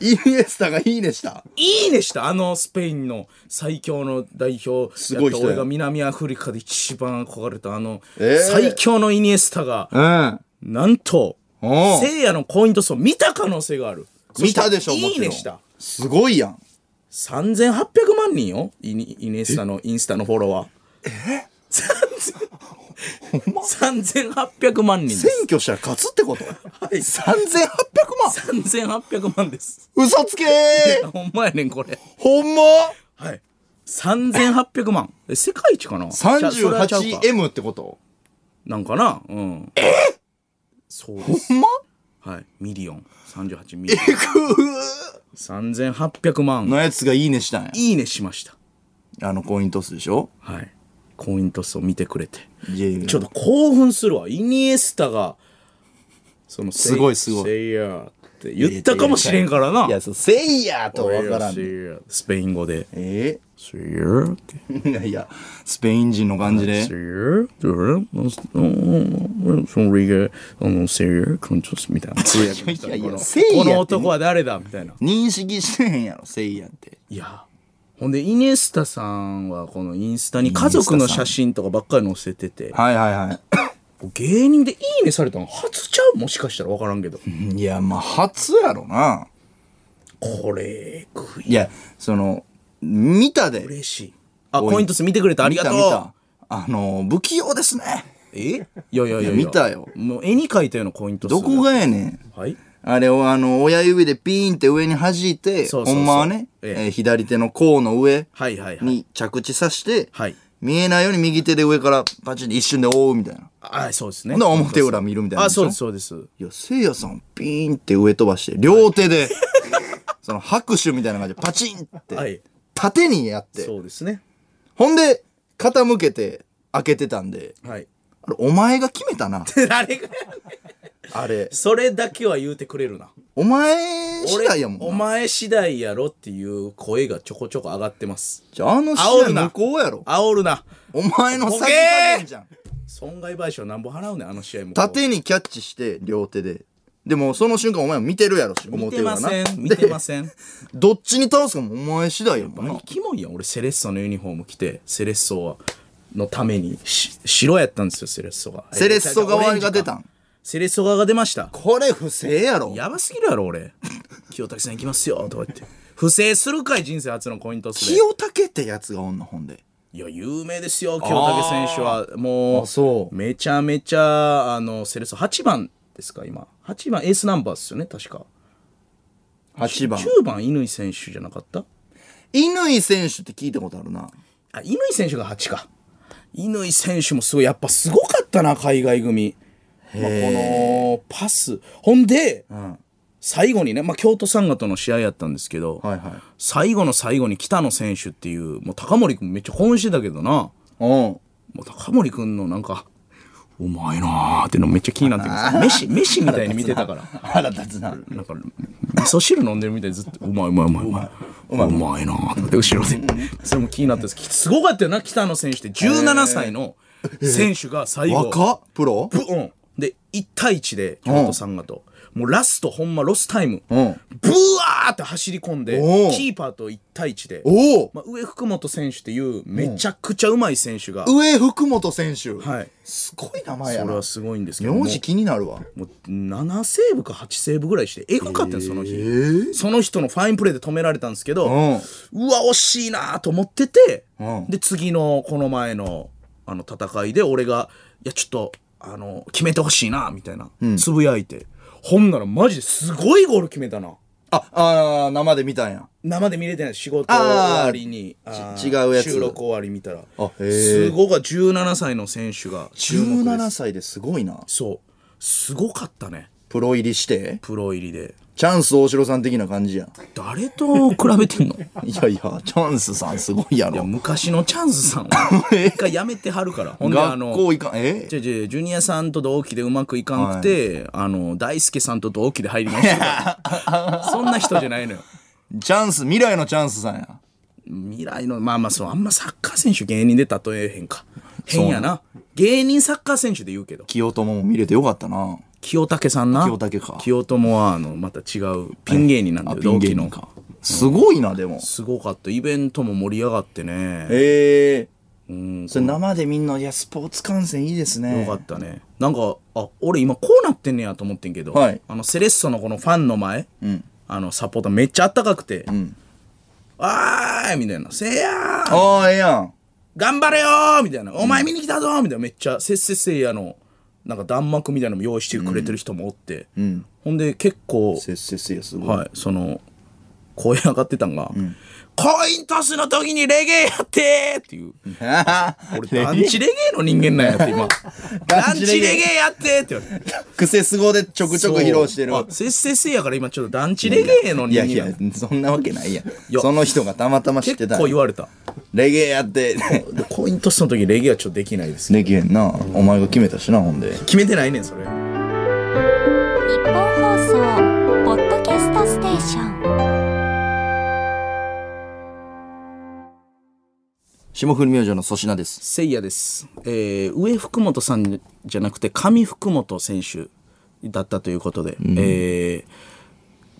S1: イニエスタがいいねした
S2: いいねしたあのスペインの最強の代表す
S1: ごい人や
S2: 俺が南アフリカで一番憧れたあの
S1: えー
S2: 最強のイニエスタが
S1: うん
S2: なんと
S1: おう
S2: せいやのコイントスを見た可能性がある
S1: 見たでしょ
S2: そ
S1: も
S2: てい
S1: ち
S2: い
S1: ろん
S2: ねした
S1: すごいやん
S2: 3800万人よイニイニエスタのインスタのフォロワーえ3800万人で
S1: 選
S2: す
S1: 挙したら勝つって こと
S2: い
S1: 3800万
S2: 3800万です
S1: 嘘つけ ー
S2: ほんまやねんこれ
S1: ほんま
S2: はい3800万え世界一かなじゃあそれはちゃうか
S1: 38M ってこと
S2: なんかなうん。えそうです。
S1: ほんま
S2: はい。ミリオン。38ミリオン。
S1: えく
S2: 3800
S1: ー
S2: 万。
S1: のやつがいいねしたんや
S2: いいねしました。
S1: あのコイントスでしょ
S2: はい。コイントスを見てくれて。
S1: J リーグ
S2: ちょっと興奮するわ。イニエスタが、その、
S1: すごいすごい
S2: セイヤーって言ったかもしれんからな。
S1: いやそうせいやと
S2: おい
S1: わ
S2: よ
S1: からん
S2: セイ
S1: ね
S2: ヤースペイン語で。
S1: え
S2: セイヤーって。
S1: ーいやいやスペイン人の感じで
S2: セイヤーって俺そのリーガあの、セイヤーコイントス みたいな。通訳の人が
S1: いやいや
S2: この
S1: セイヤーって
S2: この男は誰だみたいな。
S1: 認識してへんやろせいやって
S2: いや、ほんで、イニエスタさんは、このインスタに家族の写真とかばっかり載せてて、
S1: はいはいはい。
S2: 芸人でいいねされたの初ちゃうもしかしたら分からんけど。
S1: いや、まあ、初やろな。
S2: これ、食い
S1: いや、その、見たで。
S2: 嬉しい。あ、コイントス見てくれてありがとう。
S1: 見た見たあの、不器用ですね。
S2: えいやいやいやいや
S1: 見たよ
S2: もう絵に描いたようなコイントス。
S1: どこがやねん。
S2: はい
S1: あれをあの、親指でピーンって上に弾いて、
S2: そうそうそう
S1: ほんまはね、
S2: え
S1: え
S2: え
S1: ー左手の甲の上
S2: はいはいはい。
S1: に着地さして、
S2: はい
S1: 見えないように右手で上からパチンって一瞬で覆うみたいな。
S2: あ、そうですね。
S1: ほんなら表裏見るみたいな
S2: あ、
S1: でしょ
S2: そうです、そうです。
S1: いや、せいやさんピーンって上飛ばして、両手で、 その拍手みたいな感じでパチンって、
S2: はい
S1: 縦にやって、
S2: そうですね。
S1: ほんで、傾けて開けてたんで、
S2: はい。
S1: あれ、お前が決めたな、
S2: 誰が
S1: あれ。
S2: それだけは言うてくれるな。
S1: お前次第やもんな。
S2: 俺お前次第やろっていう声がちょこちょこ上がってます。
S1: じゃあ、あの
S2: 煽
S1: 試
S2: る
S1: 合
S2: な
S1: 向こうやろ。
S2: 煽るな。
S1: お前の先
S2: ボ
S1: 加
S2: ケー
S1: 減じゃん。
S2: 損害賠償なんぼ払うねん、あの試合も。
S1: 縦にキャッチして、両手で。でも、その瞬間お前も見てるやろし、
S2: 見
S1: 表
S2: てま
S1: 裏な
S2: せん。。見てま
S1: で
S2: せ ん。
S1: どっちに倒すかもお前次第やもんな。
S2: キモいやん。俺、セレッソのユニフォーム着て、セレッソはのために、し白やったんですよ、セレッソが。
S1: セレッソ側が出た
S2: オレ
S1: ん
S2: ンジか。セレッソ側が出ました。
S1: これ不正やろ。
S2: やばすぎるやろ、俺。清武さん行きますよ、とか言って。不正するかい、人生初のコイントスで。
S1: 清武ってやつがおんの、ほんで。
S2: いや、有名ですよ、清武選手は。もう、
S1: あそう
S2: めちゃめちゃ、あの、セレッソ8番ですか、今。8番、エースナンバーですよね、確か。
S1: 8番。
S2: 9番、乾選手じゃなかった
S1: 乾選手って聞いたことあるな。
S2: あ、乾選手が8か。乾選手もすごい、やっぱすごかったな、海外組。まあ、このパス。ほんで、最後にね、まあ、京都サンガとの試合やったんですけど、
S1: はいはい
S2: 最後の最後に北野選手っていう、もう高森君めっちゃ興奮してたけどな、
S1: うん。
S2: もう高森君のなんか、うまいなーってのめっちゃ気になっ てます。飯、飯みたいに見てたから。
S1: 腹立つな。
S2: なんか、味噌汁飲んでるみたいでずっと、うまいうまいうまいうまい。うまいなぁと思って、後ろで。それも気になったんですけどすごかったよな、北野選手って。17歳の選手が最後。
S1: 若っプロ
S2: ブうん。で、1対1で、京都さんがと。もうラスト、ほんまロスタイム。ブワーって走り込んで、
S1: おう
S2: キーパーと1対1で。
S1: おお
S2: まあ、上福本選手っていう、めちゃくちゃうまい選手が。
S1: 上福本選手。
S2: はい。
S1: すごい名前や
S2: それ
S1: な
S2: は。すごいんですけども。
S1: 名字気になるわ。
S2: もう7セーブか8セーブぐらいしてえぐかったんですその日、その人のファインプレーで止められたんですけど、う
S1: うん
S2: わ惜しいなと思ってて、
S1: うん
S2: で次のこの前のあの戦いで俺が「いやちょっとあの決めてほしいな」みたいな、つぶやいてほんならマジですごいゴール決めたな
S1: あ、あー生で見たんや。
S2: 生で見れてない仕事終わりに
S1: あー
S2: あー
S1: ち違うやつ
S2: 収録終わり見たら
S1: あへー
S2: すごが17歳の選手が注目で
S1: 17
S2: す
S1: 歳ですごいな。
S2: そうすごかったね
S1: プロ入りして、
S2: プロ入りで。
S1: チャンス大城さん的な感 じや。
S2: 誰と比べてんのい
S1: いやいや、チャンスさんすごいや
S2: や
S1: ろ。
S2: 昔のチャンスさ んは一回やめてはるからほんであ
S1: 学
S2: の
S1: 校行かん、え
S2: じゃじゃジュニアさんと同期でうまくいかなくて、あの大輔さんと同期で入りまし たからそんな人じゃないのよ
S1: チャンス、未来のチャンスさんや。
S2: 未来のまあまあそうあんまサッカー選手芸人で例えへんか変やな芸人サッカー選手で言うけど
S1: 清友も見れてよかったな。
S2: 清武さんな
S1: 清武か
S2: 清友はあのまた違うピン芸人なんだ
S1: あ、
S2: よ
S1: ピン
S2: 同
S1: 芸
S2: 期
S1: 人
S2: の
S1: か。すごいな、でも。
S2: すごかったイベントも盛り上がってね
S1: ええそれ生でみんな、いや、スポーツ観戦いいですね。
S2: よかったね。なんか、あ、俺今こうなってんねやと思ってんけど、
S1: はい
S2: あの、セレッソのこのファンの前、
S1: ん
S2: あの、サポーターめっちゃあったかくて、あーいみたいな、せいやー
S1: ああ、ええやん。
S2: 頑張れよーみたいな、お前見に来たぞーみたいな、めっちゃ、せっせせいやの、なんか弾幕みたいなのも用意してくれてる人もおって、ほんで結構、
S1: せっせっせや、すごい。
S2: はい、その、声上がってたんが、コイントスの時にレゲエやってーっていう。俺、団 地レゲエの人間なんやって、今。団
S1: 団
S2: 地
S1: 地レ
S2: レ
S1: ゲエ
S2: ゲエやってーって言われて。
S1: クセス語でちょくちょく披露してる。
S2: あせっせっせやから今ちょっと団地レゲエの
S1: い
S2: 人
S1: やい
S2: 間や
S1: や、そんなわけないやん
S2: や
S1: その人がたまたま知って
S2: 結
S1: た
S2: 構。言われた
S1: レゲエやって。
S2: でコイントスの時レゲエはちょっとできないです
S1: できへんな。お前が決めたしな、ほんで。
S2: 決めてないねんそれ
S3: 日本放送ポッドキャストステーション
S1: 霜降り明星の粗品です。
S2: せいやです、えー、上福本さんじゃなくて上福本選手だったということで、えー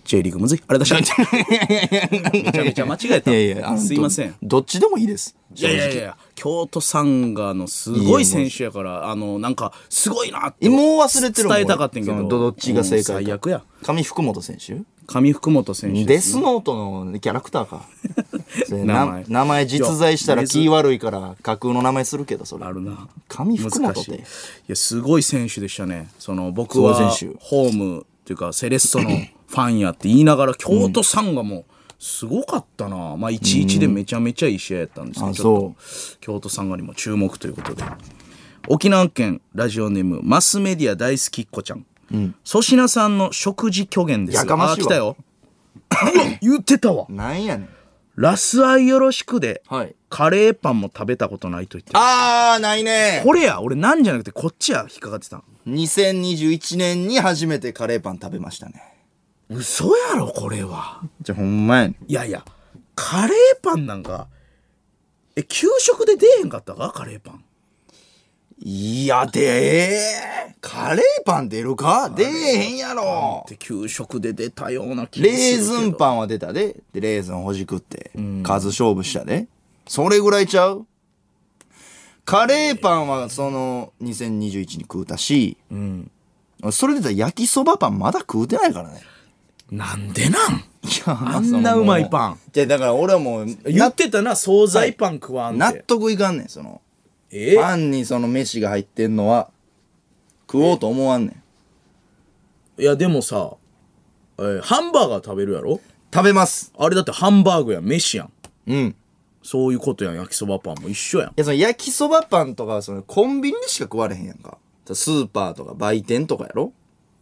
S2: J リーグむずい。あれ だし。めちゃめちゃ間違えた。
S1: いやいやあの
S2: すいません
S1: ど。どっちでもいいです
S2: いやいやいや、京都サンガのすごい選手やから、あの、なんか、すごいなって。
S1: もう忘れてるもん
S2: 伝えたかったんけ
S1: そ
S2: ど。
S1: のどどっちが正解か
S2: うん最悪や。
S1: 上福本選手
S2: 上福本選手
S1: デ
S2: す
S1: スノートのキャラクターかそれ
S2: 名
S1: な
S2: 前
S1: 名前実在した
S2: い
S1: ら
S2: や
S1: 気悪いから架空の名前するけどそれ
S2: あるな。
S1: 上福本
S2: 難
S1: っ
S2: しい。い
S1: て
S2: や、すごい選手でしたね。その、僕
S1: ごい
S2: は
S1: 選手、
S2: ホーム、というか、セレッ ソのファンやって言いながら、京都サンガも、すごかったな。まあ、1-1でめちゃめちゃいい試合やったんですけど、
S1: あ
S2: ちょっと、京都サンガにも注目ということで。沖縄県ラジオネーム、マスメディア大好きっ子ちゃん。粗品さんの食事虚言です。
S1: やかましいわ
S2: あー来たよ。 うわ言ってたわ。
S1: なんやねん
S2: ラスアイよろしくで、
S1: はい
S2: カレーパンも食べたことないと言ってる
S1: あーないね
S2: これや、俺なんじゃなくてこっちや、引っかかってたん。
S1: 2021年に初めてカレーパン食べましたね
S2: 嘘やろ、これは。
S4: じゃあほんまやねん
S2: いやいや、カレーパンなんか、え、給食で出えへんかったかカレーパン。
S1: いやでーカレーパン出るか出えへんやろ
S2: で、給食で出たような気がする
S1: レーズン
S2: ン。
S1: パンは出たででレーズンほじくって数勝負したでそれぐらいちゃうカレーパンはその2021に食うたし、それで言ったら焼きそばパンまだ食うてないからね
S2: なんでなん
S1: いや
S2: あんなうまいパン。
S1: じゃあだから俺はもう
S2: 言
S1: な
S2: ってたな、惣菜パン食わん
S1: 納
S2: って。
S1: 得いかんねんその
S2: え
S4: パンにその飯が入ってんのは食おうと思わんねん
S2: いや、でもさ、えーハンバーガー食べるやろ
S1: 食べます
S2: あれだってハンバーグやん、飯やん。
S1: うんい
S2: そういうことやん、焼きそばパンも一緒やん。
S1: やその焼きそばパンとかはそのコンビニでしか食われへんやんかスーパーとか売店とかやろ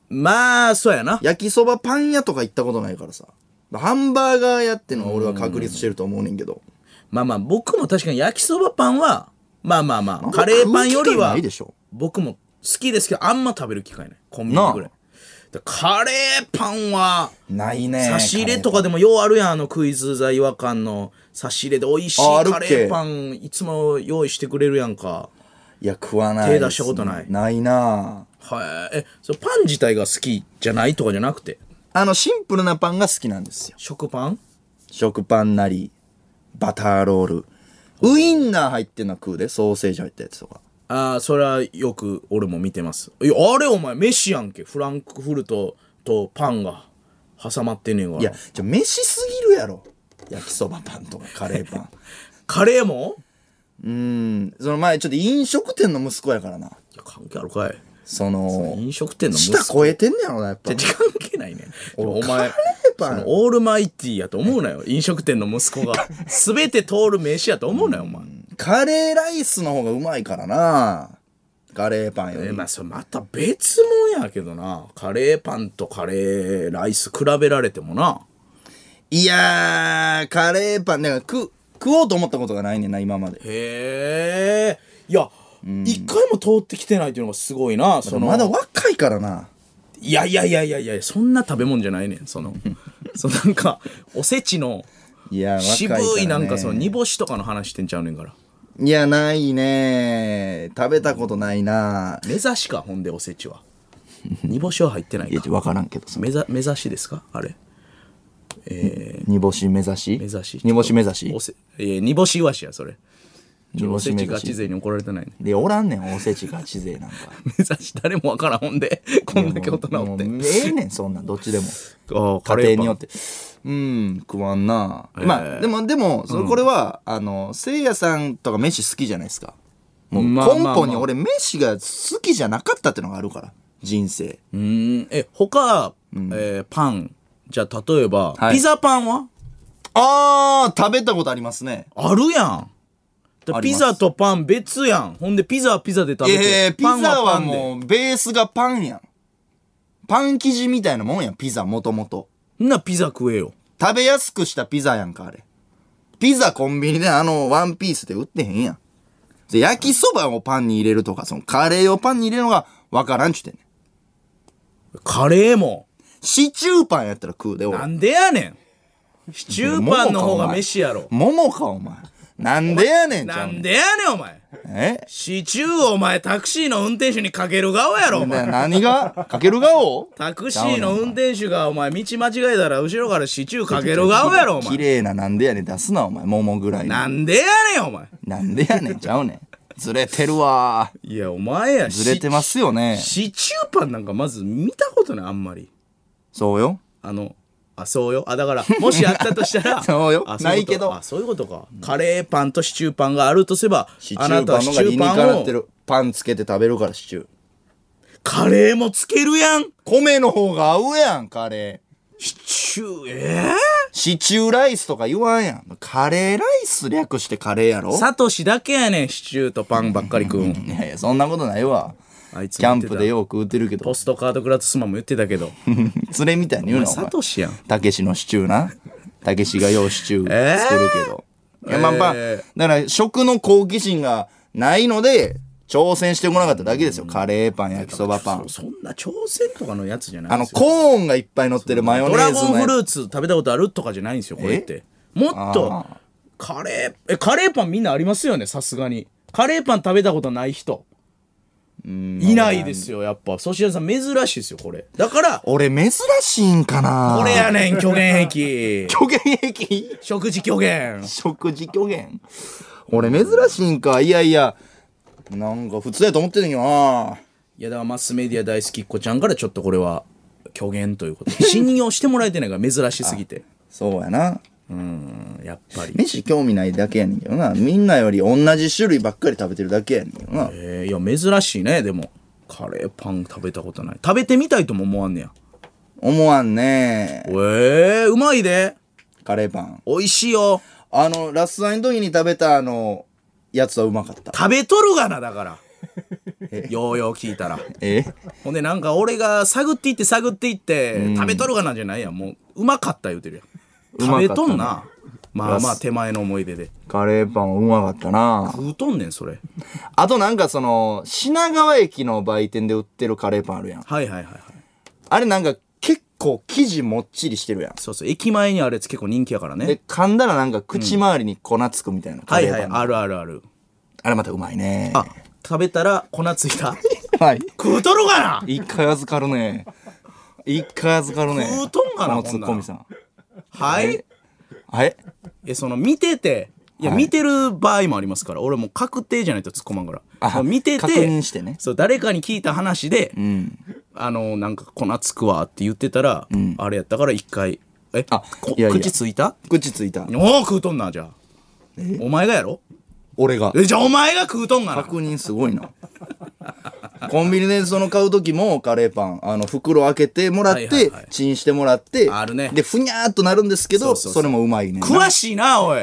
S2: まあ、そうやな。
S1: 焼きそばパン屋とか行ったことないからさハンバーガー屋ってのは俺は確立してると思うねんけど
S2: まあまあ、僕も確かに焼きそばパンは、まあまあまあ、カレーパンより
S1: 食う機会な
S2: はい
S1: でしょ、
S2: 僕も好きですけど、あんま食べる機会ない。コンビニぐらい。だカレーパンは、
S4: ないね
S2: 差し入れとかでもようあるやん、あのクイズ座違和感の差し入れで美味しい
S4: ああるっけ
S2: カレーパン、いつも用意してくれるやんか。
S4: いや食わないですね
S2: 手出したことない
S4: ないな
S2: はい。え、それパン自体が好きじゃないとかじゃなくて、
S4: あのシンプルなパンが好きなんですよ
S2: 食パン
S4: 食パンなりバターロールウインナー入ってんのは食うでソーセージ入ったやつとか
S2: ああ、それはよく俺も見てます。いや、あれお前、飯やんけ。フランクフルトとパンが挟まってんねんわ。
S4: いやじゃ飯すぎるやろ焼きそばパンとかカレーパン
S2: カレーも
S4: うんその前ちょっと飲食店の息子やからない
S2: や関係あるかい
S4: その
S2: 飲食店の息子
S4: 舌超えてんねやろなやっぱ
S2: じゃじゃ関係ないねお前
S4: パン
S2: そのオールマイティやと思うな よ飲食店の息子が全て通る飯やと思うなよお前
S4: カレーライスの方がうまいからなカレーパンよ
S2: え
S4: り
S2: まあそれまた別もんやけどなカレーパンとカレーライス比べられてもない
S4: やーカレーパンなんか食食おうと思ったことがないねんな今まで
S2: へえいや一回も通ってきてないっていうのがすごいなその
S4: まだ若いからない
S2: やいやいやいやいやそんな食べ物じゃないねん そのそのなんかおせちの
S4: いや若い
S2: 渋
S4: から、ね、
S2: いなんかその煮干しとかの話してんちゃうねんから
S4: いやないね食べたことないな
S2: 目指しかほんでおせちは 煮干しは入ってない
S1: いや
S2: か
S1: 分からんけどその
S2: 目ざ目指しですかあれ
S1: 煮干し目指し
S2: 目指し
S1: 煮干し目指し
S2: おせえー煮干しイワシやそれ
S1: 煮
S2: お
S1: 干
S2: せ
S1: し
S2: ち
S1: 目
S2: ガ
S1: 指
S2: チ
S1: し
S2: 勢に怒られてないね
S1: でおらんねんおせちガチ勢なんか
S2: 目指し誰もわからんほんでこんだけ大人おって
S1: もうええねんそんなんどっちでも
S2: あ
S1: 家庭によっててうん食わんな、
S2: ー
S1: まあでもでもそのこれは、あのせいやさんとか飯好きじゃないですかもう根
S2: まあまあまあ
S1: 本に俺飯が好きじゃなかったってのがあるから人生
S2: うーんえ他、えーパンじゃあ例えば、
S1: はい
S2: ピザパンは
S1: あー食べたことありますね
S2: あるやんだ
S1: あり
S2: ピ
S1: ます
S2: ザとパン別やんほんでピザはピザで食べて、
S1: えーピザ
S2: パンは
S1: は
S2: パンで
S1: もうベースがパンやんパン生地みたいなもんやんピザもともと
S2: んなピザ食えよ
S1: 食べやすくしたピザやんかあれピザコンビニであのワンピースで売ってへんやんで焼きそばをパンに入れるとかそのカレーをパンに入れるのがわからんちゅってんねん
S2: カレーも
S1: シチューパンやったら食うで俺
S2: なんでやねんシチューパンの方が飯やろ
S1: 桃かお前なんでやねん、ち
S2: な
S1: ゃうん
S2: でやねんお前
S1: え
S2: シチューをお前タクシーの運転手にかける顔やろお前
S1: な何がかける顔
S2: タクシーの運転手がお前道間違えたら後ろからシチューかける顔やろお
S1: 綺
S2: 前
S1: 麗ななんでやねん出すな、お前。桃ぐらいの。
S2: なんでやねんお前
S1: なんでやねん、ちゃうねん。ずれてるわ。
S2: いやお前や
S1: ずれてますよね。
S2: シチューパンなんかまず見たことないあんまり
S1: そうよ。
S2: あのあそうよあだからもしあったとしたら
S1: そうよ
S2: あ
S1: ないけど
S2: あそういうことかカレーパンとシチューパンがあるとすれば
S5: シチュ
S2: あ
S5: ー
S2: なたは
S5: パンの
S2: シ
S5: 方が理
S2: チュ
S5: に
S2: ーパ
S5: か
S2: ン
S5: な
S2: を
S5: ってる。パンつけて食べるから、シチュー。
S2: カレーもつけるやん
S1: 米の方が合うやん、カレー。
S2: シチューえ
S1: シチューライスとか言わんやん。カレーライス略してカレーやろ
S2: ー、サトシだけやねんシチューとパンばっかり食うん
S1: いやいや、そんなことないわ。
S2: あいつ
S1: キャンプで
S2: よ
S1: よく売ってるけど
S2: ポ、ストカードクラトスマンも言って たけど
S1: 連れみたいに言うな、お
S2: サ
S1: 前。
S2: トシやん
S1: たけしのシチューな。たけしがようシチュー作るけど。いや、まあまあ、
S2: え
S1: だから食の好奇心がないので、挑戦してこなかっただけですよ。カレーパン、焼きそばパン。
S2: そんな挑戦とかのやつじゃない
S1: あ
S2: んで
S1: の、
S2: すよ
S1: コーンがいっぱい乗ってるマヨネ
S2: ドラ
S1: ーズ
S2: ゴ
S1: の
S2: ンフル
S1: や
S2: ーツ食べたことあるとかじゃないんですよこれってもっとカレーえカレーパンみんなありますよねさすがにカレーパン食べたことない人いないですよやっぱ粗品さん珍しいですよこれだから
S1: 俺珍しいんかな
S2: これやねん虚言癖
S1: 虚言癖
S2: 食事虚言
S1: 食事虚言俺珍しいんかいやいや、なんか普通やと思ってんねんけどない
S2: やだからマスメディア大好きっ子ちゃんからちょっとこれは虚言ということ で信用してもらえてないから珍しすぎて
S1: そうやな。
S2: うんやっぱり
S1: 飯興味ないだけやねんけどな。みんなより同じ種類ばっかり食べてるだけやねんけどな。
S2: えー、いや珍しいねでもカレーパン食べたことない食べてみたいとも思わんねや
S1: 思わんね
S2: えー、うまいで
S1: カレーパン。
S2: 美味しいよ
S1: あの、ラストアイの時に食べたあの、やつはうまかった。
S2: 食べとるがなだからようよう聞いたら
S1: え
S2: ほんでなんか俺が探っていって探っていって食べとるがなじゃないやんもううまかった言うてるやん食
S1: まか
S2: べ
S1: ったね
S2: とんなまあまあ手前の思い出で
S1: カレーパンはうまかったな
S2: 食うとんねんそれ
S1: あとなんかその、品川駅の売店で売ってるカレーパンあるやん。
S2: はいはいはいはい
S1: あれなんか結構生地もっちりしてるやん。
S2: そうそう駅前にあるやつ結構人気やからね
S1: で、噛んだらなんか口周りに粉つくみたいなカ
S2: は
S1: レー
S2: い
S1: パ
S2: は
S1: ン。
S2: いあるあるある
S1: あれまたうまいね。
S2: あ、食べたら粉ついた
S1: はい。
S2: 食うとるがな
S1: 一回預かるね。一回預かるね。
S2: 食うとんかな
S1: このツッコミさん。
S2: はい
S1: はい
S2: えその見てていや、
S1: はい
S2: 見てる場合もありますから俺もう確定じゃないと突っ込まんから
S1: あ
S2: もう見てて
S1: 確認してね
S2: そう誰かに聞いた話で、
S1: うん。
S2: あのなんか粉つくわって言ってたら、あれやったから一回え
S1: あ
S2: こ
S1: いやいや
S2: 口ついた
S1: 口ついた。
S2: おお食うとんなじゃあお前がやろ
S1: 俺が。
S2: えじゃあお前が食うとんがな
S1: 確認すごいな。コンビニでその買う時もカレーパン、あの袋開けてもらっ
S2: はいはい
S1: て
S2: はい、
S1: チンしてもらって、
S2: あるね
S1: で、ふにゃーっとなるんですけ
S2: そ
S1: ど、
S2: うそうそう
S1: それもうまいねんな。
S2: 詳しいなおい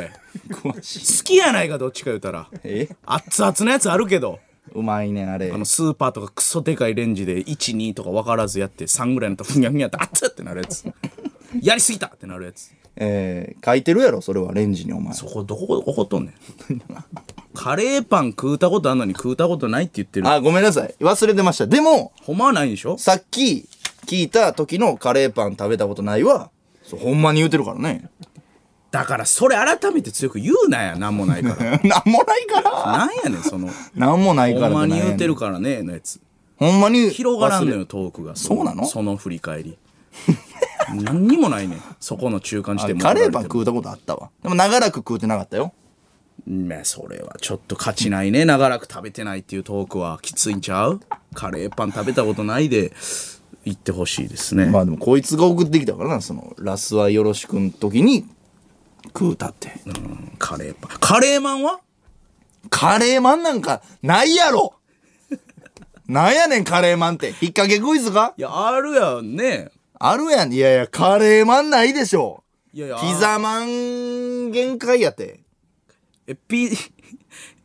S1: 詳しい。
S2: 好きやないかどっちか言うたら
S1: え
S2: 熱々のやつあるけど
S1: うまいねん、あれ
S2: あ。のスーパーとかクソでかいレンジで12とか分からずやって3ぐらいのとふにゃふにゃってあっつってなるやつやりすぎたってなるやつ
S1: えー、書いてるやろ、それは、レンジにお前。
S2: そこどこ怒っとんねんカレーパン食うたことあんのに食うたことないって言ってる
S1: あ、ごめんなさい。忘れてました。でも、
S2: ほんまはないんでしょ
S1: さっき聞いた時のカレーパン食べたことないは、そうほんまに言うてるからね。
S2: だからそれ改めて強く言うなやなんもないから
S1: なんもないから。
S2: なんやねんその
S1: なんもないから
S2: ほん
S1: てな
S2: ま
S1: ん
S2: に
S1: やねん
S2: 言うてる。からねのやつ
S1: ほんまに忘れ。
S2: 広がらんのよトークがそ
S1: そうなの
S2: その振り返り 何にもないねんそこの中間地
S1: あ
S2: 点
S1: カレーパン食うたことあったわ。でも長らく食うてなかったよ。
S2: まあそれはちょっと勝ちないね長らく食べてないっていうトークはきついんちゃうカレーパン食べたことないで言ってほしいですね、
S1: まあでもこいつが送ってきたからな、その、ラスはよろしくん時に食うたって。
S2: カレーパンカレーマンは
S1: カレーマンなんかないやろ なんやねんカレーマンって。引っ掛けクイズか
S2: いやあるやんね
S1: あるやん。いやいや、カレーマンないでしょ。
S2: いやいや
S1: ピザマン限界やて。
S2: えピ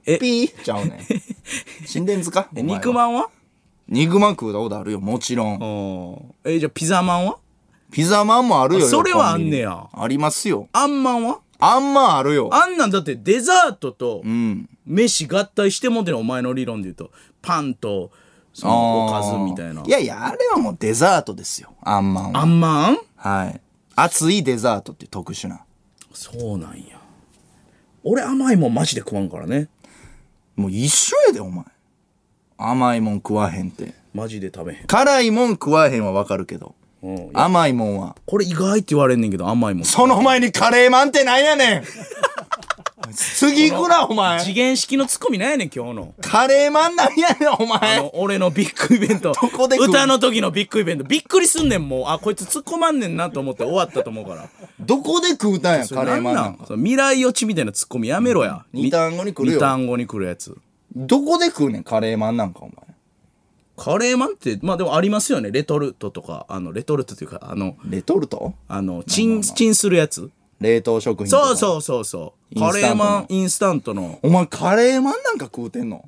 S1: ピーちゃうねん。 神殿塚
S2: え肉まんは
S1: 肉まん食うたことあるよ、もちろん。
S2: うんえじゃあピザマンは
S1: ピザマンもあるよ。
S2: あそれは
S1: コンビニ
S2: あんねや
S1: ありますよ。
S2: あんまんは
S1: あんまんあるよ。
S2: あんなんだってデザートと
S1: うん。
S2: 飯合体してもんてんお前の理論で言うとパンとそ
S1: あ
S2: のお
S1: ー
S2: かずみたいない
S1: やいや、あれはもうデザートですよ。あんまんは。
S2: あんまん
S1: はい。熱いデザートっていう特殊な。
S2: そうなんや俺甘いもんマジで食わんからね
S1: もう一緒やで、お前。甘いもん食わへんって。
S2: マジで食べへん、
S1: 辛いもん食わへんはわかるけど。
S2: うん、
S1: 甘いもんは。
S2: これ意外って言われんねんけど甘いもん
S1: その前にカレーマンってなんやねん次行くな、お
S2: 次
S1: 前。
S2: 元式のツッコミなんやねん今日の
S1: カレーマンなんやねん、お
S2: あ
S1: 前。
S2: の俺のビッグイベ ント
S1: こで食う
S2: 歌の時のビッグイベントびっくりすんねんもうあこいつ突っ込まんねんなと思って終わったと思うから
S1: どこで食うたんや、カレーマンなん
S2: ん
S1: か。
S2: その未来予知みたいなツッコミやめろや、
S1: 二単語に来るよ
S2: 二単語に来るやつ
S1: どこで食うねん、カレーマンなんか、お前。
S2: カレーマンってまあでもありますよねレトルトとかあのレトルトというかあの
S1: レトルト
S2: あのチンチンするやつ
S1: 冷凍食品とか。
S2: そうそうそうそ
S1: イン
S2: う
S1: スタン
S2: カ
S1: トの
S2: レーマンインスタントの
S1: お前、カレーマンなんか食うてんの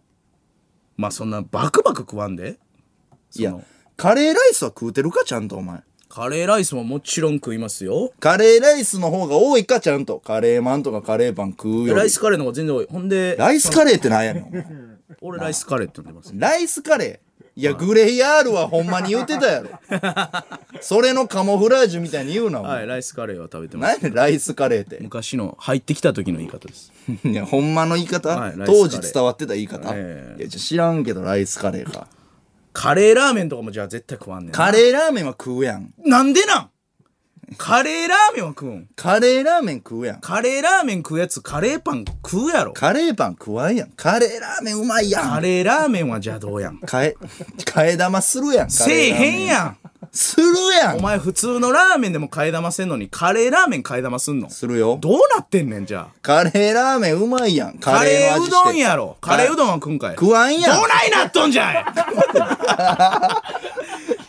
S2: まあそんなバクバク食わんでそ
S1: い
S2: の
S1: や、カレーライスは食うてるか、ちゃんと、お前。
S2: カレーライスももちろん食いますよ
S1: カレーライスの方が多いか、ちゃんと。カレーマンとかカレーパン食うより。
S2: ライスカレーの方が全然多いほんで
S1: ライスカレーってなんやねん、お前。
S2: 俺ライスカレーって呼んでます
S1: ライスカレー。いや、グレイヤールは ほんまに言ってたやろ。それのカモフラージュみたいに言うな、お前。
S2: はいライスカレーは食べてます
S1: 何やねん、ライスカレーって。
S2: 昔の入ってきた時の言い方です
S1: いや、ほんまの言い方、
S2: はいライスカレ
S1: 当
S2: ー
S1: 時伝わってた言い方、
S2: ええ
S1: いや、じゃ知らんけど、ライスカレーか。
S2: カレーラーメンとかもじゃあ絶対食わんねんな
S1: カレーラーメンは食うやん。
S2: なんでなんカレーラーメンは食うん
S1: カレーラーメン食うやん。
S2: カレーラーメン食うやつカレーパン食うやろ
S1: カレーパン食わんやん。カレーラーメンうまいや
S2: カ
S1: ん。
S2: レーラーメンはじゃあどうやん
S1: かえ、替え玉するやん。
S2: せえへん
S1: ん。
S2: やん
S1: するや
S2: お
S1: ん。
S2: 前普通のラーメンでも替え玉せんのにカレーラーメン替え玉すんの
S1: するよ。
S2: どうなってんねんじゃあ
S1: カレーラーメンうまいやん。
S2: カ
S1: カレ
S2: レ
S1: ーの
S2: ー
S1: 味
S2: う
S1: して
S2: どんやろカレーうどんは食うんかい
S1: 食わんやん
S2: ど。ないなっとんじゃい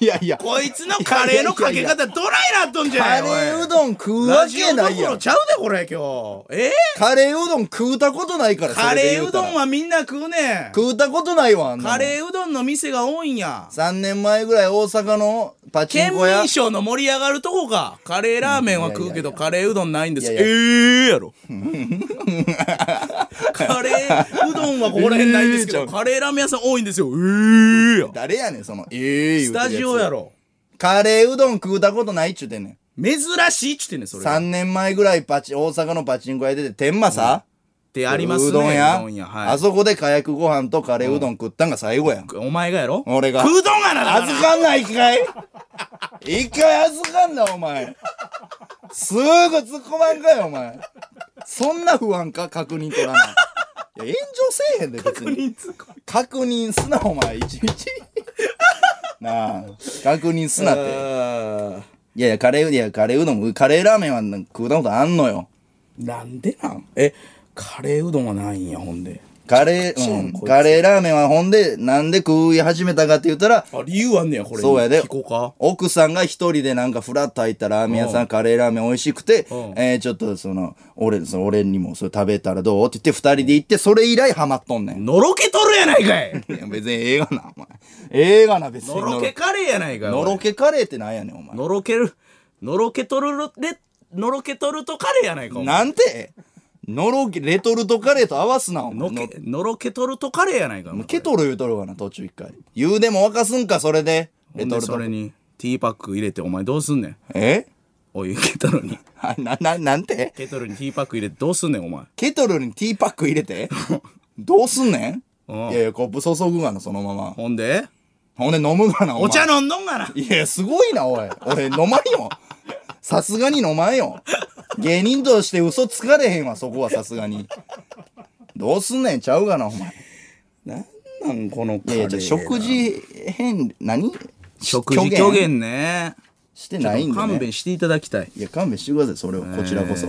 S1: いやいや。
S2: こいつのカレーのかけ方どないなっとんじゃ
S1: カ
S2: い
S1: レ
S2: おい
S1: ーうどん食うわ
S2: ラジ
S1: け
S2: オど
S1: ない
S2: こ
S1: や
S2: ろ
S1: ん
S2: ち。ゃうでこれ今日え
S1: カレーうどん食うたことないから、
S2: カ
S1: それで
S2: レ
S1: 言
S2: ー
S1: た
S2: うど
S1: ら
S2: ん。はみんな食うねん
S1: 食うたことないわ、あんなもん
S2: カレーうどんの店が多いんや
S1: 3年前ぐらい大阪のパチン
S2: 県
S1: コ屋
S2: 民賞の盛り上がるとこかカレーラーメンは食うけどカレーうどんないんです
S1: い
S2: え
S1: やいや
S2: えやろカレーうどんはここら辺ないんですけ
S1: え
S2: ど
S1: ー
S2: カレーラーメン屋さん多いんですよええや
S1: 誰やねんそのええ言
S2: ス
S1: うてるや
S2: タ
S1: つ
S2: ジオやろ
S1: カレーうどん食うたことないっちゅうてんねん
S2: 珍しいっちゅってんねんそれ
S1: 3年前ぐらいパチ大阪のパチンコ屋出て天満さ、
S2: ってありますね
S1: うどんや
S2: は
S1: あ
S2: い
S1: そこで火薬ご飯とカレーうどん食ったんが最後やん
S2: お前がやろ
S1: 俺が
S2: 食うどんがなだから
S1: 預かんない一回一回預かんなお前すぐ突っ込まんかよお前そんな不安か確認取らないいや炎上せえへんで別に確認すなお前いちいちなあ確認すなって
S2: あー
S1: いやいやカレーいやカレーうどんカレーラーメンは食うたことあんのよ
S2: なんでなんえカレーうどんはないんやほんで
S1: カレー、うん、カレーラーメンはほんでなんで食い始めたかって言ったら
S2: あ理由あんねやこれに
S1: そうやで
S2: 聞こうか
S1: 奥さんが一人でなんかフラッと入ったラーメン屋さんカレーラーメン美味しくて、
S2: ん
S1: えーちょっとその俺その俺にもそれ食べたらどうって言って二人で行ってそれ以来ハマっとんねん。
S2: のろけとるやない かい
S1: いや別に映画なお前映画な別に
S2: のろけカレーやないかい
S1: のろ
S2: おい
S1: けカレーってなんやねんお前
S2: のろけるのろけとるれのろけとるとカレーやないかお前
S1: なんてのろけレトルトカレーと合わすなお前
S2: のけのろけとるとカレーやないかお前
S1: ケトル言うとるわな途中一回言うでも沸かすんかそれで
S2: ほ
S1: レ
S2: ん
S1: ト
S2: で
S1: ル
S2: そ
S1: ト
S2: れにティーパック入れてお前どうすんねん
S1: え
S2: お湯ケトルに
S1: あなななんて
S2: ケトルにティーパック入れてどうすんねんお前
S1: ケトルにティーパック入れ てどうすんねん
S2: うん
S1: いやいや、コップ注ぐがな、そのまま。
S2: ほんで
S1: ほんで飲むがな、お前
S2: お茶。飲んどんがない
S1: や、すごいな、おい。俺、飲まんよ。さすがに飲まんよ。芸人として嘘つかれへんわ、そこはさすがに。どうすんねん、ちゃうがな、お前。
S2: なんこの
S1: い
S2: カ
S1: やいや、じゃあ食事変、何
S2: 食事虚言ね
S1: してないんで、
S2: 勘
S1: ね。
S2: 弁していただきたい
S1: いや、勘弁してください、それを。こちらこそ。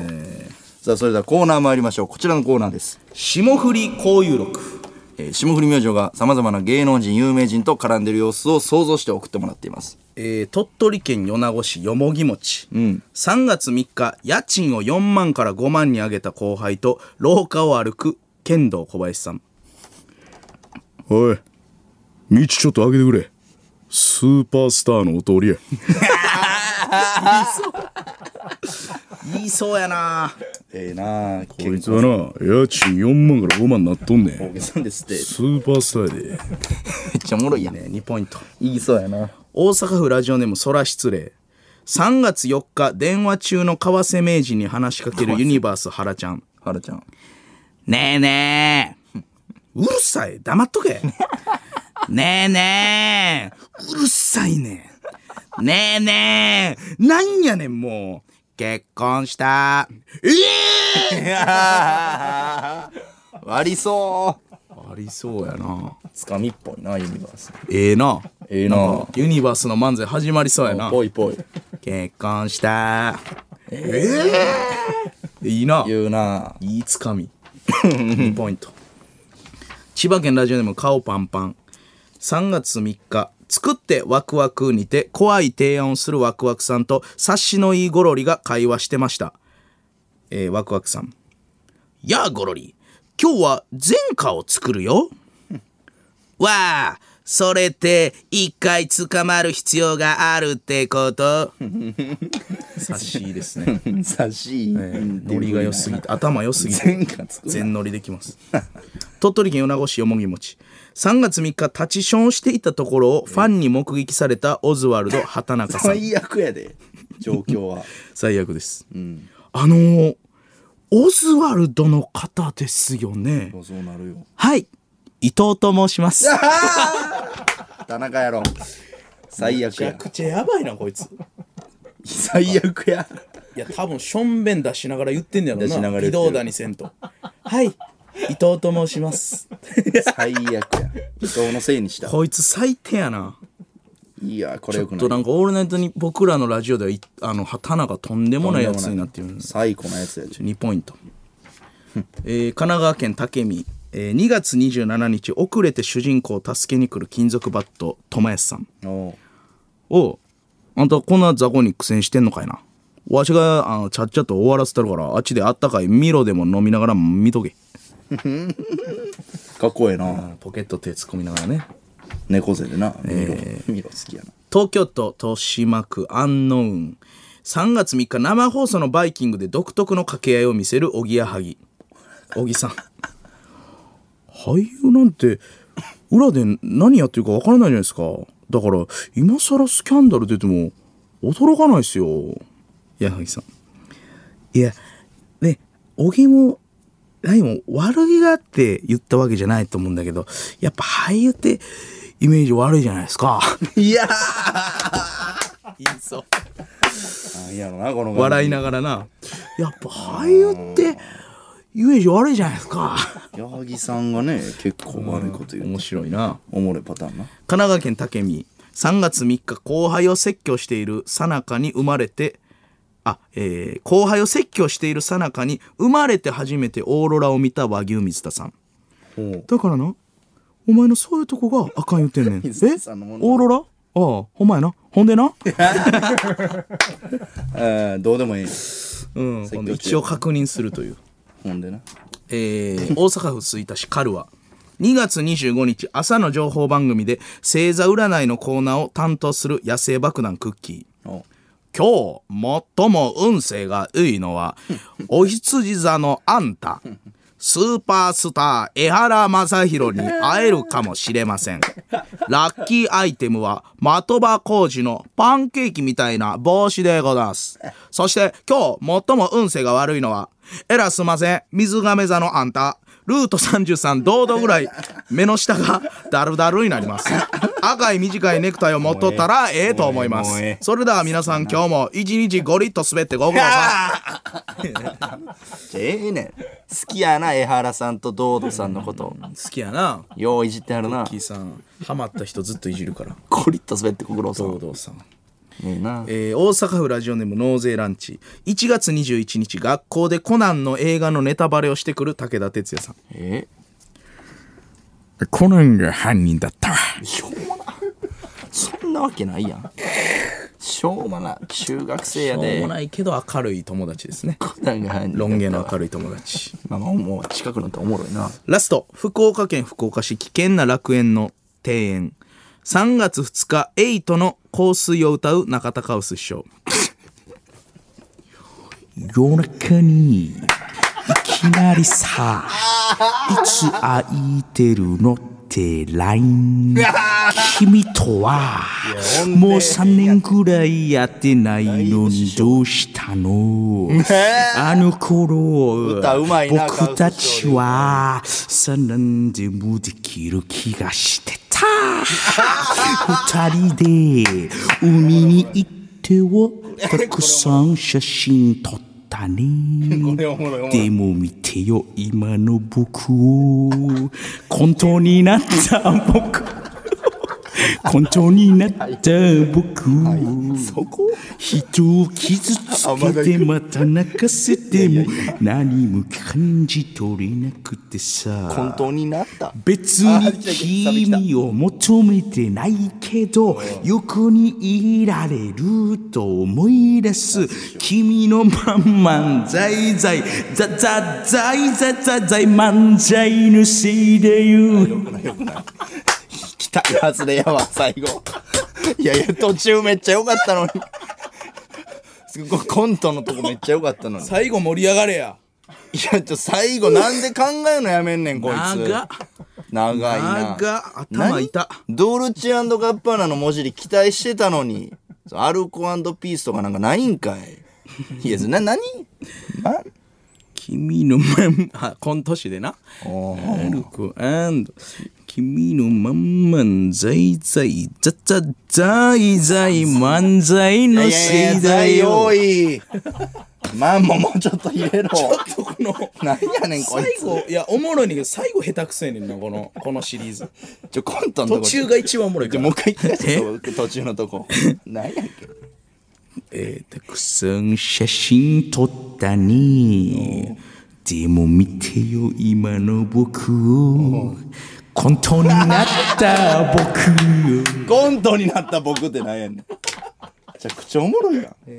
S1: さあ、それではコーナー参りましょう。こちらのコーナーです。
S2: 霜降り交友録
S1: えー霜降り明星が様々な芸能人、有名人と絡んでる様子を想像して送ってもらっています。
S2: えー鳥取県米子市よもぎ餅、3月3日家賃を4万から5万に上げた後輩と廊下を歩く剣道小林さんおい道ちょっと上げてくれスーパースターのお通りや言いそうやな
S1: ええなあ、こ
S6: こいつはな、家賃4万から5万なっとんねん。
S1: げさんですって。
S6: スーパースター
S1: め
S6: やで。
S1: っちゃおもろいやん。
S2: ね2ポイント
S1: 言いそうやな。
S2: 大阪府ラジオネーム空失礼3月4日電話中の為瀬名人に話しかけるユニバース原ちゃん
S1: はるちゃん。
S6: ねえねえ。うるさい。黙っとけ。ねえねえ。 うるさいねん。ねえねえ。なんやねん、もう。結婚した。ええ
S2: 割りそう
S6: ありそうやな。つかみっぽいな、ユニバース。
S2: ええな
S6: ええな。ユニバースの漫才始まりそうやな。
S1: ぽいぽい。
S6: 結婚した。ええいいな。
S1: 言うない
S6: いつかみ。2ポイント。千葉県ラジオネーム顔パンパン。3月3日、作ってワクワクにて怖い提案をするワクワクさんと察しのいいゴロリが会話してました。えー、ワクワクさん。やあゴロリ、今日は前科を作るよ。わあ、それって一回捕まる必要があるってこと。 察しいいですね。
S1: 優しい。
S6: ノリが良すぎて頭良すぎて
S1: 前科 作る
S6: 全乗りできます鳥取県米子市よもぎもち3月3日立ちションをしていたところをファンに目撃されたオズワ ルド畑中さん
S1: 最悪やで、状況は。
S6: 最悪です、あのーオズワルドの方ですよね
S1: そうなるよ。
S6: はい伊藤と申します
S1: 田中やろ。最悪や。
S6: ちゃやばいなこいつい
S1: 最悪や。
S6: や多分しょんべん出しながら言ってんだろ
S1: 出しながら言ってる
S6: にせんとはい伊藤と申します
S1: 最悪や。伊藤のせいにした。
S6: こいつ最低やない
S1: や、これ
S6: ちょ
S1: よ
S6: っ
S1: く
S6: と
S1: な。
S6: ないんか「オールナイトに僕らのラジオではいあの畑中とんでもないやつになってるんです
S1: 最高なやつやで。
S6: 2ポイント、 えー神奈川県武見、えー2月27日遅れて主人公を助けに来る金属バット友安さん
S1: おう
S6: をあんたこんな雑魚に苦戦してんのかいなわしがあのちゃっちゃと終わらせたるからあっちであったかいミロでも飲みながら見とけ
S1: かっこええな。
S6: ポケット手突っ込みながらね
S1: 猫背でな。見ろ。見ろ、好きやな。
S6: 東京都豊島区アンノウン3月3日生放送のバイキングで独特の掛け合いを見せるおぎやはぎ小木さん俳優なんて裏で何やってるかわからないじゃないですかだから今更スキャンダル出ても驚かないですよ矢作さんいやね小木も何も悪気があって言ったわけじゃないと思うんだけどやっぱ俳優ってイメージ悪いじゃないですか
S1: いや
S6: そう
S1: ーいやろな、この感じ
S6: 笑いながらなやっぱ俳優ってイメージ悪いじゃないですか
S1: 矢作さんがね、結構悪いこと言う。
S6: 面白いな
S1: おもろいパターンな。
S6: 神奈川県武見3月3日後輩を説教しているさなかに生まれてあえー後輩を説教しているさなかに生まれて初めてオーロラを見た和牛水田さんだからなお前のそういうとこがあかん言ってんねんえオ
S1: 水田さんのもの
S6: ーロラああほんまやなほんでな
S1: えー、どうでもいい。
S6: うんほんで一応確認するという
S1: ほんでな。
S6: えー大阪府吹田市カルワ2月25日朝の情報番組で星座占いのコーナーを担当する野生爆弾クッキー
S1: お
S6: 今日最も運勢がいいのはお羊座のあんたスーパースター江原正宏に会えるかもしれませんラッキーアイテムは的場浩二のパンケーキみたいな帽子でございますそして今日最も運勢が悪いのはえらすんません水亀座のあんたルート33堂々ぐらい目の下がだるだるになります赤い短いネクタイを持っとったらええと思いますそれでは皆さん今日も一日ゴリッと滑ってご苦労さん
S2: じゃあええねん好きやな江原さんと堂々さんのこと
S6: 好きやな
S2: よういじってはるな
S6: キーさんハマった人ずっといじるから
S2: コリッと滑ってご苦労さん
S6: 堂々さん
S2: ええな
S6: えー大阪府ラジオネーム納税ランチ1月21日学校でコナンの映画のネタバレをしてくる武田鉄矢さん
S2: え
S7: コナンが犯人だったわ。
S2: しょうもなそんなわけないやんしょうもな中学生や
S6: しょう
S2: で
S6: もないけど明るい友達ですね
S2: コナンが入んねん
S6: ロン毛の明るい友達
S2: まあまあもう近くなっておもろいな
S6: ラスト福岡県福岡市危険な楽園の庭園3月2日エイトの香水を歌う中田カウス師匠夜中にいきなりさいつ空いてるのって LINE 君とはもう3年くらいやってないのにどうしたのあの頃
S1: 歌うまいな
S6: 僕たちはさ何でもできる気がしてた二人で海に行ってはたくさん写真撮ったねでも見てよ今の僕を本当になった僕本当になった僕人を傷つけてまた泣かせても何も感じ取れなくて
S1: 本
S6: さ
S1: 当になった
S6: 別に君を求めてないけど横にいられると思い出す君のまんまんざいざいざざざいざざざい漫才のせいだよ
S1: 期待外れやわ最後いやいや途中めっちゃ良かったのにすごいコントのとこめっちゃ良かったのにい
S6: 最後盛り上がれや
S1: やちょ最後なんで考えるのやめんねんこいつ
S6: 長っ
S1: 長いな
S6: 長頭痛
S1: 何ドルチアンドガッパーナの文字に期待してたのにそうアルコピースとかなんかないんかいいやな何な
S6: 君のまんま、今年でな。アルコ君のまんまんざいざい、ざざざいざい漫才のせいだよ。
S1: いマンももうちょっと入れろ
S6: この
S1: 何やねんこい
S6: 最
S1: つ
S6: 後、いや、おもろいねんけど、最後下手くそやねんな、この、このシリーズ。
S1: ちょコントのと
S6: 途
S1: こ
S6: 中が一番おもろいか
S1: もう
S6: ら。
S1: 一回言ってください途中のとこ何やっけ
S6: えー、たくさん写真撮ったね。でも見てよ、今の僕を。本当になった僕よ。
S1: コントになった僕って何やねんめちゃくちゃおもろいやん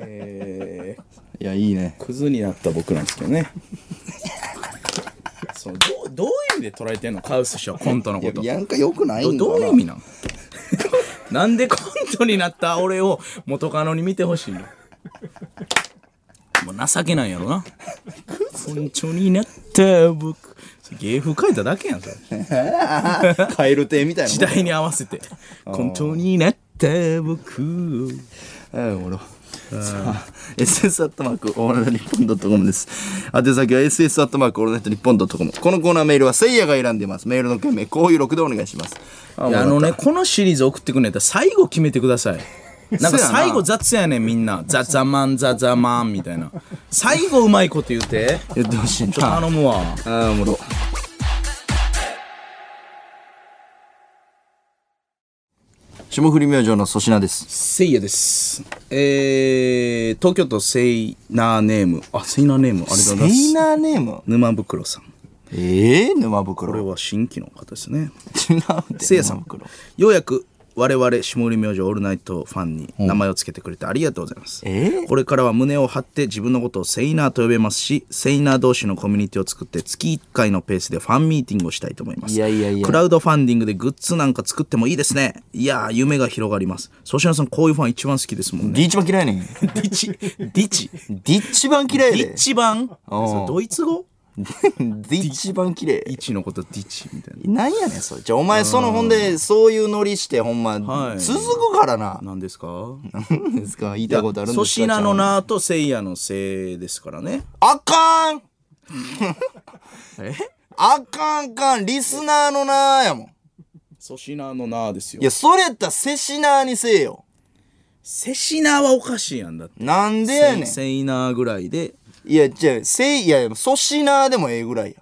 S1: いやいいね
S6: クズになった僕なんですけどねそうどうどういう意味で捉えてんのカウス氏はコントのこと
S1: やんかよくない
S6: ど
S1: んだ
S6: どういう意味なのなんでコントになった俺を元カノに見てほしいのもう情けないやろな本当になった僕芸風書いただけやんそれ
S1: カエル亭みたいな
S6: 時代に合わせて本当になった僕を
S1: はい、おもろ。さあ、SS アットマークオールナイトニッポンドットコムです。宛先は SS アットマークオールナイトニッポンドットコム。このコーナーメールはせいやが選んでます。メールの件名、こういう録でお願いします。あ
S6: いやあのね、このシリーズ送ってくんねやったら最後決めてください。なんか
S1: そうやな
S6: 最後雑やねんみんな。ザザマンザザマンみたいな。最後うまいこと言うて。
S1: 言ってほしいな。
S6: 頼むわ。
S1: あーおもろ。霜降り明星の粗品です。
S6: せいやです。えー、東京都セイナーネーム。あ、セイナーネーム。ありがとうございます。
S1: ナーネーム
S6: 沼袋さん。
S1: ええ沼
S6: これ
S1: 袋。違う
S6: は新規の方ですね。
S1: って。
S6: せいやさん
S1: 沼袋。
S6: ようやく我々下降り明星オールナイトファンに名前をつけてくれてありがとうございます、
S1: え
S6: これからは胸を張って自分のことをセイナーと呼べますしセイナー同士のコミュニティを作って月1回のペースでファンミーティングをしたいと思います
S1: いやいやいや
S6: クラウドファンディングでグッズなんか作ってもいいですねいやー夢が広がります粗品さんこういうファン一番好きですもんね
S1: ディッチ番嫌いねん。
S6: ディチディチ
S1: ディッチ番嫌い
S6: デ
S1: で。
S6: ィチ版それドイツ語
S1: ディッチ番嫌い。
S6: ディチのことディチみたいな
S1: なんやねんそれじゃあお前そのほんでそういうノリしてほんま
S6: はい
S1: 続くからな、
S6: 何ですか
S1: なんですか言いたいことあるんですか
S6: 粗品の
S1: ちゃん
S6: 名とせいやのせいですからね
S1: あかん
S6: え
S1: あかんかんリスナーのなやもん
S6: 粗品の名ですよ
S1: いやそれやったらセシナーにせえよ
S6: セシナはおかしいやんだって。
S1: なんでやねん
S6: セイナーぐらいで。
S1: いやじゃあせいいやソシナーでもええぐらいや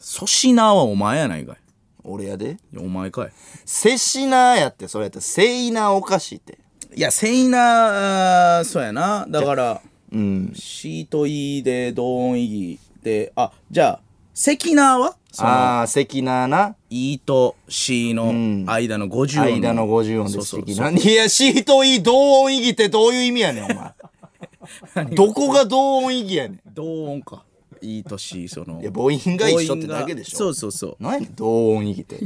S6: 粗品はお前やないかい。
S1: 俺やで
S6: いやお前かい。
S1: セシナーやってそれやったらセイナーおかしいって
S6: いや、セイナー、そうやな。だから、
S1: うん
S6: シートイで、同音異義で、あ、じゃあ、セキナーはその、
S1: ああセキナーな
S6: イとシーの間の50音。
S1: 間の50音で
S6: そう
S1: す
S6: そう
S1: 敵な。 いや、シートイ同音異義ってどういう意味やねん、 お前。どこが同音異義やね
S6: 同音か。イとシー、その。
S1: ん。いや、母音が一緒ってだけでしょ。
S6: そうそうそう。
S1: 何やねん、同音異義 って。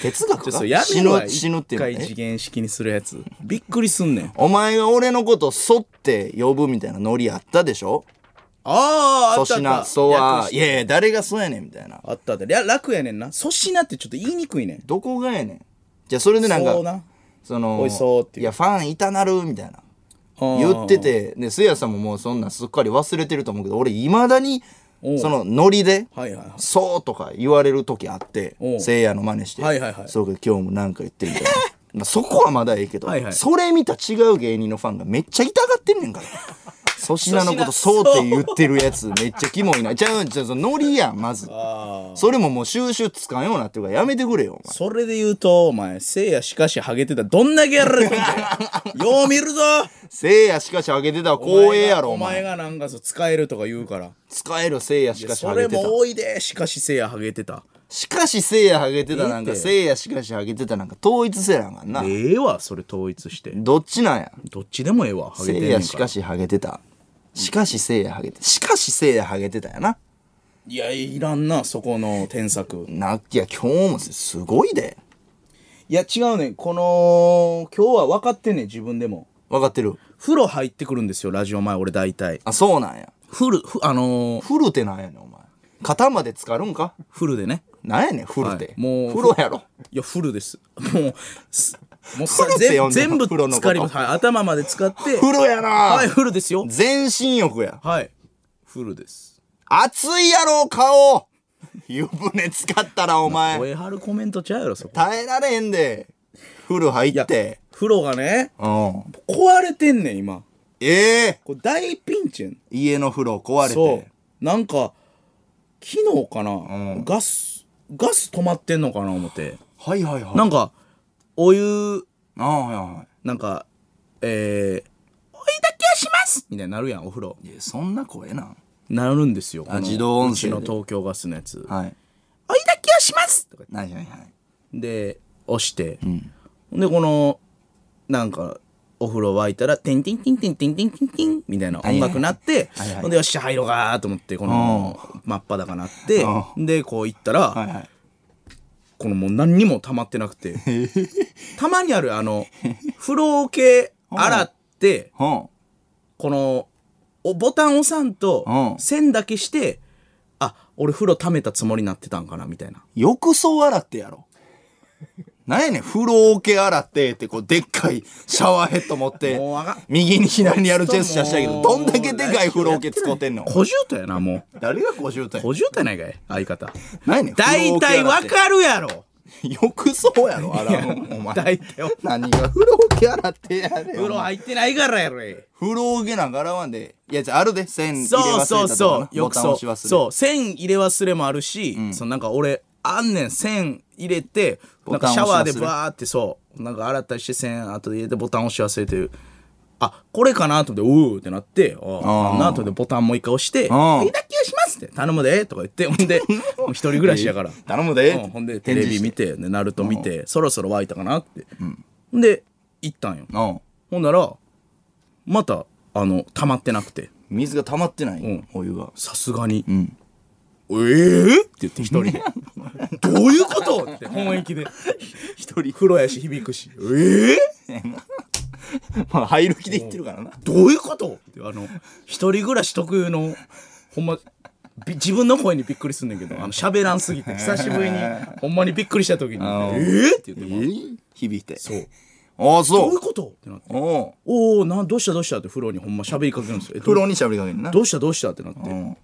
S1: 哲学
S6: ちょっ
S1: か
S6: とや
S1: 死
S6: るのは
S1: ぬ、死ぬっ
S6: 一
S1: ていう
S6: 回
S1: の
S6: 次
S1: ね。
S6: 元式にするやつ。びっくりすんねん。
S1: お前が俺のこと、そって呼ぶみたいなノリあったでしょ
S6: ああ、あ
S1: 粗
S6: ったあっ
S1: 品、
S6: た
S1: そは
S6: 略、し
S1: いやいや、誰がそうやねん、みたいな。
S6: あ ったあった。いや、楽やねんな。粗品ってちょっと言いにくいねん。
S1: どこがやねん。じゃあ、それでなん
S6: そう
S1: か、
S6: な。
S1: その、
S6: 美味しそうっていう
S1: や、ファンいたなる、みたいな。言
S6: 言
S1: ってて、で、せいやさんももうそんなんすっかり忘れてると思うけど、俺、いまだに、その、ノリで、
S6: はいはいはい
S1: そうとか言われる時あって
S6: お、う
S1: せいやの真似して、
S6: はいはいはい
S1: そうか、今日もなんか言ってるみたいな。 まあそこはまだええけど、
S6: はいはい
S1: それ見た違う芸人のファンがめっちゃ痛がってんね んから。粗品のことそうって言ってるやつめっちゃキモいな。ちゃうんちゃうそのノリやん、まず。それももう収集つかんようになってるからやめてくれよ、お前
S6: それで言うとお前せいやしかしハゲてたらどんだけやられてんだ よよう見るぞ
S1: せいやしかしあげてたら光栄やろ、お
S6: お前
S1: 前。
S6: がなんかそう使えるとか言うから
S1: 使えるせいやしかしあ
S6: そ
S1: げ
S6: れ
S1: てた。
S6: も多いでしかしせいやハゲてた
S1: しかしせいやハゲてたなん
S6: ええ
S1: か、
S6: って
S1: せいやしかしハゲてたなんか統一せなあかんな。
S6: ええわそれ統一して
S1: どっちなんや。
S6: どっちでもええわハ
S1: せ
S6: ゲてん
S1: い
S6: ね
S1: や
S6: んか
S1: し
S6: ら
S1: かしハゲてた。しかしせいやハゲてた。しかしせいやハゲてたやな。
S6: いやいらんなそこの添削
S1: な、いや今日もすごいで。
S6: いや違うねんこの今日は分かってんねん自分でも
S1: わかってる。
S6: 風呂入ってくるんですよラジオ前俺大体
S1: あ、そうなんや。
S6: フルフあのー、
S1: フルテなんやねん、お前。肩まで浸かるんか
S6: フルでね
S1: なんやねん、フルテ
S6: は。いもう
S1: 風呂やろ。
S6: いやフルですもうすもうさ
S1: フルって
S6: 全
S1: 呼んでんの
S6: 全部
S1: 風呂のこと
S6: 浸かります、はい、頭まで使って
S1: 風呂やな
S6: はいフルですよ
S1: 全身浴や。
S6: はいフルです
S1: 熱いやろ、顔湯船浸かったらお前。
S6: 声張るコメントちゃうやろそこ
S1: 耐えられへんで。フル入っ
S6: や
S1: て。
S6: 風呂がね
S1: うん。
S6: 壊れてんねん今
S1: ええ
S6: これ大ピンチやん
S1: 家の風呂壊れ
S6: そ
S1: て。
S6: うなんか昨日かな、ガスガス止まってんのかな思って
S1: はいはいはい。
S6: なんかお湯
S1: ああ、はいは
S6: なんかえー、お湯だけはしますみたいになるやんお風呂
S1: い。いや、そんな声なん。
S6: なるんですよこの
S1: 自動音声で
S6: うちの東京ガスのやつ
S1: はい。
S6: お湯だけはしますとか
S1: ないはいはい。
S6: で押して、でこのなんかお風呂沸いたら「テンテンテンテンテンテンテンテン」みたいな音楽なって、
S1: はい
S6: ほんでよっしゃ入ろうかと思ってこの真っ裸なってでこう行ったら、
S1: はいはい。
S6: このもう何にも溜まってな くてたまにあるあの風呂桶洗って
S1: ほ
S6: このおボタン押さんと
S1: うん
S6: 線だけしてあ俺風呂溜めたつもりになってたんかなみたいな。
S1: う浴槽洗ってやろ。 なんやねん、風呂桶洗ってって、こう、でっかいシャワーヘッド持って
S6: もうあかん、
S1: 右に左にやるジェスチャーしたけど、どんだけでかい風呂桶使
S6: こ
S1: うてんの
S6: 小獣とやなもう
S1: 誰が50代
S6: 小獣とやないかい相方
S1: なんやねん、
S6: 大体わ
S1: る。
S6: かるやろ
S1: 浴槽やろ、洗うのお前。
S6: 大体
S1: 何が風呂桶洗ってやれ
S6: 風
S1: よ。
S6: 呂入ってないからやろい
S1: 風呂桶なんか洗わんで。いや、じゃああるで、線入れ忘れたと
S6: そう
S1: か
S6: そ
S1: な
S6: うそう
S1: ボ
S6: 浴
S1: タン押
S6: 槽
S1: し忘れた
S6: そう線入れ忘れもあるし、そのなんか俺あんねん線入れてなんかシャワーで
S1: ボタン押し忘れ
S6: バーってそうなんか洗ったりして線後で入れてボタン押し忘れてるあこれかなと思ってうーってなってあーあかんなと思ってボタンもう一回押して
S1: ん
S6: 「手だけをします」って「頼むで」とか言ってほんで もう一人暮らしやから
S1: 頼むで
S6: うんほんでテレビ見てでナルト見てそろそろ湧いたかなって、ほんで行ったんよ
S1: うん。
S6: ほんならまたあの溜まってなくて
S1: 水が溜まってない、お湯が。
S6: さすがに「ええー?」って言って一人で「どういうこと?」って 本意気で一人風呂やし響くし「ええー
S1: まあ、入る気で言ってるからな。
S6: どういうこと?」ってあの一人暮らし特有のほんまび自分の声にびっくりすんねんけどあの喋らんすぎ て久しぶりにほんまにびっくりした時に「ええー?」って言って、まあ
S1: 響いて。
S6: そう
S1: ああ、
S6: どうい
S1: そう
S6: う。ことってなって
S1: おう
S6: おおなんどうしたどうしたって風呂にほんま喋りかけるんですよ。えどう
S1: 風呂にしゃべりかけんな。
S6: どうしたどうしたってなって。
S1: ん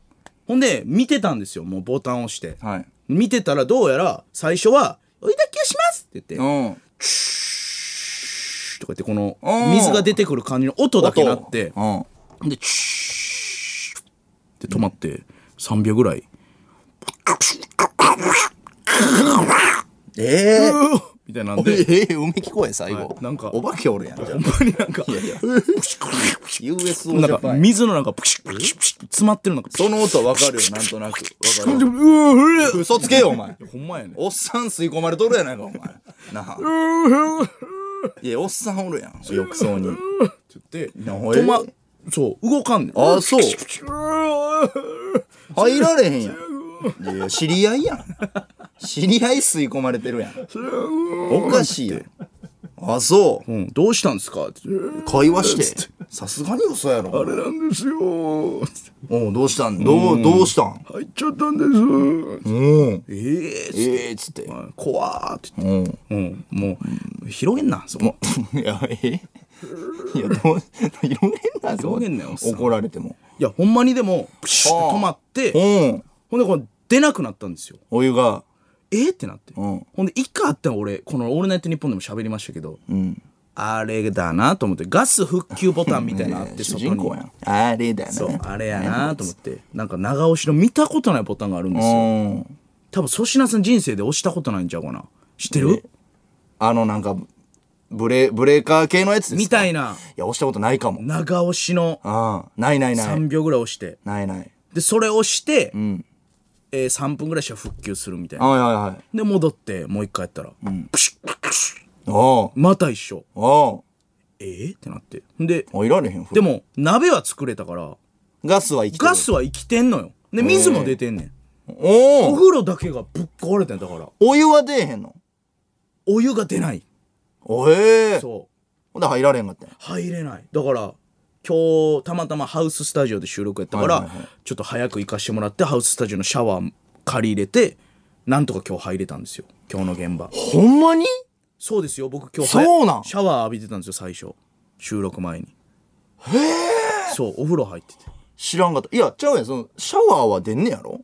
S6: ほんで、見てたんですよ。もうボタン押して。
S1: はい。
S6: 見てたらどうやら、最初は、お湯だけはしますって言
S1: う
S6: って、
S1: ん。
S6: チューとか言って、この
S1: うん、
S6: 水が出てくる感じの音だけなって、
S1: うん。
S6: で、チューって止まって、3秒ぐらい。
S1: ええ。
S6: みたいなんで、
S1: ええ、うめき声、最後
S6: は。いなんか
S1: お化けおるやん。じゃあ
S6: ほんまになんか、
S1: USO ジ
S6: なん
S1: ャ
S6: か
S1: パン。
S6: 水のなんか、プシュプシュプシュ詰まってるなんか、
S1: その音わかるよ、なんとなく。わかるよ。嘘つけよ、お前。
S6: ほんまやね。
S1: おっさん吸い込まれとるやないか、お前。なあ。いや、おっさんおるやん、浴槽に。
S6: で、
S1: え
S6: 止ま、そう、動かんねん。
S1: ああ、そう。入られへんやん。いや、知り合いやん。知り合い吸い込まれてるやん。おかしいよ。あ、そう
S6: う。ん、どうしたんですかって。
S1: 会話して。さすがに嘘やろ。
S6: なんですよ。
S1: おうどうしたんどう、どうしたん
S6: 入っちゃったんです。
S1: うん。
S6: ええー、
S1: ええっつって。
S6: 怖ーって言って。
S1: うん。
S6: うん、もう、広げんな、そこ。
S1: いや、え いや、どう、広げんなよ
S6: 広げんなよおっさん
S1: 怒られても。
S6: いや、ほんまにでも、プシュッ
S1: あ
S6: と
S1: あ
S6: 止まって、
S1: うん。
S6: ほんで、これ出なくなったんですよ。
S1: お湯が。
S6: えー、ってなって。
S1: うん。
S6: ほんで、一回あったの俺、このオールナイトニッポンでも喋りましたけど、
S1: うん。
S6: あれだなと思って、ガス復旧ボタンみたいなのあっ て、
S1: 主
S6: 外
S1: 人
S6: に
S1: 公。やん。あれ だよね。
S6: そう、あれやなと思って、なんか長押しの見たことないボタンがあるんですよ。
S1: うん。
S6: 多分粗品さん人生で押したことないんちゃうかな知ってる
S1: あの、なんか、ブレ、ブレーカー系のやつですか
S6: みたいない
S1: や、押したことないかも。
S6: 長押しの
S1: ああ、ないないない。
S6: 3秒ぐらい押して
S1: ないない。
S6: でそれ押して、
S1: ん
S6: えー3分ぐらいしたら復旧するみたいな
S1: はいはいはい。
S6: で戻ってもう一回やったら、プシュップシュッ
S1: おう
S6: また一緒
S1: お
S6: えー、ってなってで
S1: うおういられへん。
S6: で、も鍋は作れたから
S1: ガスは生きてる。
S6: ガスは生きてんのよで水も出てんねん、
S1: お
S6: お
S1: お
S6: 風呂だけがぶっ壊れてんだから
S1: お湯は出えへんの。
S6: お湯が出ない
S1: おへえ。
S6: そう
S1: ほんで入られへんかったんや
S6: 入れないだから今日たまたまハウススタジオで収録やったから、
S1: はいはいはい
S6: ちょっと早く行かしてもらってハウススタジオのシャワー借り入れてなんとか今日入れたんですよ今日の現場
S1: ほんまに
S6: そうですよ僕今日早
S1: そうなん
S6: シャワー浴びてたんですよ最初収録前にへえそうお風呂入ってて
S1: 知らんかった。いや、ちゃうやん。その、シャワーは出んねやろ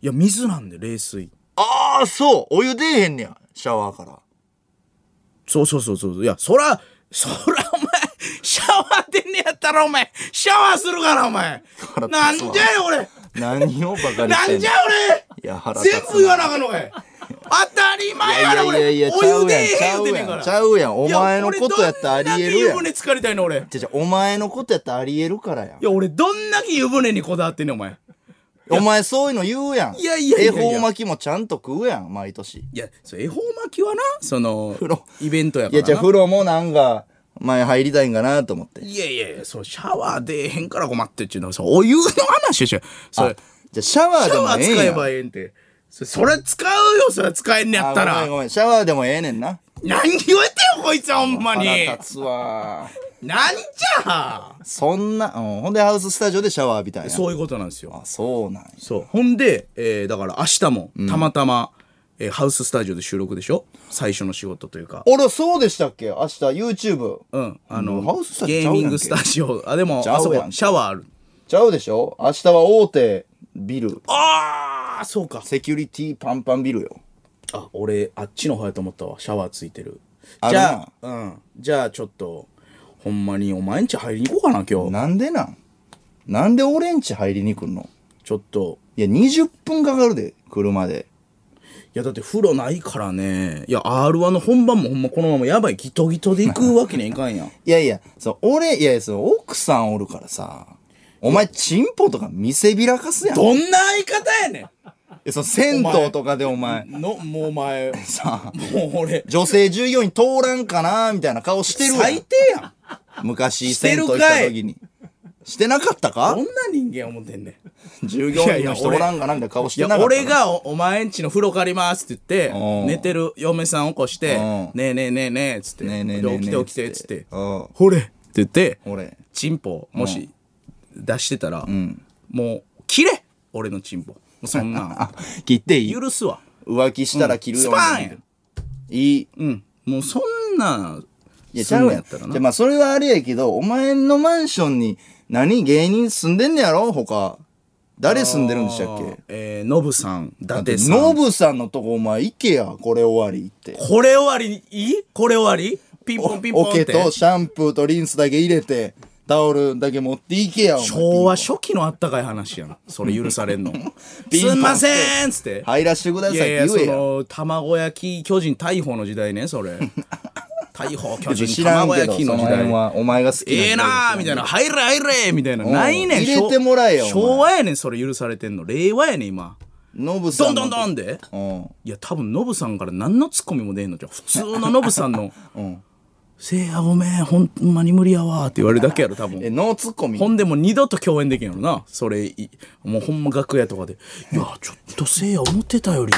S6: いや水なんで冷水
S1: ああ、そう。お湯出えへんねや。シャワーから。
S6: そうそうそうそういやそらそらお前シャワー出んねやったらお前シャワーするからお前
S1: 腹立つわ
S6: なんじゃよ俺
S1: 何をバカにしてんの
S6: なんじ
S1: い
S6: ゃ
S1: や腹
S6: 俺
S1: 立つ
S6: 全
S1: な
S6: 部言わなあかんのかい当たり前やろ
S1: いやいやいや
S6: 俺
S1: いやち
S6: お
S1: ゃ
S6: 湯
S1: う
S6: で
S1: やん
S6: えへん言うてんねんから
S1: ちゃうやんちゃうやんお
S6: いや
S1: 前のことやったらありえるやん
S6: 俺どんだけ湯船浸かりたいの俺い
S1: じゃじゃお前のことやったらありえるからやん。
S6: や俺どんだけ湯船にこだわってんねんお前
S1: お前そういうの言うやん。
S6: いやいやいやいや
S1: 恵方巻きもちゃんと食うやん、毎年。
S6: いやそう恵方巻きはなその
S1: 呂
S6: イベントや
S1: い
S6: か
S1: や、
S6: ら
S1: じゃあ
S6: な
S1: 風呂もなんか、前入りたいんかなと思って。
S6: いやいやいやそうシャワー出えへんから困ってっちゅうのはそうお湯の話でしょそれ
S1: じゃあシャワー
S6: シ
S1: で
S6: ャワ
S1: も
S6: ー
S1: ええん
S6: 使え
S1: や。
S6: ばええんて。そそれ使うよ、それ使えんねやった
S1: あご
S6: ら
S1: めん。ごめん、シャワーでもええねんな。
S6: 何言えてよ、こいつはほんまに。
S1: 腹立つわ。
S6: なんじゃ
S1: そんな、うん、ほんでハウススタジオでシャワー浴びたんや。
S6: そういうことなんですよ。
S1: あ、そうなんや。
S6: そう。ほんで、えーだから明日も、たまたま、えーハウススタジオで収録でしょ最初の仕事というか。
S1: あら、そうでしたっけ明日 YouTube。
S6: うん。あ
S1: も
S6: の、
S1: うハウススタジオ
S6: ゲ
S1: ちゃうや
S6: ー
S1: んけ
S6: ミングスタジオ。あ、でも、
S1: ちゃ
S6: あそう
S1: やんけ
S6: こ、シャワーある。
S1: ちゃうでしょ明日は大手ビル。
S6: あー、そうか。
S1: セキュリティパンパンビルよ。
S6: あ、俺、あっちの方やと思ったわ。シャワーついてる。
S1: あ
S6: じ
S1: るな
S6: ゃあ、うん。じゃあ、ちょっと、ほんまに、お前んち入りに行こうかな、今日。
S1: なんでなんなんで俺んち入りに来んの
S6: ちょっと、
S1: いや、20分かかるで、車で。
S6: いやだって風呂ないからねいや r 1の本番もほんまこのままやばいギトギトで行くわけにはいかんやん
S1: いやいや、そう、俺、いやいや、そう、奥さんおるからさ。お前、チンポとか見せびらかすやん。い
S6: どんな相方やね
S1: や、そう、銭湯とかでお前、
S6: んのもうお 前
S1: さ、
S6: もう俺
S1: 女性従業員通らんかなみたいな顔してるやん
S6: 最低やん
S1: 昔、
S6: して
S1: 銭湯
S6: る
S1: 行
S6: か
S1: っ
S6: い
S1: た時に。してなかった
S6: ど
S1: か
S6: んな人間思ってんねん
S1: 従業員の人おらんかなみたいな顔し
S6: い
S1: てなか
S6: や
S1: った。
S6: 俺、がおお前んちの風呂借ります」って言っ
S1: う
S6: て
S1: ん
S6: 寝てる嫁さん起こして
S1: うん
S6: 「ねえねえねえねえ」っつって「
S1: ねえねえねえねえ
S6: で起きて起きて」っつって
S1: うん
S6: 「ほれ」って言って
S1: 俺。
S6: チンポもし出してたらもう切れ俺のチンポもうそんなん
S1: あ、 切っていい
S6: 許すわ
S1: 浮気したら切る
S6: ス
S1: よ、
S6: パーンやん
S1: いい。
S6: うん。もうそんな、
S1: いや、ち
S6: す
S1: ゃ
S6: ん
S1: う
S6: の
S1: や
S6: や
S1: ん
S6: ったら。
S1: じゃあ
S6: な。
S1: まあ、それはあれやけど、お前のマンションに何芸人住んでんねやろ他。誰住んでるんでしたっけ
S6: えー、ノブさん、伊
S1: だって
S6: 達、さん。
S1: ノブさんのとこお前行けや、これ終わりって。
S6: これ終わりいいこれ終わりピンポンピンポ
S1: オ
S6: ンって。
S1: ケとシャンプーとリンスだけ入れて、タオルだけ持って行けや、お前
S6: 昭和初期のあったかい話やん。それ許されんの。
S1: ピン
S6: す
S1: ポン
S6: んませんっつって。
S1: 入らしてくださいっ
S6: いやい
S1: て
S6: や、
S1: 言
S6: そ
S1: えや。
S6: の、卵焼き巨人大砲の時代ね、それ。大砲巨
S1: 知
S6: 人
S1: らん
S6: 卵
S1: けど、
S6: 焼
S1: そ
S6: きの
S1: の
S6: 時
S1: 辺
S6: 代。
S1: はお前が好きな人
S6: ええなーみたいな。入れ入れみたいな。
S1: ん
S6: ないねん。
S1: 入れてもらえよお前
S6: 昭和やねん、それ許されてんの。令和やねん、今。
S1: ノブさん
S6: どん
S1: の
S6: どんどんで。
S1: うん。
S6: いや多分ノブさんから何のツッコミも出んのじゃん普通のノブさ んの「せいやごめんほんまに無理やわ」って言われるだけやろ多
S1: え、
S6: 分
S1: ノーツッコミ
S6: ほんでもう二度と共演できんやろなそれいもうほんま楽屋とかで「いやちょっとせいや思ってたより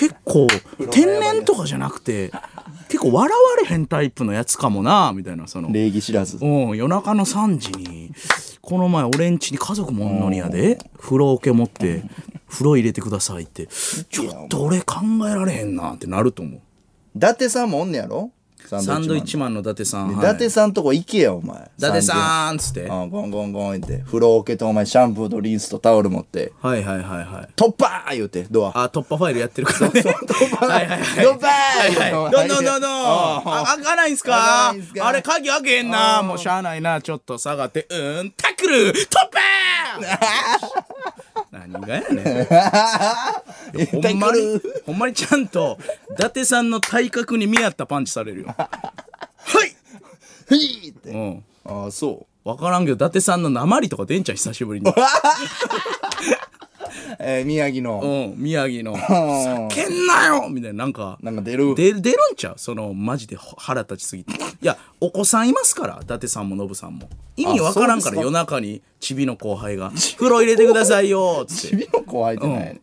S6: 結構天然とかじゃなくて結構笑われへんタイプのやつかもな」みたいなその。
S1: 礼儀知らず。
S6: うん、夜中の3時にこの前俺ん家に家族もおんのにやで風呂桶持って風呂入れてくださいってちょっと俺考えられへんなってなると思う
S1: 伊達さんもおんねやろサ
S6: サンドイッチマンの伊達さん、
S1: マン
S6: はい
S1: 伊達さんとこ行けやお前
S6: 伊達さんっつっては
S1: うんゴンゴンゴンって風呂桶とお前シャンプーとリンスとタオル持って
S6: いはいはいはい
S1: 「突破!」言うてドア
S6: あ突破ファイルやってるからねはいはいはい
S1: 突破
S6: はいどんどんどんどんあ開かないんすか
S1: 開かないんすか
S6: あれ鍵開けへんなもうしゃあないなちょっと下がってうーんタックル突 破何がやねんほんまに ほんまにちゃんと伊達さんの体格に見合ったパンチされるよはい
S1: ふいって
S6: うん
S1: ああそ
S6: 分からんけど伊達さんの鉛とか出んちゃう久しぶり に
S1: うえー宮城
S6: う
S1: の
S6: ん宮城の「叫んなよ!」みたいななんか
S1: なんか出る
S6: 出る出るんちゃうそのマジで腹立ちすぎていやお子さんいますから伊達さんもノブさんも意味わからんから夜中にチビの後輩が「風呂入れてくださいよ」っ
S1: ち
S6: て
S1: びの子入ってないね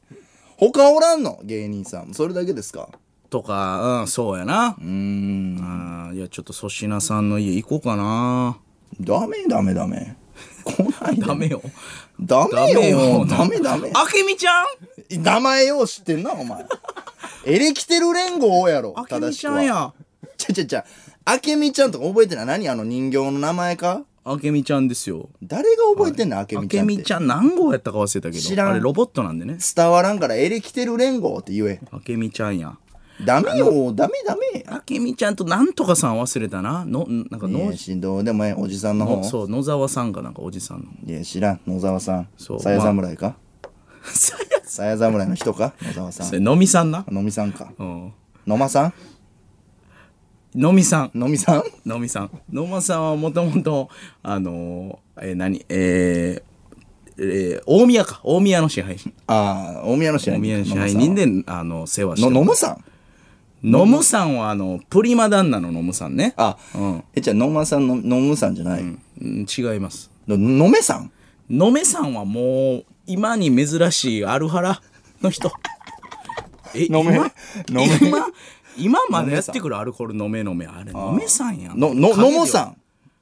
S1: 他おらんの芸人さんそれだけですか
S6: とかうんそうやなうんいやちょっと粗品さんの家行こうかな
S1: ダメダメダメ来ないで
S6: ダメよ
S1: ダメよダメダメ
S6: あけみちゃん
S1: 名前よう知ってんなお前エレキテル連合やろ
S6: あけ
S1: 正
S6: み
S1: し
S6: ち
S1: く
S6: ゃ
S1: は
S6: んや
S1: ちゃちゃちゃあけみちゃんとか覚えてない何あの人形の名前か
S6: あけみちゃんですよ
S1: 誰が覚えてんのあけ
S6: あ
S1: みち
S6: け
S1: ゃんっ
S6: み
S1: て
S6: ちゃん何号やったか忘れたけど
S1: 知らん
S6: あれロボットなんでね
S1: 伝わらんからエレキテル連合って言え
S6: あけみちゃんや
S1: ダメよダメダメ
S6: あけみちゃんとなんとかさん忘れたなのなんか
S1: い
S6: の
S1: やしどうでもええおじさんの
S6: の
S1: 方
S6: そう野沢さんがなんかお じさんの
S1: いや知らん野沢さん
S6: そう
S1: さや侍か
S6: さや
S1: さや侍の人か野沢さ
S6: それ
S1: ん
S6: のみさんな
S1: のみさんか
S6: うん
S1: のまさ
S6: のみさん
S1: んのみさん
S6: のみさんのまさんはもともとあのー、えー何えーえー大宮か大宮の支配人
S1: ああ大宮の支
S6: 大
S1: 配
S6: 宮の
S1: 人
S6: 支配人であの世話して
S1: の
S6: る
S1: のむさん
S6: のむさんはあのプリマ旦那ののむさんね
S1: あ、
S6: うん
S1: えじゃあのまさんののむさんじゃない、
S6: うん違います
S1: ののめさん
S6: のめさんはもう今に珍しいアルハラの人え
S1: のめ
S6: 今
S1: のめ
S6: 今今までやってくるアルコールのめのめあれのめさんやん
S1: のののもさん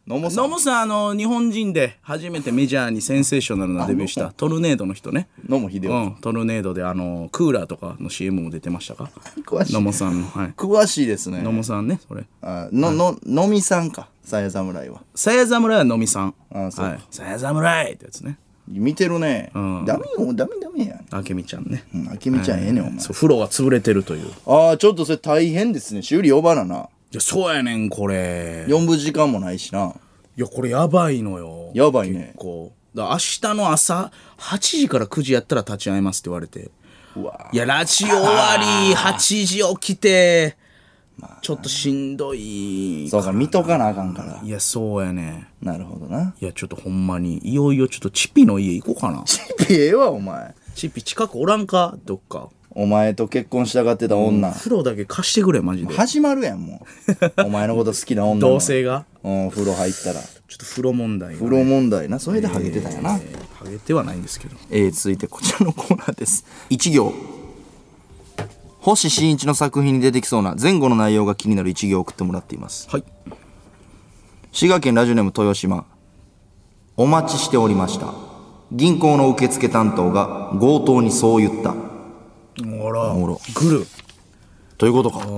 S1: のもさ
S6: 野
S1: ん
S6: 茂さんあの日本人で初めてメジャーにセンセーショナルなデビューしたトルネードの人ね
S1: のもひで
S6: う
S1: お
S6: ん、トルネードであのクーラーとかの CM も出てましたか
S1: 詳しい
S6: 野茂さんのはい
S1: 詳しいですね
S6: 野茂さんねそれ
S1: あのののみさんかさや侍は
S6: さや侍は野みさん
S1: あそうか
S6: はい、さや侍ってやつね
S1: 見てるね、
S6: ん
S1: ダメよダメダメやん
S6: あけみちゃんね、
S1: うんあけみちゃんええねんお前
S6: そう風呂が潰れてるというい
S1: ああちょっとそれ大変ですね修理呼ばなな
S6: やそうやねんこれ
S1: 呼ぶ時間もないしない
S6: やこれやばいのよ
S1: やばいね
S6: 結構だから明日の朝8時から9時やったら立ち会えますって言われて
S1: うわ
S6: いやラジオ終わり8時起きてちょっとしんどい
S1: そうか見とかなあかんから
S6: いやそうやね
S1: なるほどない
S6: やちょっとほんまにいよいよちょっとチピの家行こうかな
S1: ピエはお前
S6: チピ近くおらんかどっか
S1: お前と結婚したがってた女、
S6: 風呂だけ貸してくれマジで
S1: 始まるやんもうお前のこと好きな 女の
S6: 同性が
S1: うん風呂入ったら
S6: ちょっと風呂問題が
S1: 風呂問題なそれでハゲてたんやな、
S6: ハゲてはないんですけど
S1: えー続いてこちらのコーナーです一行星新一の作品に出てきそうな前後の内容が気になる一行を送ってもらっています
S6: はい
S1: 滋賀県ラジオネーム豊島お待ちしておりました銀行の受付担当が強盗にそう言った
S6: ほら
S1: おら
S6: グル
S1: ということかお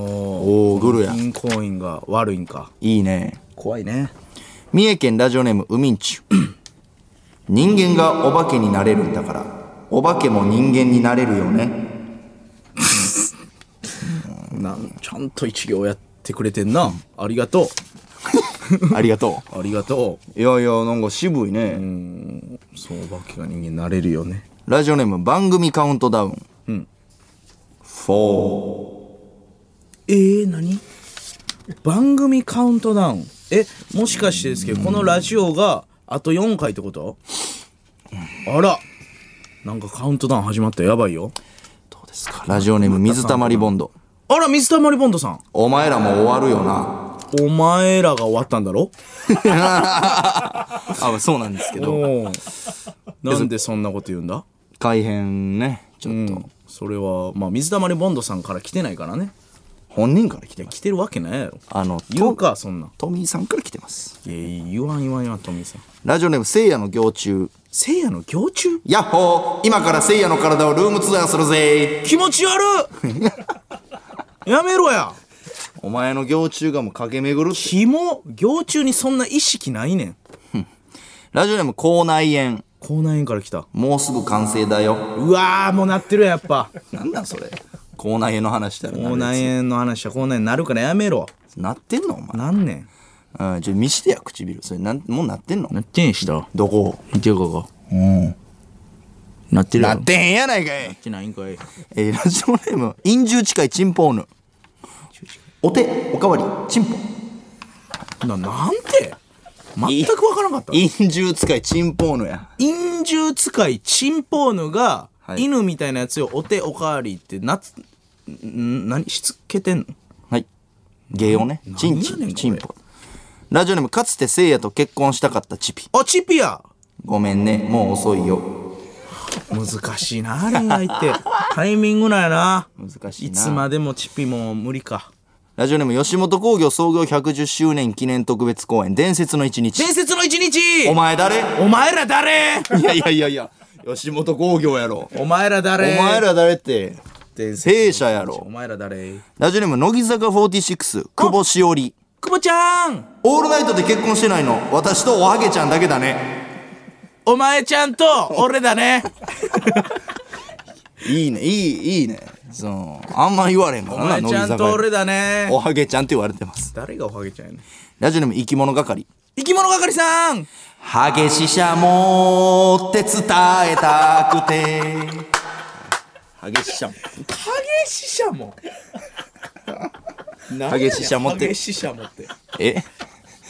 S1: おーグルや
S6: 銀行員が悪いんか
S1: いいね
S6: 怖いね
S1: 三重県ラジオネームウミン チュ人間がお化けになれるんだからお化けも人間になれるよね
S6: なんちゃんと一行やってくれてんなありがと
S1: ありがと
S6: うありがとう
S1: ういやいやなんか渋いね、
S6: そう、お化けが人間になれるよね。
S1: ラジオネーム番組カウントダウン。4。
S6: えー、何番組カウントダウン。え、もしかしてですけど、このラジオがあと4回ってことあら。なんかカウントダウン始まったやばいよ。
S1: ラジオネーム水溜りボンド。
S6: あら、水溜りボンドさん。
S1: お前らも終わるよな。
S6: お前らが終わったんだろ
S1: あ、そうなんですけど。
S6: お なんでそんなこと言うんだ
S1: 改編ね。ちょっと。
S6: それは、まあ、水溜りボンドさんから来てないからね。
S1: 本人から来てます。
S6: 来てるわけないやろ。
S1: あの、
S6: 言う
S1: ト
S6: か、そんなん。
S1: トミーさんから来てます。
S6: いやいや、言わん言わん言わん、トミーさん。
S1: ラジオネーム、せいやの行中。
S6: せいやの行中
S1: やっほー今からせいやの体をルームツアーするぜ
S6: 気持ち悪 っやめろや
S1: お前の行中がもう駆け巡るって。
S6: キモ行中にそんな意識ないねん。
S1: ラジオネーム、口内炎。
S6: 口内炎から来た。
S1: もうすぐ完成だよ。
S6: うわー、もうなってるやんやっぱ。
S1: なんなんそれ。口内炎の話したらなるやつ
S6: 口内炎の話は口内炎なるからやめろ。
S1: なってんのお前。
S6: なんねん。
S1: うん、ちょ、見してや、唇。それ、なん、もうなってんの
S6: なってんした。
S1: どこ
S6: 見てよ、ここ。うん。なってるや
S1: な
S6: ろ
S1: ってへんやないかい
S6: ってないんかい。
S1: えーラジオネーム、陰獣近いチンポーヌ。お手、おかわり、チンポ。
S6: な、なんて全くわからなかった。
S1: 陰獣使いチンポーヌや。
S6: 陰獣使いチンポーヌが、
S1: はい
S6: 犬みたいなやつをお手おかわりってなつ、ん何しつけてんの
S1: はい。芸をね。チンチ
S6: なんやねん
S1: ン、
S6: これ
S1: チンポ。ラジオネーム、かつてせいやと結婚したかったチピ。
S6: あ、チピア
S1: ごめんね、もう遅いよ。
S6: 難しいな、恋愛 って。タイミングなんやな。
S1: 難しい
S6: い
S1: な。
S6: つまでもチピも無理か。
S1: ラジオネーム、吉本興業創業110周年記念特別公演、伝説の一日。
S6: 伝説の一日
S1: お前誰い
S6: お前ら誰
S1: やいやいやいや、吉本興業やろ。
S6: お前ら
S1: お
S6: 誰
S1: 前ら誰って、
S6: 伝説
S1: 弊社やろ
S6: お。前ら誰
S1: ラジオネーム、乃木坂46、久保しおり。
S6: 久保ちゃん
S1: オールナイトで結婚してないの、私とおはげちゃんだけだね。
S6: お前ちゃんと俺だ ね
S1: いいね、いい、いいね。その、あんま言われへんか
S6: お
S1: らな、
S6: 前ちゃんと俺だね
S1: おはげちゃんって言われてます。
S6: 誰がおはげちゃんやねん
S1: ラジオネーム生き物係。
S6: 生き物係さん
S1: はげししゃもって伝えたくて。はげししゃも。
S6: 影死者も
S1: はげししゃもって
S6: 影。死者もって
S1: え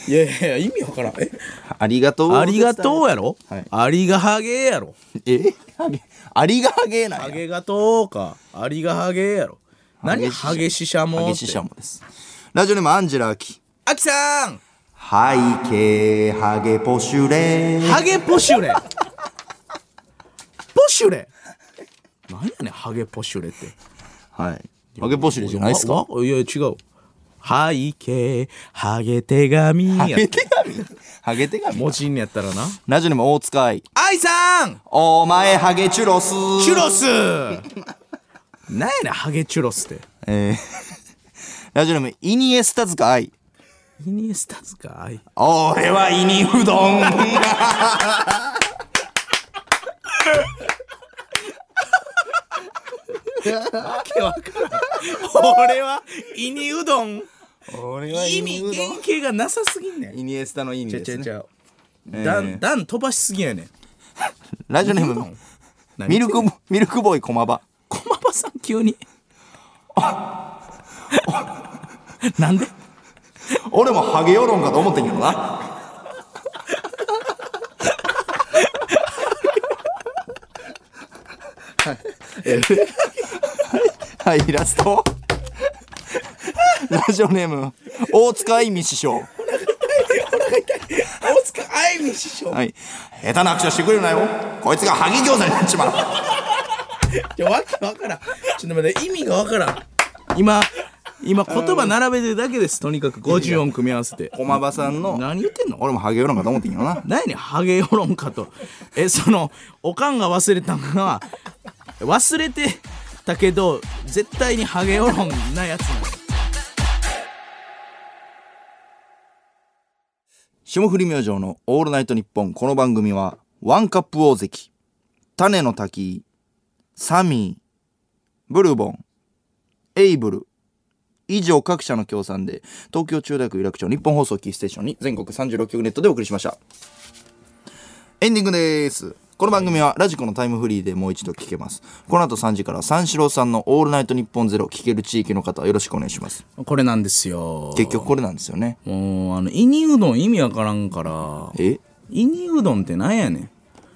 S6: いやいやいや意味わからんえ
S1: ありがとう。
S6: ありがとうやろ、
S1: はい
S6: ありがはげやろ
S1: えはげ、ありがはげな
S6: あ
S1: んや。
S6: げがとうかありがはげやろ何
S1: は
S6: は
S1: げ
S6: げししゃもって
S1: はげししゃもです。ラジオネームアンジェラアキ。
S6: あきさん
S1: はいけ、はげポシュレ。
S6: ハゲポシュ レ。ポシュレ。なんやねん、ハゲポシュレって。
S1: はい。はげポシュレじゃないですか
S6: わわいや、違う。背景、ハゲ手紙や。
S1: はげ手紙はげ手紙
S6: 文字にやったらな。
S1: ラジオネーム大塚愛。
S6: アイさん
S1: お前ハゲチュロス。
S6: チュロス なんやねん、ハゲチュロスって。
S1: えー、 ラジオネームイニエスタ塚愛。
S6: イニエスタズか、アイ。
S1: 俺はイニうどん。
S6: 俺は、イニうどん。
S1: 俺
S6: 意味、原型がなさすぎんねん。
S1: イニエスタの意味
S6: ちゃ
S1: で
S6: ち
S1: す
S6: ゃち
S1: ね。
S6: ゃ。だん、だん飛ばしすぎやねん。
S1: ラジオネー
S6: うど
S1: ム
S6: ん何
S1: ミルクボミルクボーイ駒場。
S6: 駒場さん急になんで
S1: 俺もハゲ世論かと思ってんけどな。はい、はい、イラスト。ラジオネーム大塚愛美師匠。
S6: 大塚愛美師匠
S1: はい。下手な握手してくれるなよ。こいつがハゲ餃子になっちまう。
S6: いやわけわからんちょっと待って意味がわからん今今言葉並べてるだけですとにかく50音組み合わせて
S1: 駒場さんの、
S6: 何言ってんの
S1: 俺もハゲ世論かと思ってんけどな。
S6: 何やねんハゲ世論かとえそのおかんが忘れたんが忘れてたけど絶対にハゲ世論なやつなの
S1: 霜降り明星のオールナイトニッポンこの番組は、ワンカップ大関、種の滝、サミー、ブルボン、エイブル、以上各社の協賛で、東京中大学有楽町日本放送キーステーションに全国36局ネットでお送りしました。エンディングです。この番組はラジコのタイムフリーでもう一度聞けます。この後3時から三四郎さんのオールナイトニッポンゼロ聞ける地域の方はよろしくお願いします。
S6: これなんですよ
S1: 結局これなんですよね。
S6: もうあのイニうどん意味わからんから
S1: え
S6: イニうどんってなんやね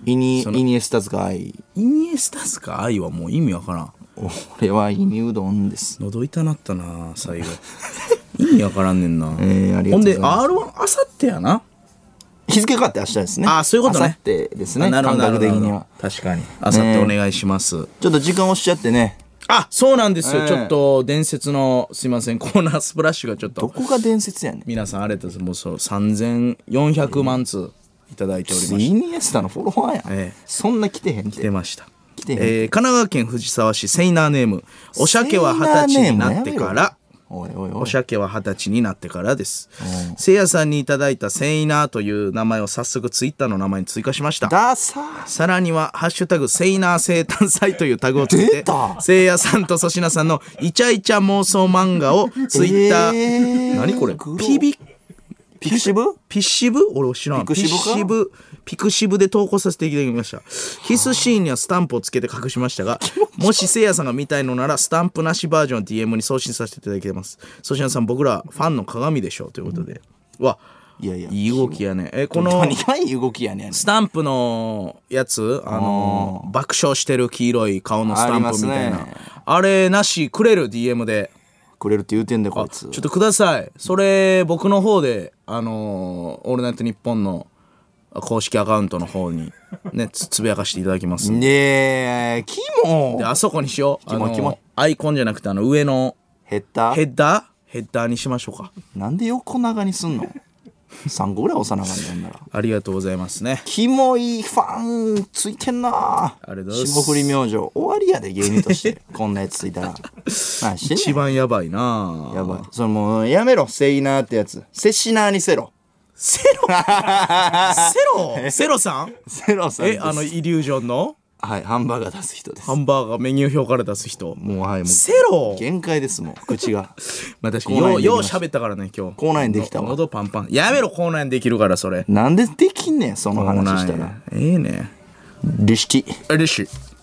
S1: イニ、イニエスタズが愛。
S6: んイニエスタスか愛はもう意味わからん
S1: 俺はイニうどんです。
S6: 喉痛なったな最後意味わからんねんな、
S1: ーありが
S6: ほ
S1: とうんござ
S6: で
S1: い
S6: R1 あさってやな
S1: 日付変わって明日ですね。
S6: あーそういうことね
S1: 明後日ですね。
S6: あなるほど
S1: 感覚的に
S6: なる
S1: は
S6: ほ。ど確かにあさってお願いします、
S1: ちょっと時間押しちゃってね。
S6: あ、そうなんですよ。
S1: ええ
S6: ちょっと、伝説の、すいません、コーナースプラッシュがちょっ
S1: ど
S6: と、
S1: こが伝説やねん。
S6: 皆さんあれです。もうそう、3400万通いただいておりまし
S1: イニエスタのフォロワーやん。
S6: ええ
S1: そんな来てへん
S6: て。
S1: て。
S6: 出ました。
S1: 来て
S6: え
S1: へん。
S6: ー神奈川県藤沢市、セイナーネーム。おしゃけは二十歳になってから、
S1: おいおいお
S6: お
S1: い。
S6: しゃけは二十歳になってからです。せいやさんにいただいたセイナーという名前を早速ツイッターの名前に追加しました。
S1: ダサ
S6: さらには、ハッシュタグ、セイナー生誕祭というタグをつけて、せいやさんと粗品さんのイチャイチャ妄想漫画をツイッター、
S1: えー
S6: 何これ
S1: 黒
S6: ピビ、
S1: ピクシブ
S6: ピッシブ俺知らん。
S1: ピクシブか
S6: ピッシブ、ピクシブで投稿させていただきました。キスシーンにはスタンプをつけて隠しましたが、もしせいやさんが見たいのなら、スタンプなしバージョンを DM に送信させていただきます。粗品さん、僕らファンの鏡でしょうということで。わ、
S1: いやいや。
S6: いい動きやね。え、この、
S1: 何がいい動きやねん。
S6: スタンプのやつ、あのー爆笑してる黄色い顔のスタンプみたい
S1: あ
S6: な。あ,、
S1: ります
S6: れなし、くれる DM で。
S1: くれるって言うてんだよ、こい
S6: ち
S1: つ
S6: ょっ。とください。それ、僕の方で、あのーオールナイトニッポンの公式アカウントの方に、ね、つつぶやかしていただきます。
S1: ねえ、キモ
S6: で、あそこにしよう。あのー
S1: キモい
S6: アイコンじゃなくて、あの、上の
S1: 減った
S6: ヘッダーヘッダーにしましょうか。
S1: なんで横長にす んの ?3 個ぐらい押さなあかんねんなら。
S6: ありがとうございますね。
S1: キモいファンついてんな
S6: ありがとうございます
S1: 霜降り明星終わりやで芸人として こんなやつついたら何してんねん
S6: 一番やばいな ぁ
S1: やばいそれもうやめろセイナーってやつセシナーにせろ
S6: セロセロセ ロさん
S1: セロさんで
S6: え、
S1: す
S6: あの、イリュージョンの
S1: はいハンバーガー出す人です
S6: ハンバーガーメニュー表から出す人。
S1: もうはいも
S6: セ
S1: う
S6: ロ
S1: 限界ですもう口 が
S6: まあ確か
S1: 口内
S6: に、よ
S1: 炎
S6: う、
S1: でき
S6: よう
S1: ました
S6: 喋ったからね、今日。
S1: 口内炎できたわ
S6: の喉パンパン。やめろ、口内炎できるから、それ。
S1: なんでできんねんその
S6: 口内
S1: 話し
S6: 炎
S1: たら
S6: ええね。
S1: リシティ
S6: 嬉しい。